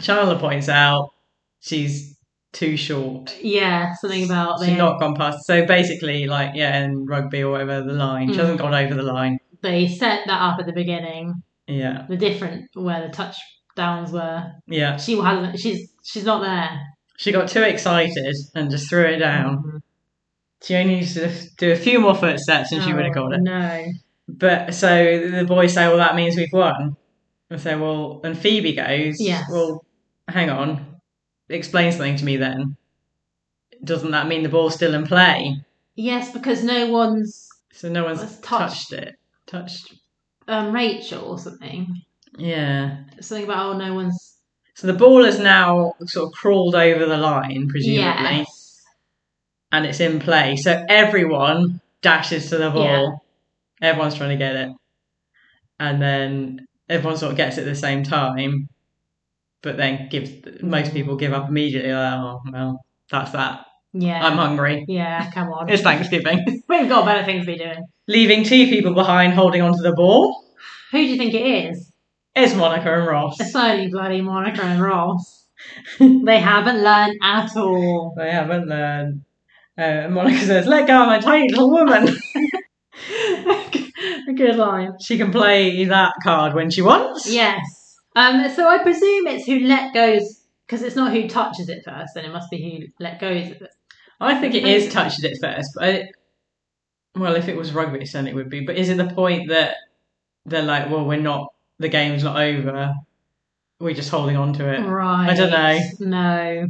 [SPEAKER 2] Charla points out she's too short.
[SPEAKER 1] yeah, something about
[SPEAKER 2] She's
[SPEAKER 1] they
[SPEAKER 2] not gone past. So basically, like, yeah, in rugby or whatever, the line. She
[SPEAKER 1] Mm.
[SPEAKER 2] hasn't gone over the line.
[SPEAKER 1] they set that up at the beginning.
[SPEAKER 2] Yeah.
[SPEAKER 1] The different where the touchdowns were.
[SPEAKER 2] Yeah.
[SPEAKER 1] She hasn't. She's she's not there.
[SPEAKER 2] She got too excited and just threw it down. She only needs to do a few more footsteps and she would have
[SPEAKER 1] Oh,
[SPEAKER 2] got it.
[SPEAKER 1] No.
[SPEAKER 2] But so the boys say, well, that means we've won. And say, well, and Phoebe goes,
[SPEAKER 1] Yes.
[SPEAKER 2] well, hang on, explain something to me then. Doesn't that mean the ball's still in play?
[SPEAKER 1] Yes, because no one's
[SPEAKER 2] So no one's
[SPEAKER 1] It's
[SPEAKER 2] touched.
[SPEAKER 1] touched.
[SPEAKER 2] it. Touched.
[SPEAKER 1] um, Rachel or something.
[SPEAKER 2] Yeah.
[SPEAKER 1] Something about oh, no one's.
[SPEAKER 2] So the ball has now sort of crawled over the line, presumably,
[SPEAKER 1] Yes.
[SPEAKER 2] and it's in play. So everyone dashes to the ball. Everyone's trying to get it. And then everyone sort of gets it at the same time, but then gives most
[SPEAKER 1] Mm-hmm.
[SPEAKER 2] people give up immediately. Like, oh, well, that's that.
[SPEAKER 1] Yeah.
[SPEAKER 2] I'm hungry.
[SPEAKER 1] yeah. Come on.
[SPEAKER 2] Um, It's Thanksgiving.
[SPEAKER 1] We've got better things to be doing.
[SPEAKER 2] Leaving two people behind holding onto the ball.
[SPEAKER 1] Who do you think it is?
[SPEAKER 2] It's Monica and Ross.
[SPEAKER 1] It's only bloody Monica and Ross. they haven't learned at all.
[SPEAKER 2] They haven't learned. Uh, Monica says, "Let go of my tiny little woman."
[SPEAKER 1] Good line.
[SPEAKER 2] she can play that card when she wants.
[SPEAKER 1] Yes. Um, so I presume it's who let goes because it's not who touches it first, then it must be who let goes. of it.
[SPEAKER 2] I think it is touched at first, but I, well, if it was rugby, then it would be. But is it the point that they're like, "Well, we're not. The game's not over. We're just
[SPEAKER 1] Mm.
[SPEAKER 2] holding on to it."
[SPEAKER 1] Right.
[SPEAKER 2] I don't know.
[SPEAKER 1] No.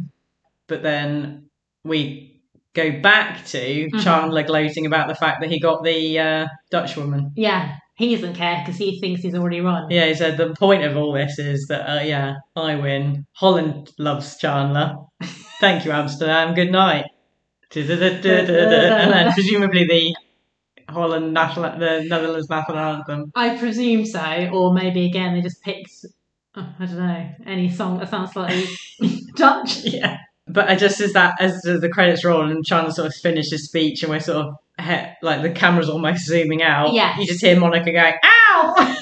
[SPEAKER 2] But then we go back to Chandler gloating about the fact that he got the uh, Dutch woman.
[SPEAKER 1] Yeah, he doesn't care because he thinks he's already won.
[SPEAKER 2] Yeah, he said the point of all this is that, uh, yeah, I win. Holland loves Chandler. Thank you, Amsterdam. Good night. Du-du-du-du-du-du. And then presumably the Holland national, the Netherlands national anthem.
[SPEAKER 1] I presume so, or maybe again they just picked oh, I don't know any song that sounds slightly Dutch.
[SPEAKER 2] Yeah. But I just as that as the the credits roll and Chandler sort of finishes his speech and we're sort of he- like the camera's almost zooming out.
[SPEAKER 1] Yes.
[SPEAKER 2] You just hear Monica going, "Ow!"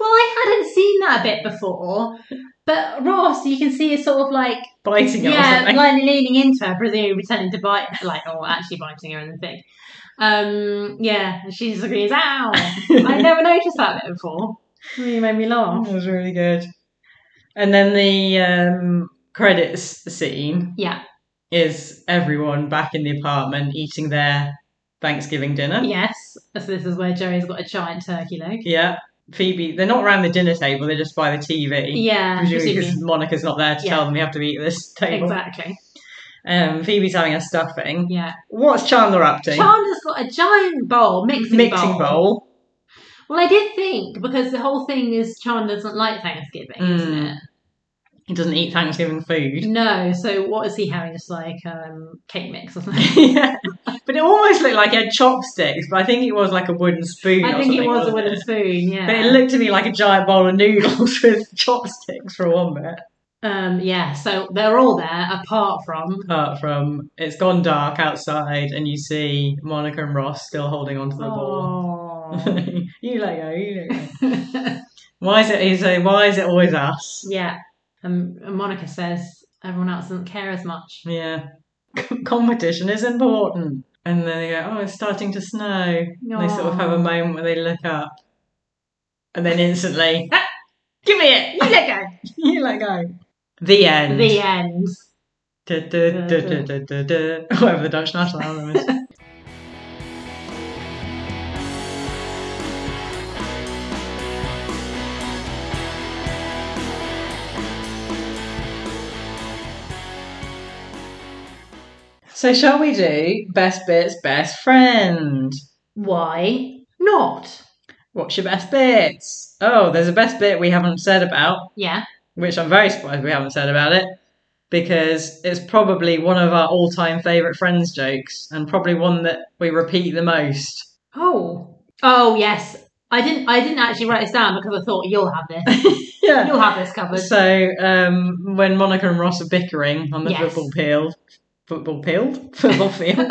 [SPEAKER 1] Well, I hadn't seen that bit before, but Ross, you can see, is sort of like
[SPEAKER 2] biting it or
[SPEAKER 1] yeah,
[SPEAKER 2] something.
[SPEAKER 1] like leaning into her, presumably pretending to bite, like or actually biting her in the thing. Um, yeah, and she just agrees. Ow! I never noticed that bit before. Really made me laugh.
[SPEAKER 2] That was really good. And then the um, credits scene
[SPEAKER 1] Yeah,
[SPEAKER 2] is everyone back in the apartment eating their Thanksgiving dinner.
[SPEAKER 1] yes. So this is where Joey's got a giant turkey leg.
[SPEAKER 2] Yeah. Phoebe, they're not around the dinner table, they're just by the TV.
[SPEAKER 1] Yeah,
[SPEAKER 2] Presumably because
[SPEAKER 1] presumably.
[SPEAKER 2] Monica's not there to
[SPEAKER 1] Yeah.
[SPEAKER 2] tell them we have to eat at this table.
[SPEAKER 1] exactly.
[SPEAKER 2] Um, Phoebe's having a stuffing.
[SPEAKER 1] Yeah,
[SPEAKER 2] What's Chandler up to?
[SPEAKER 1] Chandler's got a giant bowl, mixing,
[SPEAKER 2] Mixing bowl.
[SPEAKER 1] Well, I did think because the whole thing is Chandler doesn't like Thanksgiving, isn't
[SPEAKER 2] Mm.
[SPEAKER 1] it?
[SPEAKER 2] He doesn't eat Thanksgiving food.
[SPEAKER 1] No, so what is he having? Just like um, cake mix or something.
[SPEAKER 2] yeah. But it almost looked like he had chopsticks, but I think it was like a wooden spoon.
[SPEAKER 1] I
[SPEAKER 2] or
[SPEAKER 1] think it
[SPEAKER 2] something,
[SPEAKER 1] was a
[SPEAKER 2] wasn't
[SPEAKER 1] wooden spoon. Yeah,
[SPEAKER 2] But it looked to me like a giant bowl of noodles with chopsticks for one bit.
[SPEAKER 1] um, yeah. So they're all there apart from
[SPEAKER 2] Apart from it's gone dark outside and you see Monica and Ross still holding onto the ball.
[SPEAKER 1] Oh.
[SPEAKER 2] you let go, you let go. Why is it you say why is it always us?
[SPEAKER 1] yeah, um, and Monica says everyone else doesn't care as much.
[SPEAKER 2] Yeah. Competition is important. And then they go, Oh, it's starting to snow. And they sort of have a moment where they look up. And then instantly "Ah, Give me it!
[SPEAKER 1] You let go.
[SPEAKER 2] You let go. The end.
[SPEAKER 1] The end.
[SPEAKER 2] Du- du- du- du- du- du- du. Whatever the Dutch national anthem is. So, shall we do best bits, best friend?
[SPEAKER 1] Why not?
[SPEAKER 2] What's your best bits? Oh, there's a best bit we haven't said about,
[SPEAKER 1] Yeah.
[SPEAKER 2] which I'm very surprised we haven't said about it, because it's probably one of our all time favourite friends jokes, and probably one that we repeat the most.
[SPEAKER 1] Oh. Oh yes. I didn't. I didn't actually write this down because I thought you'll have this.
[SPEAKER 2] yeah.
[SPEAKER 1] You'll have this covered.
[SPEAKER 2] So um, when Monica and Ross are bickering on the
[SPEAKER 1] Yes.
[SPEAKER 2] football field, football field, football field.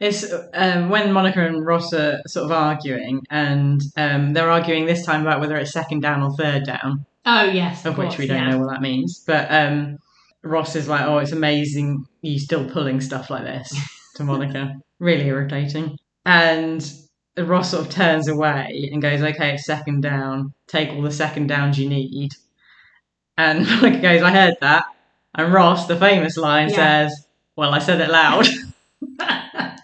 [SPEAKER 2] It's um, when Monica and Ross are sort of arguing, and um, they're arguing this time about whether it's second down or third down,
[SPEAKER 1] oh yes.
[SPEAKER 2] of which
[SPEAKER 1] course,
[SPEAKER 2] we don't
[SPEAKER 1] yeah.
[SPEAKER 2] know what that means. But um, Ross is like, "Oh, it's amazing you still pulling stuff like this to Monica. really irritating." And Ross sort of turns away and goes, "Okay, it's second down. Take all the second downs you need." And Monica goes, "I heard that." And Ross, the famous line,
[SPEAKER 1] Yeah.
[SPEAKER 2] says, "Well, I said it loud,"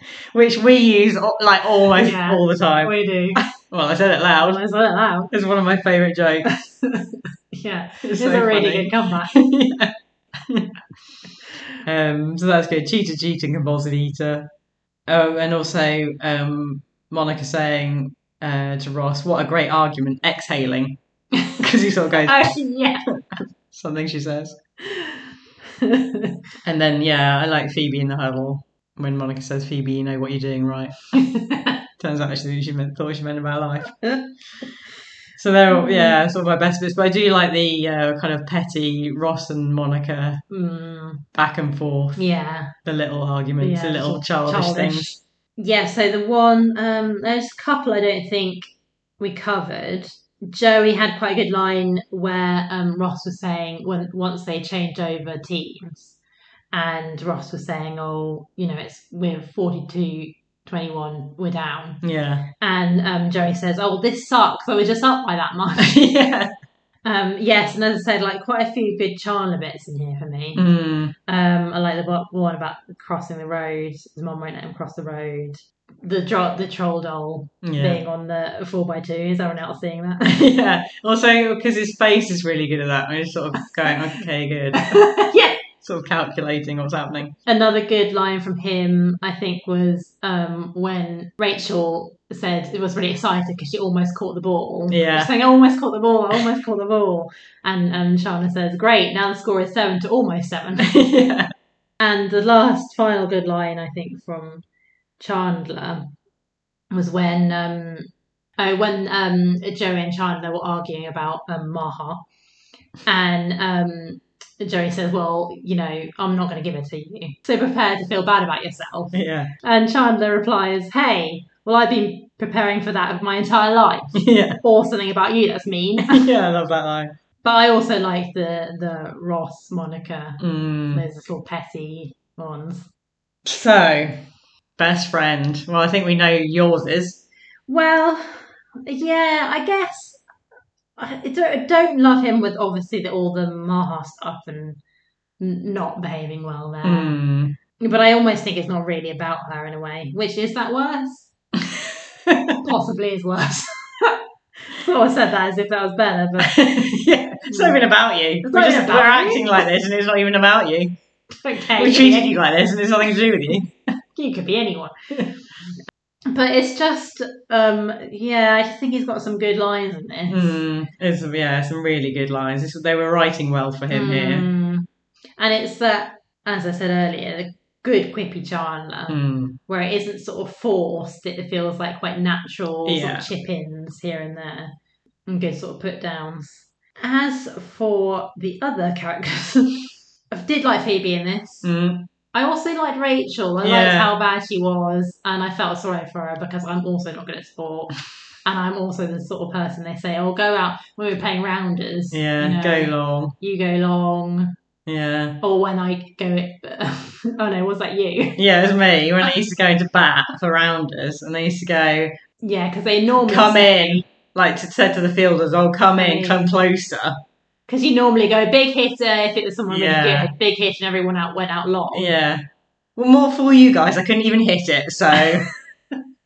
[SPEAKER 2] which we use al- like almost
[SPEAKER 1] Yeah.
[SPEAKER 2] all the time.
[SPEAKER 1] We do.
[SPEAKER 2] Well, I said it loud.
[SPEAKER 1] Let's let it out.
[SPEAKER 2] It's one of my favourite jokes.
[SPEAKER 1] Yeah.
[SPEAKER 2] It's
[SPEAKER 1] This
[SPEAKER 2] so
[SPEAKER 1] is a really
[SPEAKER 2] funny.
[SPEAKER 1] good comeback.
[SPEAKER 2] Yeah. um, so that's good. Cheater, cheating, compulsive eater. Oh, and also um, Monica saying uh, to Ross, "What a great argument!" Exhaling because he sort of goes
[SPEAKER 1] oh yeah.
[SPEAKER 2] something she says, and then yeah, I like Phoebe in the huddle when Monica says, "Phoebe, you know what you're doing right." Turns out actually she meant, thought she meant about life. so they're all, yeah, sort of my best bits, but I do like the uh, kind of petty Ross and Monica
[SPEAKER 1] mm,
[SPEAKER 2] back and forth.
[SPEAKER 1] yeah.
[SPEAKER 2] the little arguments,
[SPEAKER 1] Yeah,
[SPEAKER 2] the little
[SPEAKER 1] sort
[SPEAKER 2] childish,
[SPEAKER 1] childish.
[SPEAKER 2] things.
[SPEAKER 1] Yeah. So the one, um, there's a couple I don't think we covered. Joey had quite a good line where um, Ross was saying when once they changed over teams, and Ross was saying, "Oh, you know, it's we're 42, 21, we're down,"
[SPEAKER 2] Yeah.
[SPEAKER 1] and um, Joey says, "Oh, this sucks. I was just up by that much."
[SPEAKER 2] yeah.
[SPEAKER 1] Um, yes, and as I said, like quite a few good Chandler bits in here for me.
[SPEAKER 2] Mm.
[SPEAKER 1] Um, I like the bo- one about crossing the road. His mum won't let him cross the road. The dro- the troll doll
[SPEAKER 2] Yeah.
[SPEAKER 1] being on the four by two. Is everyone else seeing that?
[SPEAKER 2] yeah. Also, because his face is really good at that. I'm just sort of going, okay, good.
[SPEAKER 1] yeah,
[SPEAKER 2] sort of calculating what's happening.
[SPEAKER 1] Another good line from him, I think, was um, when Rachel said it was really excited because she almost caught the ball.
[SPEAKER 2] Yeah.
[SPEAKER 1] She's saying, I almost caught the ball, I almost caught the ball. And um, Shauna says, Great, now the score is seven to almost seven.
[SPEAKER 2] yeah.
[SPEAKER 1] and the last final good line, I think, from Chandler was when. Um, Oh, when um, Joey and Chandler were arguing about um, Maha, and um, Joey says, Well, you know, I'm not going to give it to you. So prepare to feel bad about yourself.
[SPEAKER 2] Yeah.
[SPEAKER 1] And Chandler replies, Hey, well, I've been preparing for that of my entire life.
[SPEAKER 2] Yeah.
[SPEAKER 1] Or something about you that's mean.
[SPEAKER 2] Yeah, I love that line.
[SPEAKER 1] But I also like the, the Ross Monica,
[SPEAKER 2] Mm.
[SPEAKER 1] those little petty ones.
[SPEAKER 2] So, best friend. Well, I think we know yours is.
[SPEAKER 1] Well, yeah, I guess. I don't, I don't love him with obviously the, all the Maha stuff and n- not behaving well there.
[SPEAKER 2] Mm.
[SPEAKER 1] But I almost think it's not really about her in a way, which is that worse? Possibly is worse. so I said that as if that was better, but
[SPEAKER 2] yeah, it's not even about you.
[SPEAKER 1] It's
[SPEAKER 2] We're,
[SPEAKER 1] not
[SPEAKER 2] just,
[SPEAKER 1] even about
[SPEAKER 2] we're
[SPEAKER 1] you.
[SPEAKER 2] acting like this and it's not even about you.
[SPEAKER 1] okay.
[SPEAKER 2] We treated you like this and it's nothing to do with you.
[SPEAKER 1] You could be anyone. but it's just, um, yeah, I just think he's got some good lines in this.
[SPEAKER 2] Mm, it's, yeah, some really good lines. It's, they were writing well for him here.
[SPEAKER 1] Mm. And it's that, as I said earlier, the good quippy Chandler,
[SPEAKER 2] Mm.
[SPEAKER 1] where it isn't sort of forced, it feels like quite natural,
[SPEAKER 2] Yeah.
[SPEAKER 1] sort of chip ins here and there, and good sort of put downs. As for the other characters, I did like Phoebe in this.
[SPEAKER 2] Mm.
[SPEAKER 1] I also liked Rachel. I liked
[SPEAKER 2] Yeah.
[SPEAKER 1] how bad she was, and I felt sorry for her because I'm also not good at sport. And I'm also the sort of person they say, "Oh, go out when we're playing rounders.
[SPEAKER 2] Yeah,
[SPEAKER 1] you know,
[SPEAKER 2] go long.
[SPEAKER 1] You go long,
[SPEAKER 2] Yeah.
[SPEAKER 1] or when I go. oh no, was that you?
[SPEAKER 2] Yeah, it was me when I used to go into bat for rounders and they used to go,
[SPEAKER 1] Yeah, because they normally
[SPEAKER 2] come in. Like to said to the fielders, oh, come in,
[SPEAKER 1] in.
[SPEAKER 2] come closer.
[SPEAKER 1] Because you normally go big hitter if it was someone
[SPEAKER 2] Yeah.
[SPEAKER 1] really good, big hit, and everyone out went out long.
[SPEAKER 2] Yeah. Well, more for you guys. I couldn't even hit it, so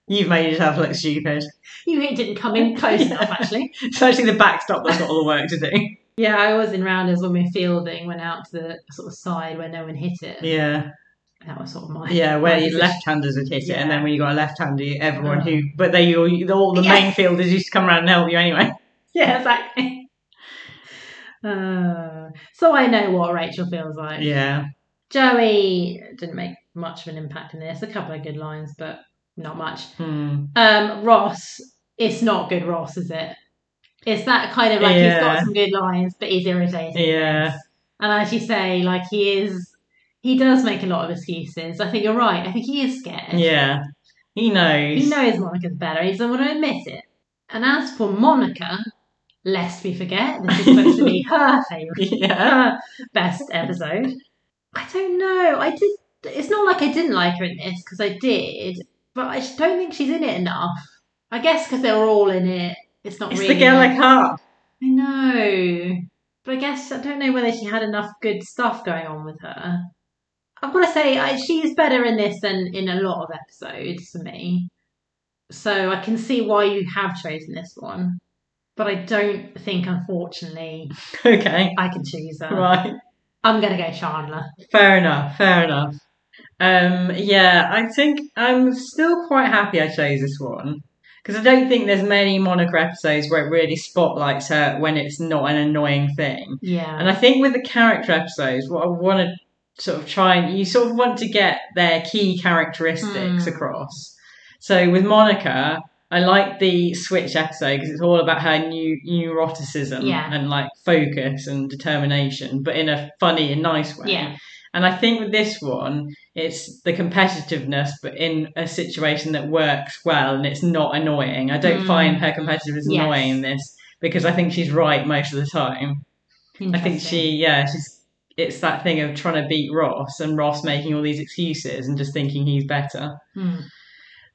[SPEAKER 2] you've made yourself look stupid.
[SPEAKER 1] You hit didn't come in close enough, actually.
[SPEAKER 2] It's actually the backstop that's got all the work to do.
[SPEAKER 1] Yeah, I was in rounders when we were fielding, went out to the sort of side where no one hit it.
[SPEAKER 2] Yeah,
[SPEAKER 1] That was sort of my
[SPEAKER 2] yeah. Where
[SPEAKER 1] my
[SPEAKER 2] your
[SPEAKER 1] position.
[SPEAKER 2] left-handers would hit it, and then
[SPEAKER 1] Yeah.
[SPEAKER 2] when you got a left-hander, everyone
[SPEAKER 1] Oh.
[SPEAKER 2] who, but they all, all the
[SPEAKER 1] Yeah.
[SPEAKER 2] main fielders used to come around and help you anyway.
[SPEAKER 1] Yeah, exactly. Uh, so I know what Rachel feels like.
[SPEAKER 2] Yeah,
[SPEAKER 1] Joey didn't make much of an impact in this. A couple of good lines, but not much.
[SPEAKER 2] Hmm.
[SPEAKER 1] Um, Ross, it's not good. Ross, is it? It's that kind of like he's
[SPEAKER 2] Yeah.
[SPEAKER 1] got some good lines, but he's irritating.
[SPEAKER 2] yeah,
[SPEAKER 1] And as you say, like he is, he does make a lot of excuses. I think you're right. I think he is scared.
[SPEAKER 2] yeah. He knows.
[SPEAKER 1] He knows Monica's better. He doesn't want to admit it. And as for Monica, lest we forget, this is supposed to be her favourite,
[SPEAKER 2] Yeah,
[SPEAKER 1] her best episode. I don't know. I did. It's not like I didn't like her in this because I did, but I just don't think she's in it enough. I guess because they were all in it. It's not
[SPEAKER 2] it's
[SPEAKER 1] really.
[SPEAKER 2] the Gaelic harp.
[SPEAKER 1] I know. But I guess I don't know whether she had enough good stuff going on with her. I've got to say, I, she is better in this than in a lot of episodes for me. So I can see why you have chosen this one. But I don't think, unfortunately,
[SPEAKER 2] Okay,
[SPEAKER 1] I can choose her.
[SPEAKER 2] right.
[SPEAKER 1] I'm going to go Chandler.
[SPEAKER 2] Fair enough. Fair enough. Um, yeah, I think I'm still quite happy I chose this one because I don't think there's many Monica episodes where it really spotlights her when it's not an annoying thing.
[SPEAKER 1] Yeah.
[SPEAKER 2] And I think with the character episodes, what I want to sort of try and you sort of want to get their key characteristics
[SPEAKER 1] Hmm.
[SPEAKER 2] across. So with Monica, I like the switch episode because it's all about her new neuroticism
[SPEAKER 1] Yeah.
[SPEAKER 2] and like focus and determination, but in a funny and nice way.
[SPEAKER 1] Yeah.
[SPEAKER 2] And I think with this one, it's the competitiveness, but in a situation that works well and it's not annoying. I don't
[SPEAKER 1] Mm.
[SPEAKER 2] find her competitiveness
[SPEAKER 1] Yes.
[SPEAKER 2] annoying in this because I think she's right most of the time. I think
[SPEAKER 1] Interesting.
[SPEAKER 2] she, yeah, she's. It's that thing of trying to beat Ross and Ross making all these excuses and just thinking he's better.
[SPEAKER 1] Hmm.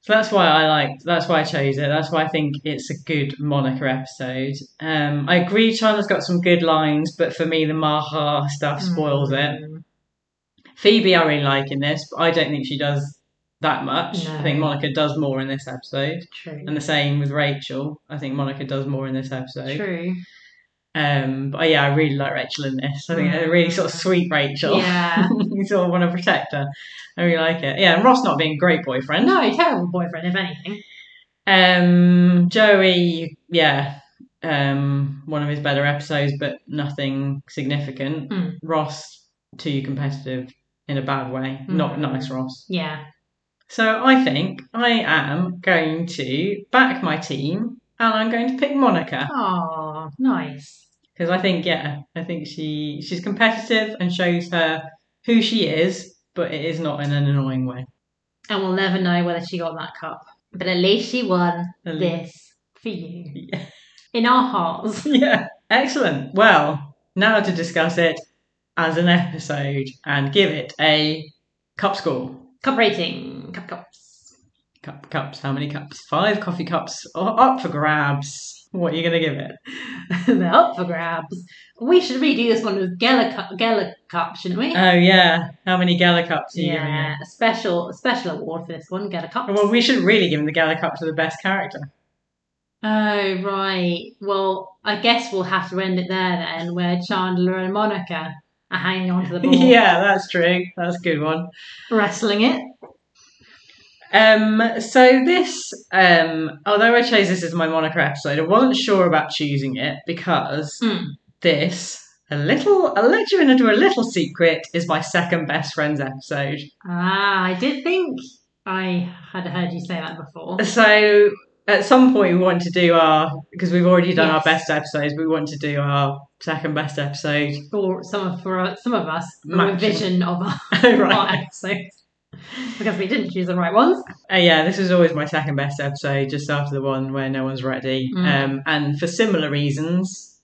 [SPEAKER 2] So that's why I liked. That's why I chose it. That's why I think it's a good Monica episode. Um, I agree, Chandler's got some good lines, but for me, the Maha stuff spoils it.
[SPEAKER 1] Mm.
[SPEAKER 2] Phoebe, I really like in this, but I don't think she does that much. I
[SPEAKER 1] No.
[SPEAKER 2] think Monica does more in this episode,
[SPEAKER 1] True.
[SPEAKER 2] and the same with Rachel. I think Monica does more in this episode.
[SPEAKER 1] True.
[SPEAKER 2] Um, but yeah, I really like Rachel in this. I think
[SPEAKER 1] Mm.
[SPEAKER 2] a really sort of sweet Rachel.
[SPEAKER 1] Yeah.
[SPEAKER 2] you sort of want to protect her. I really like it. Yeah, and Ross not being a great boyfriend.
[SPEAKER 1] No, terrible boyfriend, if anything.
[SPEAKER 2] Um, Joey, yeah, um, one of his better episodes, but nothing significant.
[SPEAKER 1] Mm.
[SPEAKER 2] Ross, too competitive in a bad way. Not
[SPEAKER 1] Mm.
[SPEAKER 2] nice, Ross.
[SPEAKER 1] Yeah.
[SPEAKER 2] So I think I am going to back my team, and I'm going to pick Monica
[SPEAKER 1] Oh, nice.
[SPEAKER 2] because I think, yeah, I think she she's competitive and shows her who she is, but it is not in an annoying way.
[SPEAKER 1] And we'll never know whether she got that cup. But at least she won
[SPEAKER 2] At
[SPEAKER 1] this for you.
[SPEAKER 2] Yeah.
[SPEAKER 1] In our hearts.
[SPEAKER 2] Yeah, excellent. Well, now to discuss it as an episode and give it a cup score.
[SPEAKER 1] Cup rating. Cup cups.
[SPEAKER 2] Cup, cups, how many cups? Five coffee cups u- up for grabs. What are you going to give it?
[SPEAKER 1] They're up for grabs. We should redo this one with Geller Cup, Geller Cup shouldn't we?
[SPEAKER 2] Oh, yeah. How many Gala cups are you giving
[SPEAKER 1] yeah.
[SPEAKER 2] it?
[SPEAKER 1] A special a special award for this one. Geller Cup.
[SPEAKER 2] Well, we should really give the Gala cup to the best character.
[SPEAKER 1] Oh, right. Well, I guess we'll have to end it there then, where Chandler and Monica are hanging onto the ball,
[SPEAKER 2] Yeah, that's true. That's a good one.
[SPEAKER 1] wrestling it.
[SPEAKER 2] Um, so this, um, although I chose this as my Monica episode, I wasn't sure about choosing it because
[SPEAKER 1] Mm.
[SPEAKER 2] this, a little, I'll let you in into a little secret, is my second best friends episode.
[SPEAKER 1] Ah, I did think I had heard you say that before.
[SPEAKER 2] So at some point we want to do our, because we've already done our
[SPEAKER 1] Yes.
[SPEAKER 2] best episodes, we want to do our second best episode.
[SPEAKER 1] For some of for some of us, a
[SPEAKER 2] Matching.
[SPEAKER 1] revision of our,
[SPEAKER 2] right.
[SPEAKER 1] our episodes because we didn't choose the right ones.
[SPEAKER 2] Uh, yeah, this is always my second best episode, just after the one where no one's ready.
[SPEAKER 1] Mm.
[SPEAKER 2] Um, and for similar reasons,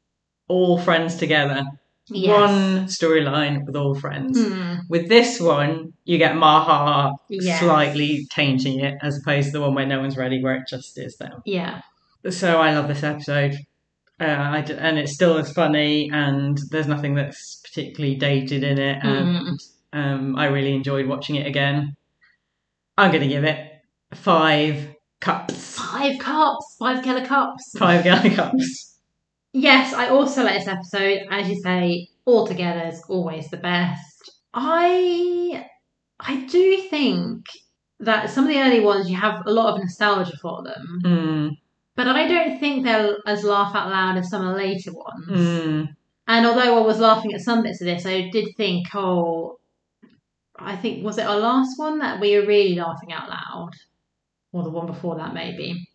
[SPEAKER 2] all friends together.
[SPEAKER 1] Yes.
[SPEAKER 2] One storyline with all friends.
[SPEAKER 1] Hmm,
[SPEAKER 2] With this one, you get Maha
[SPEAKER 1] yes.
[SPEAKER 2] slightly changing it as opposed to the one where no one's ready, where it just is them.
[SPEAKER 1] Yeah.
[SPEAKER 2] So I love this episode. Uh, I d- and it's still as funny, and there's nothing that's particularly dated in it. And
[SPEAKER 1] Mm.
[SPEAKER 2] um, I really enjoyed watching it again. I'm going to give it five cups,
[SPEAKER 1] Five cups. Five killer cups.
[SPEAKER 2] five gallon cups.
[SPEAKER 1] Yes, I also like this episode. As you say, all together is always the best. I I do think that some of the early ones you have a lot of nostalgia for them,
[SPEAKER 2] Mm,
[SPEAKER 1] but I don't think they're as laugh out loud as some of the later ones.
[SPEAKER 2] mm,
[SPEAKER 1] And although I was laughing at some bits of this, I did think, oh, I think was it our last one that we were really laughing out loud, or the one before that maybe,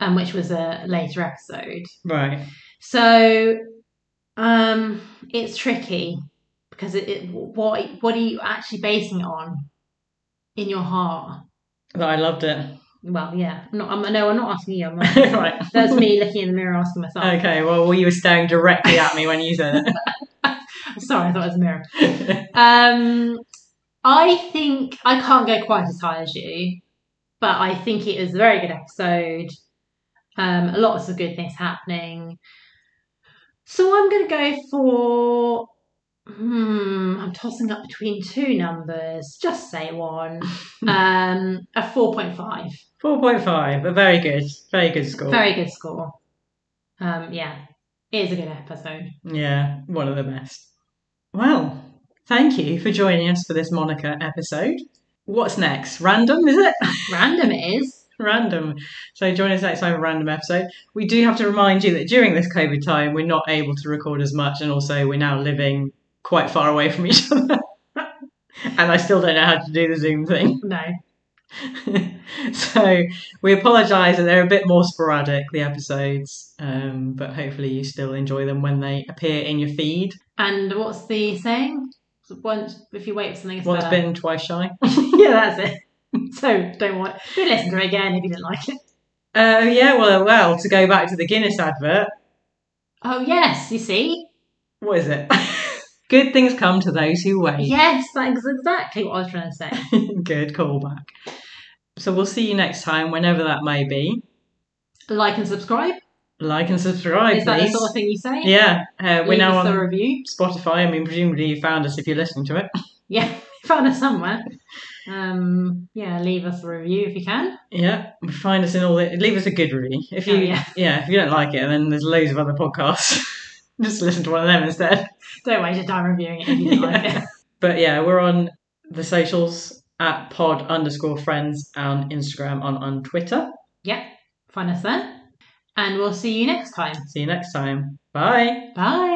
[SPEAKER 1] um, which was a later episode.
[SPEAKER 2] right.
[SPEAKER 1] So, um, it's tricky because it, it what what are you actually basing it on in your heart?
[SPEAKER 2] But I loved it.
[SPEAKER 1] Well, yeah, I'm not, I'm, no, I'm not asking you. I'm not,
[SPEAKER 2] right.
[SPEAKER 1] that's me looking in the mirror asking myself.
[SPEAKER 2] Okay, well, well, you were staring directly at me when you said
[SPEAKER 1] Sorry, I thought it was a mirror.
[SPEAKER 2] it.
[SPEAKER 1] Um, I think I can't go quite as high as you, but I think it was a very good episode. Um, lots of good things happening. So I'm going to go for. Hmm, I'm tossing up between two numbers. Just say one. Um, a 4.5.
[SPEAKER 2] 4.5, a very good, very good score.
[SPEAKER 1] Very good score. Um, yeah, it is a good episode.
[SPEAKER 2] Yeah, one of the best. Well, thank you for joining us for this Monica episode. What's next? Random, is it?
[SPEAKER 1] Random it is.
[SPEAKER 2] random. So join us next time for a random episode. We do have to remind you that during this COVID time, we're not able to record as much, and also we're now living quite far away from each other. and I still don't know how to do the Zoom thing.
[SPEAKER 1] No.
[SPEAKER 2] so we apologise that they're a bit more sporadic the episodes, um, but hopefully you still enjoy them when they appear in your feed.
[SPEAKER 1] And what's the saying? Once if you wait for something, it's uh,
[SPEAKER 2] Once
[SPEAKER 1] better.
[SPEAKER 2] bitten, twice shy. Uh,
[SPEAKER 1] yeah, that's it. So don't want don't listen to it again if you didn't like it.
[SPEAKER 2] Oh yeah, well, well. To go back to the Guinness advert,
[SPEAKER 1] Oh yes, you see,
[SPEAKER 2] what is it? Good things come to those who wait.
[SPEAKER 1] yes, that's exactly what I was trying to say.
[SPEAKER 2] Good callback. So we'll see you next time, whenever that may be.
[SPEAKER 1] Like and subscribe.
[SPEAKER 2] Like and subscribe,
[SPEAKER 1] Is that the
[SPEAKER 2] please.
[SPEAKER 1] sort of thing you say?
[SPEAKER 2] yeah, uh, we're
[SPEAKER 1] Leave
[SPEAKER 2] now
[SPEAKER 1] us
[SPEAKER 2] on
[SPEAKER 1] a review.
[SPEAKER 2] Spotify. I mean, presumably you found us if you're listening to it.
[SPEAKER 1] Yeah, found us somewhere. Um, yeah, leave us a review if you can.
[SPEAKER 2] Yeah, find us in all the. Leave us a good review. If you,
[SPEAKER 1] Oh, yeah.
[SPEAKER 2] if you don't like it, then there's loads of other podcasts. Just listen to one of them instead.
[SPEAKER 1] Don't waste your time reviewing it if you don't like it.
[SPEAKER 2] But yeah, we're on the socials at pod underscore friends on Instagram and on Twitter.
[SPEAKER 1] Yep, find us then. And we'll see you next time.
[SPEAKER 2] See you next time. Bye.
[SPEAKER 1] Bye.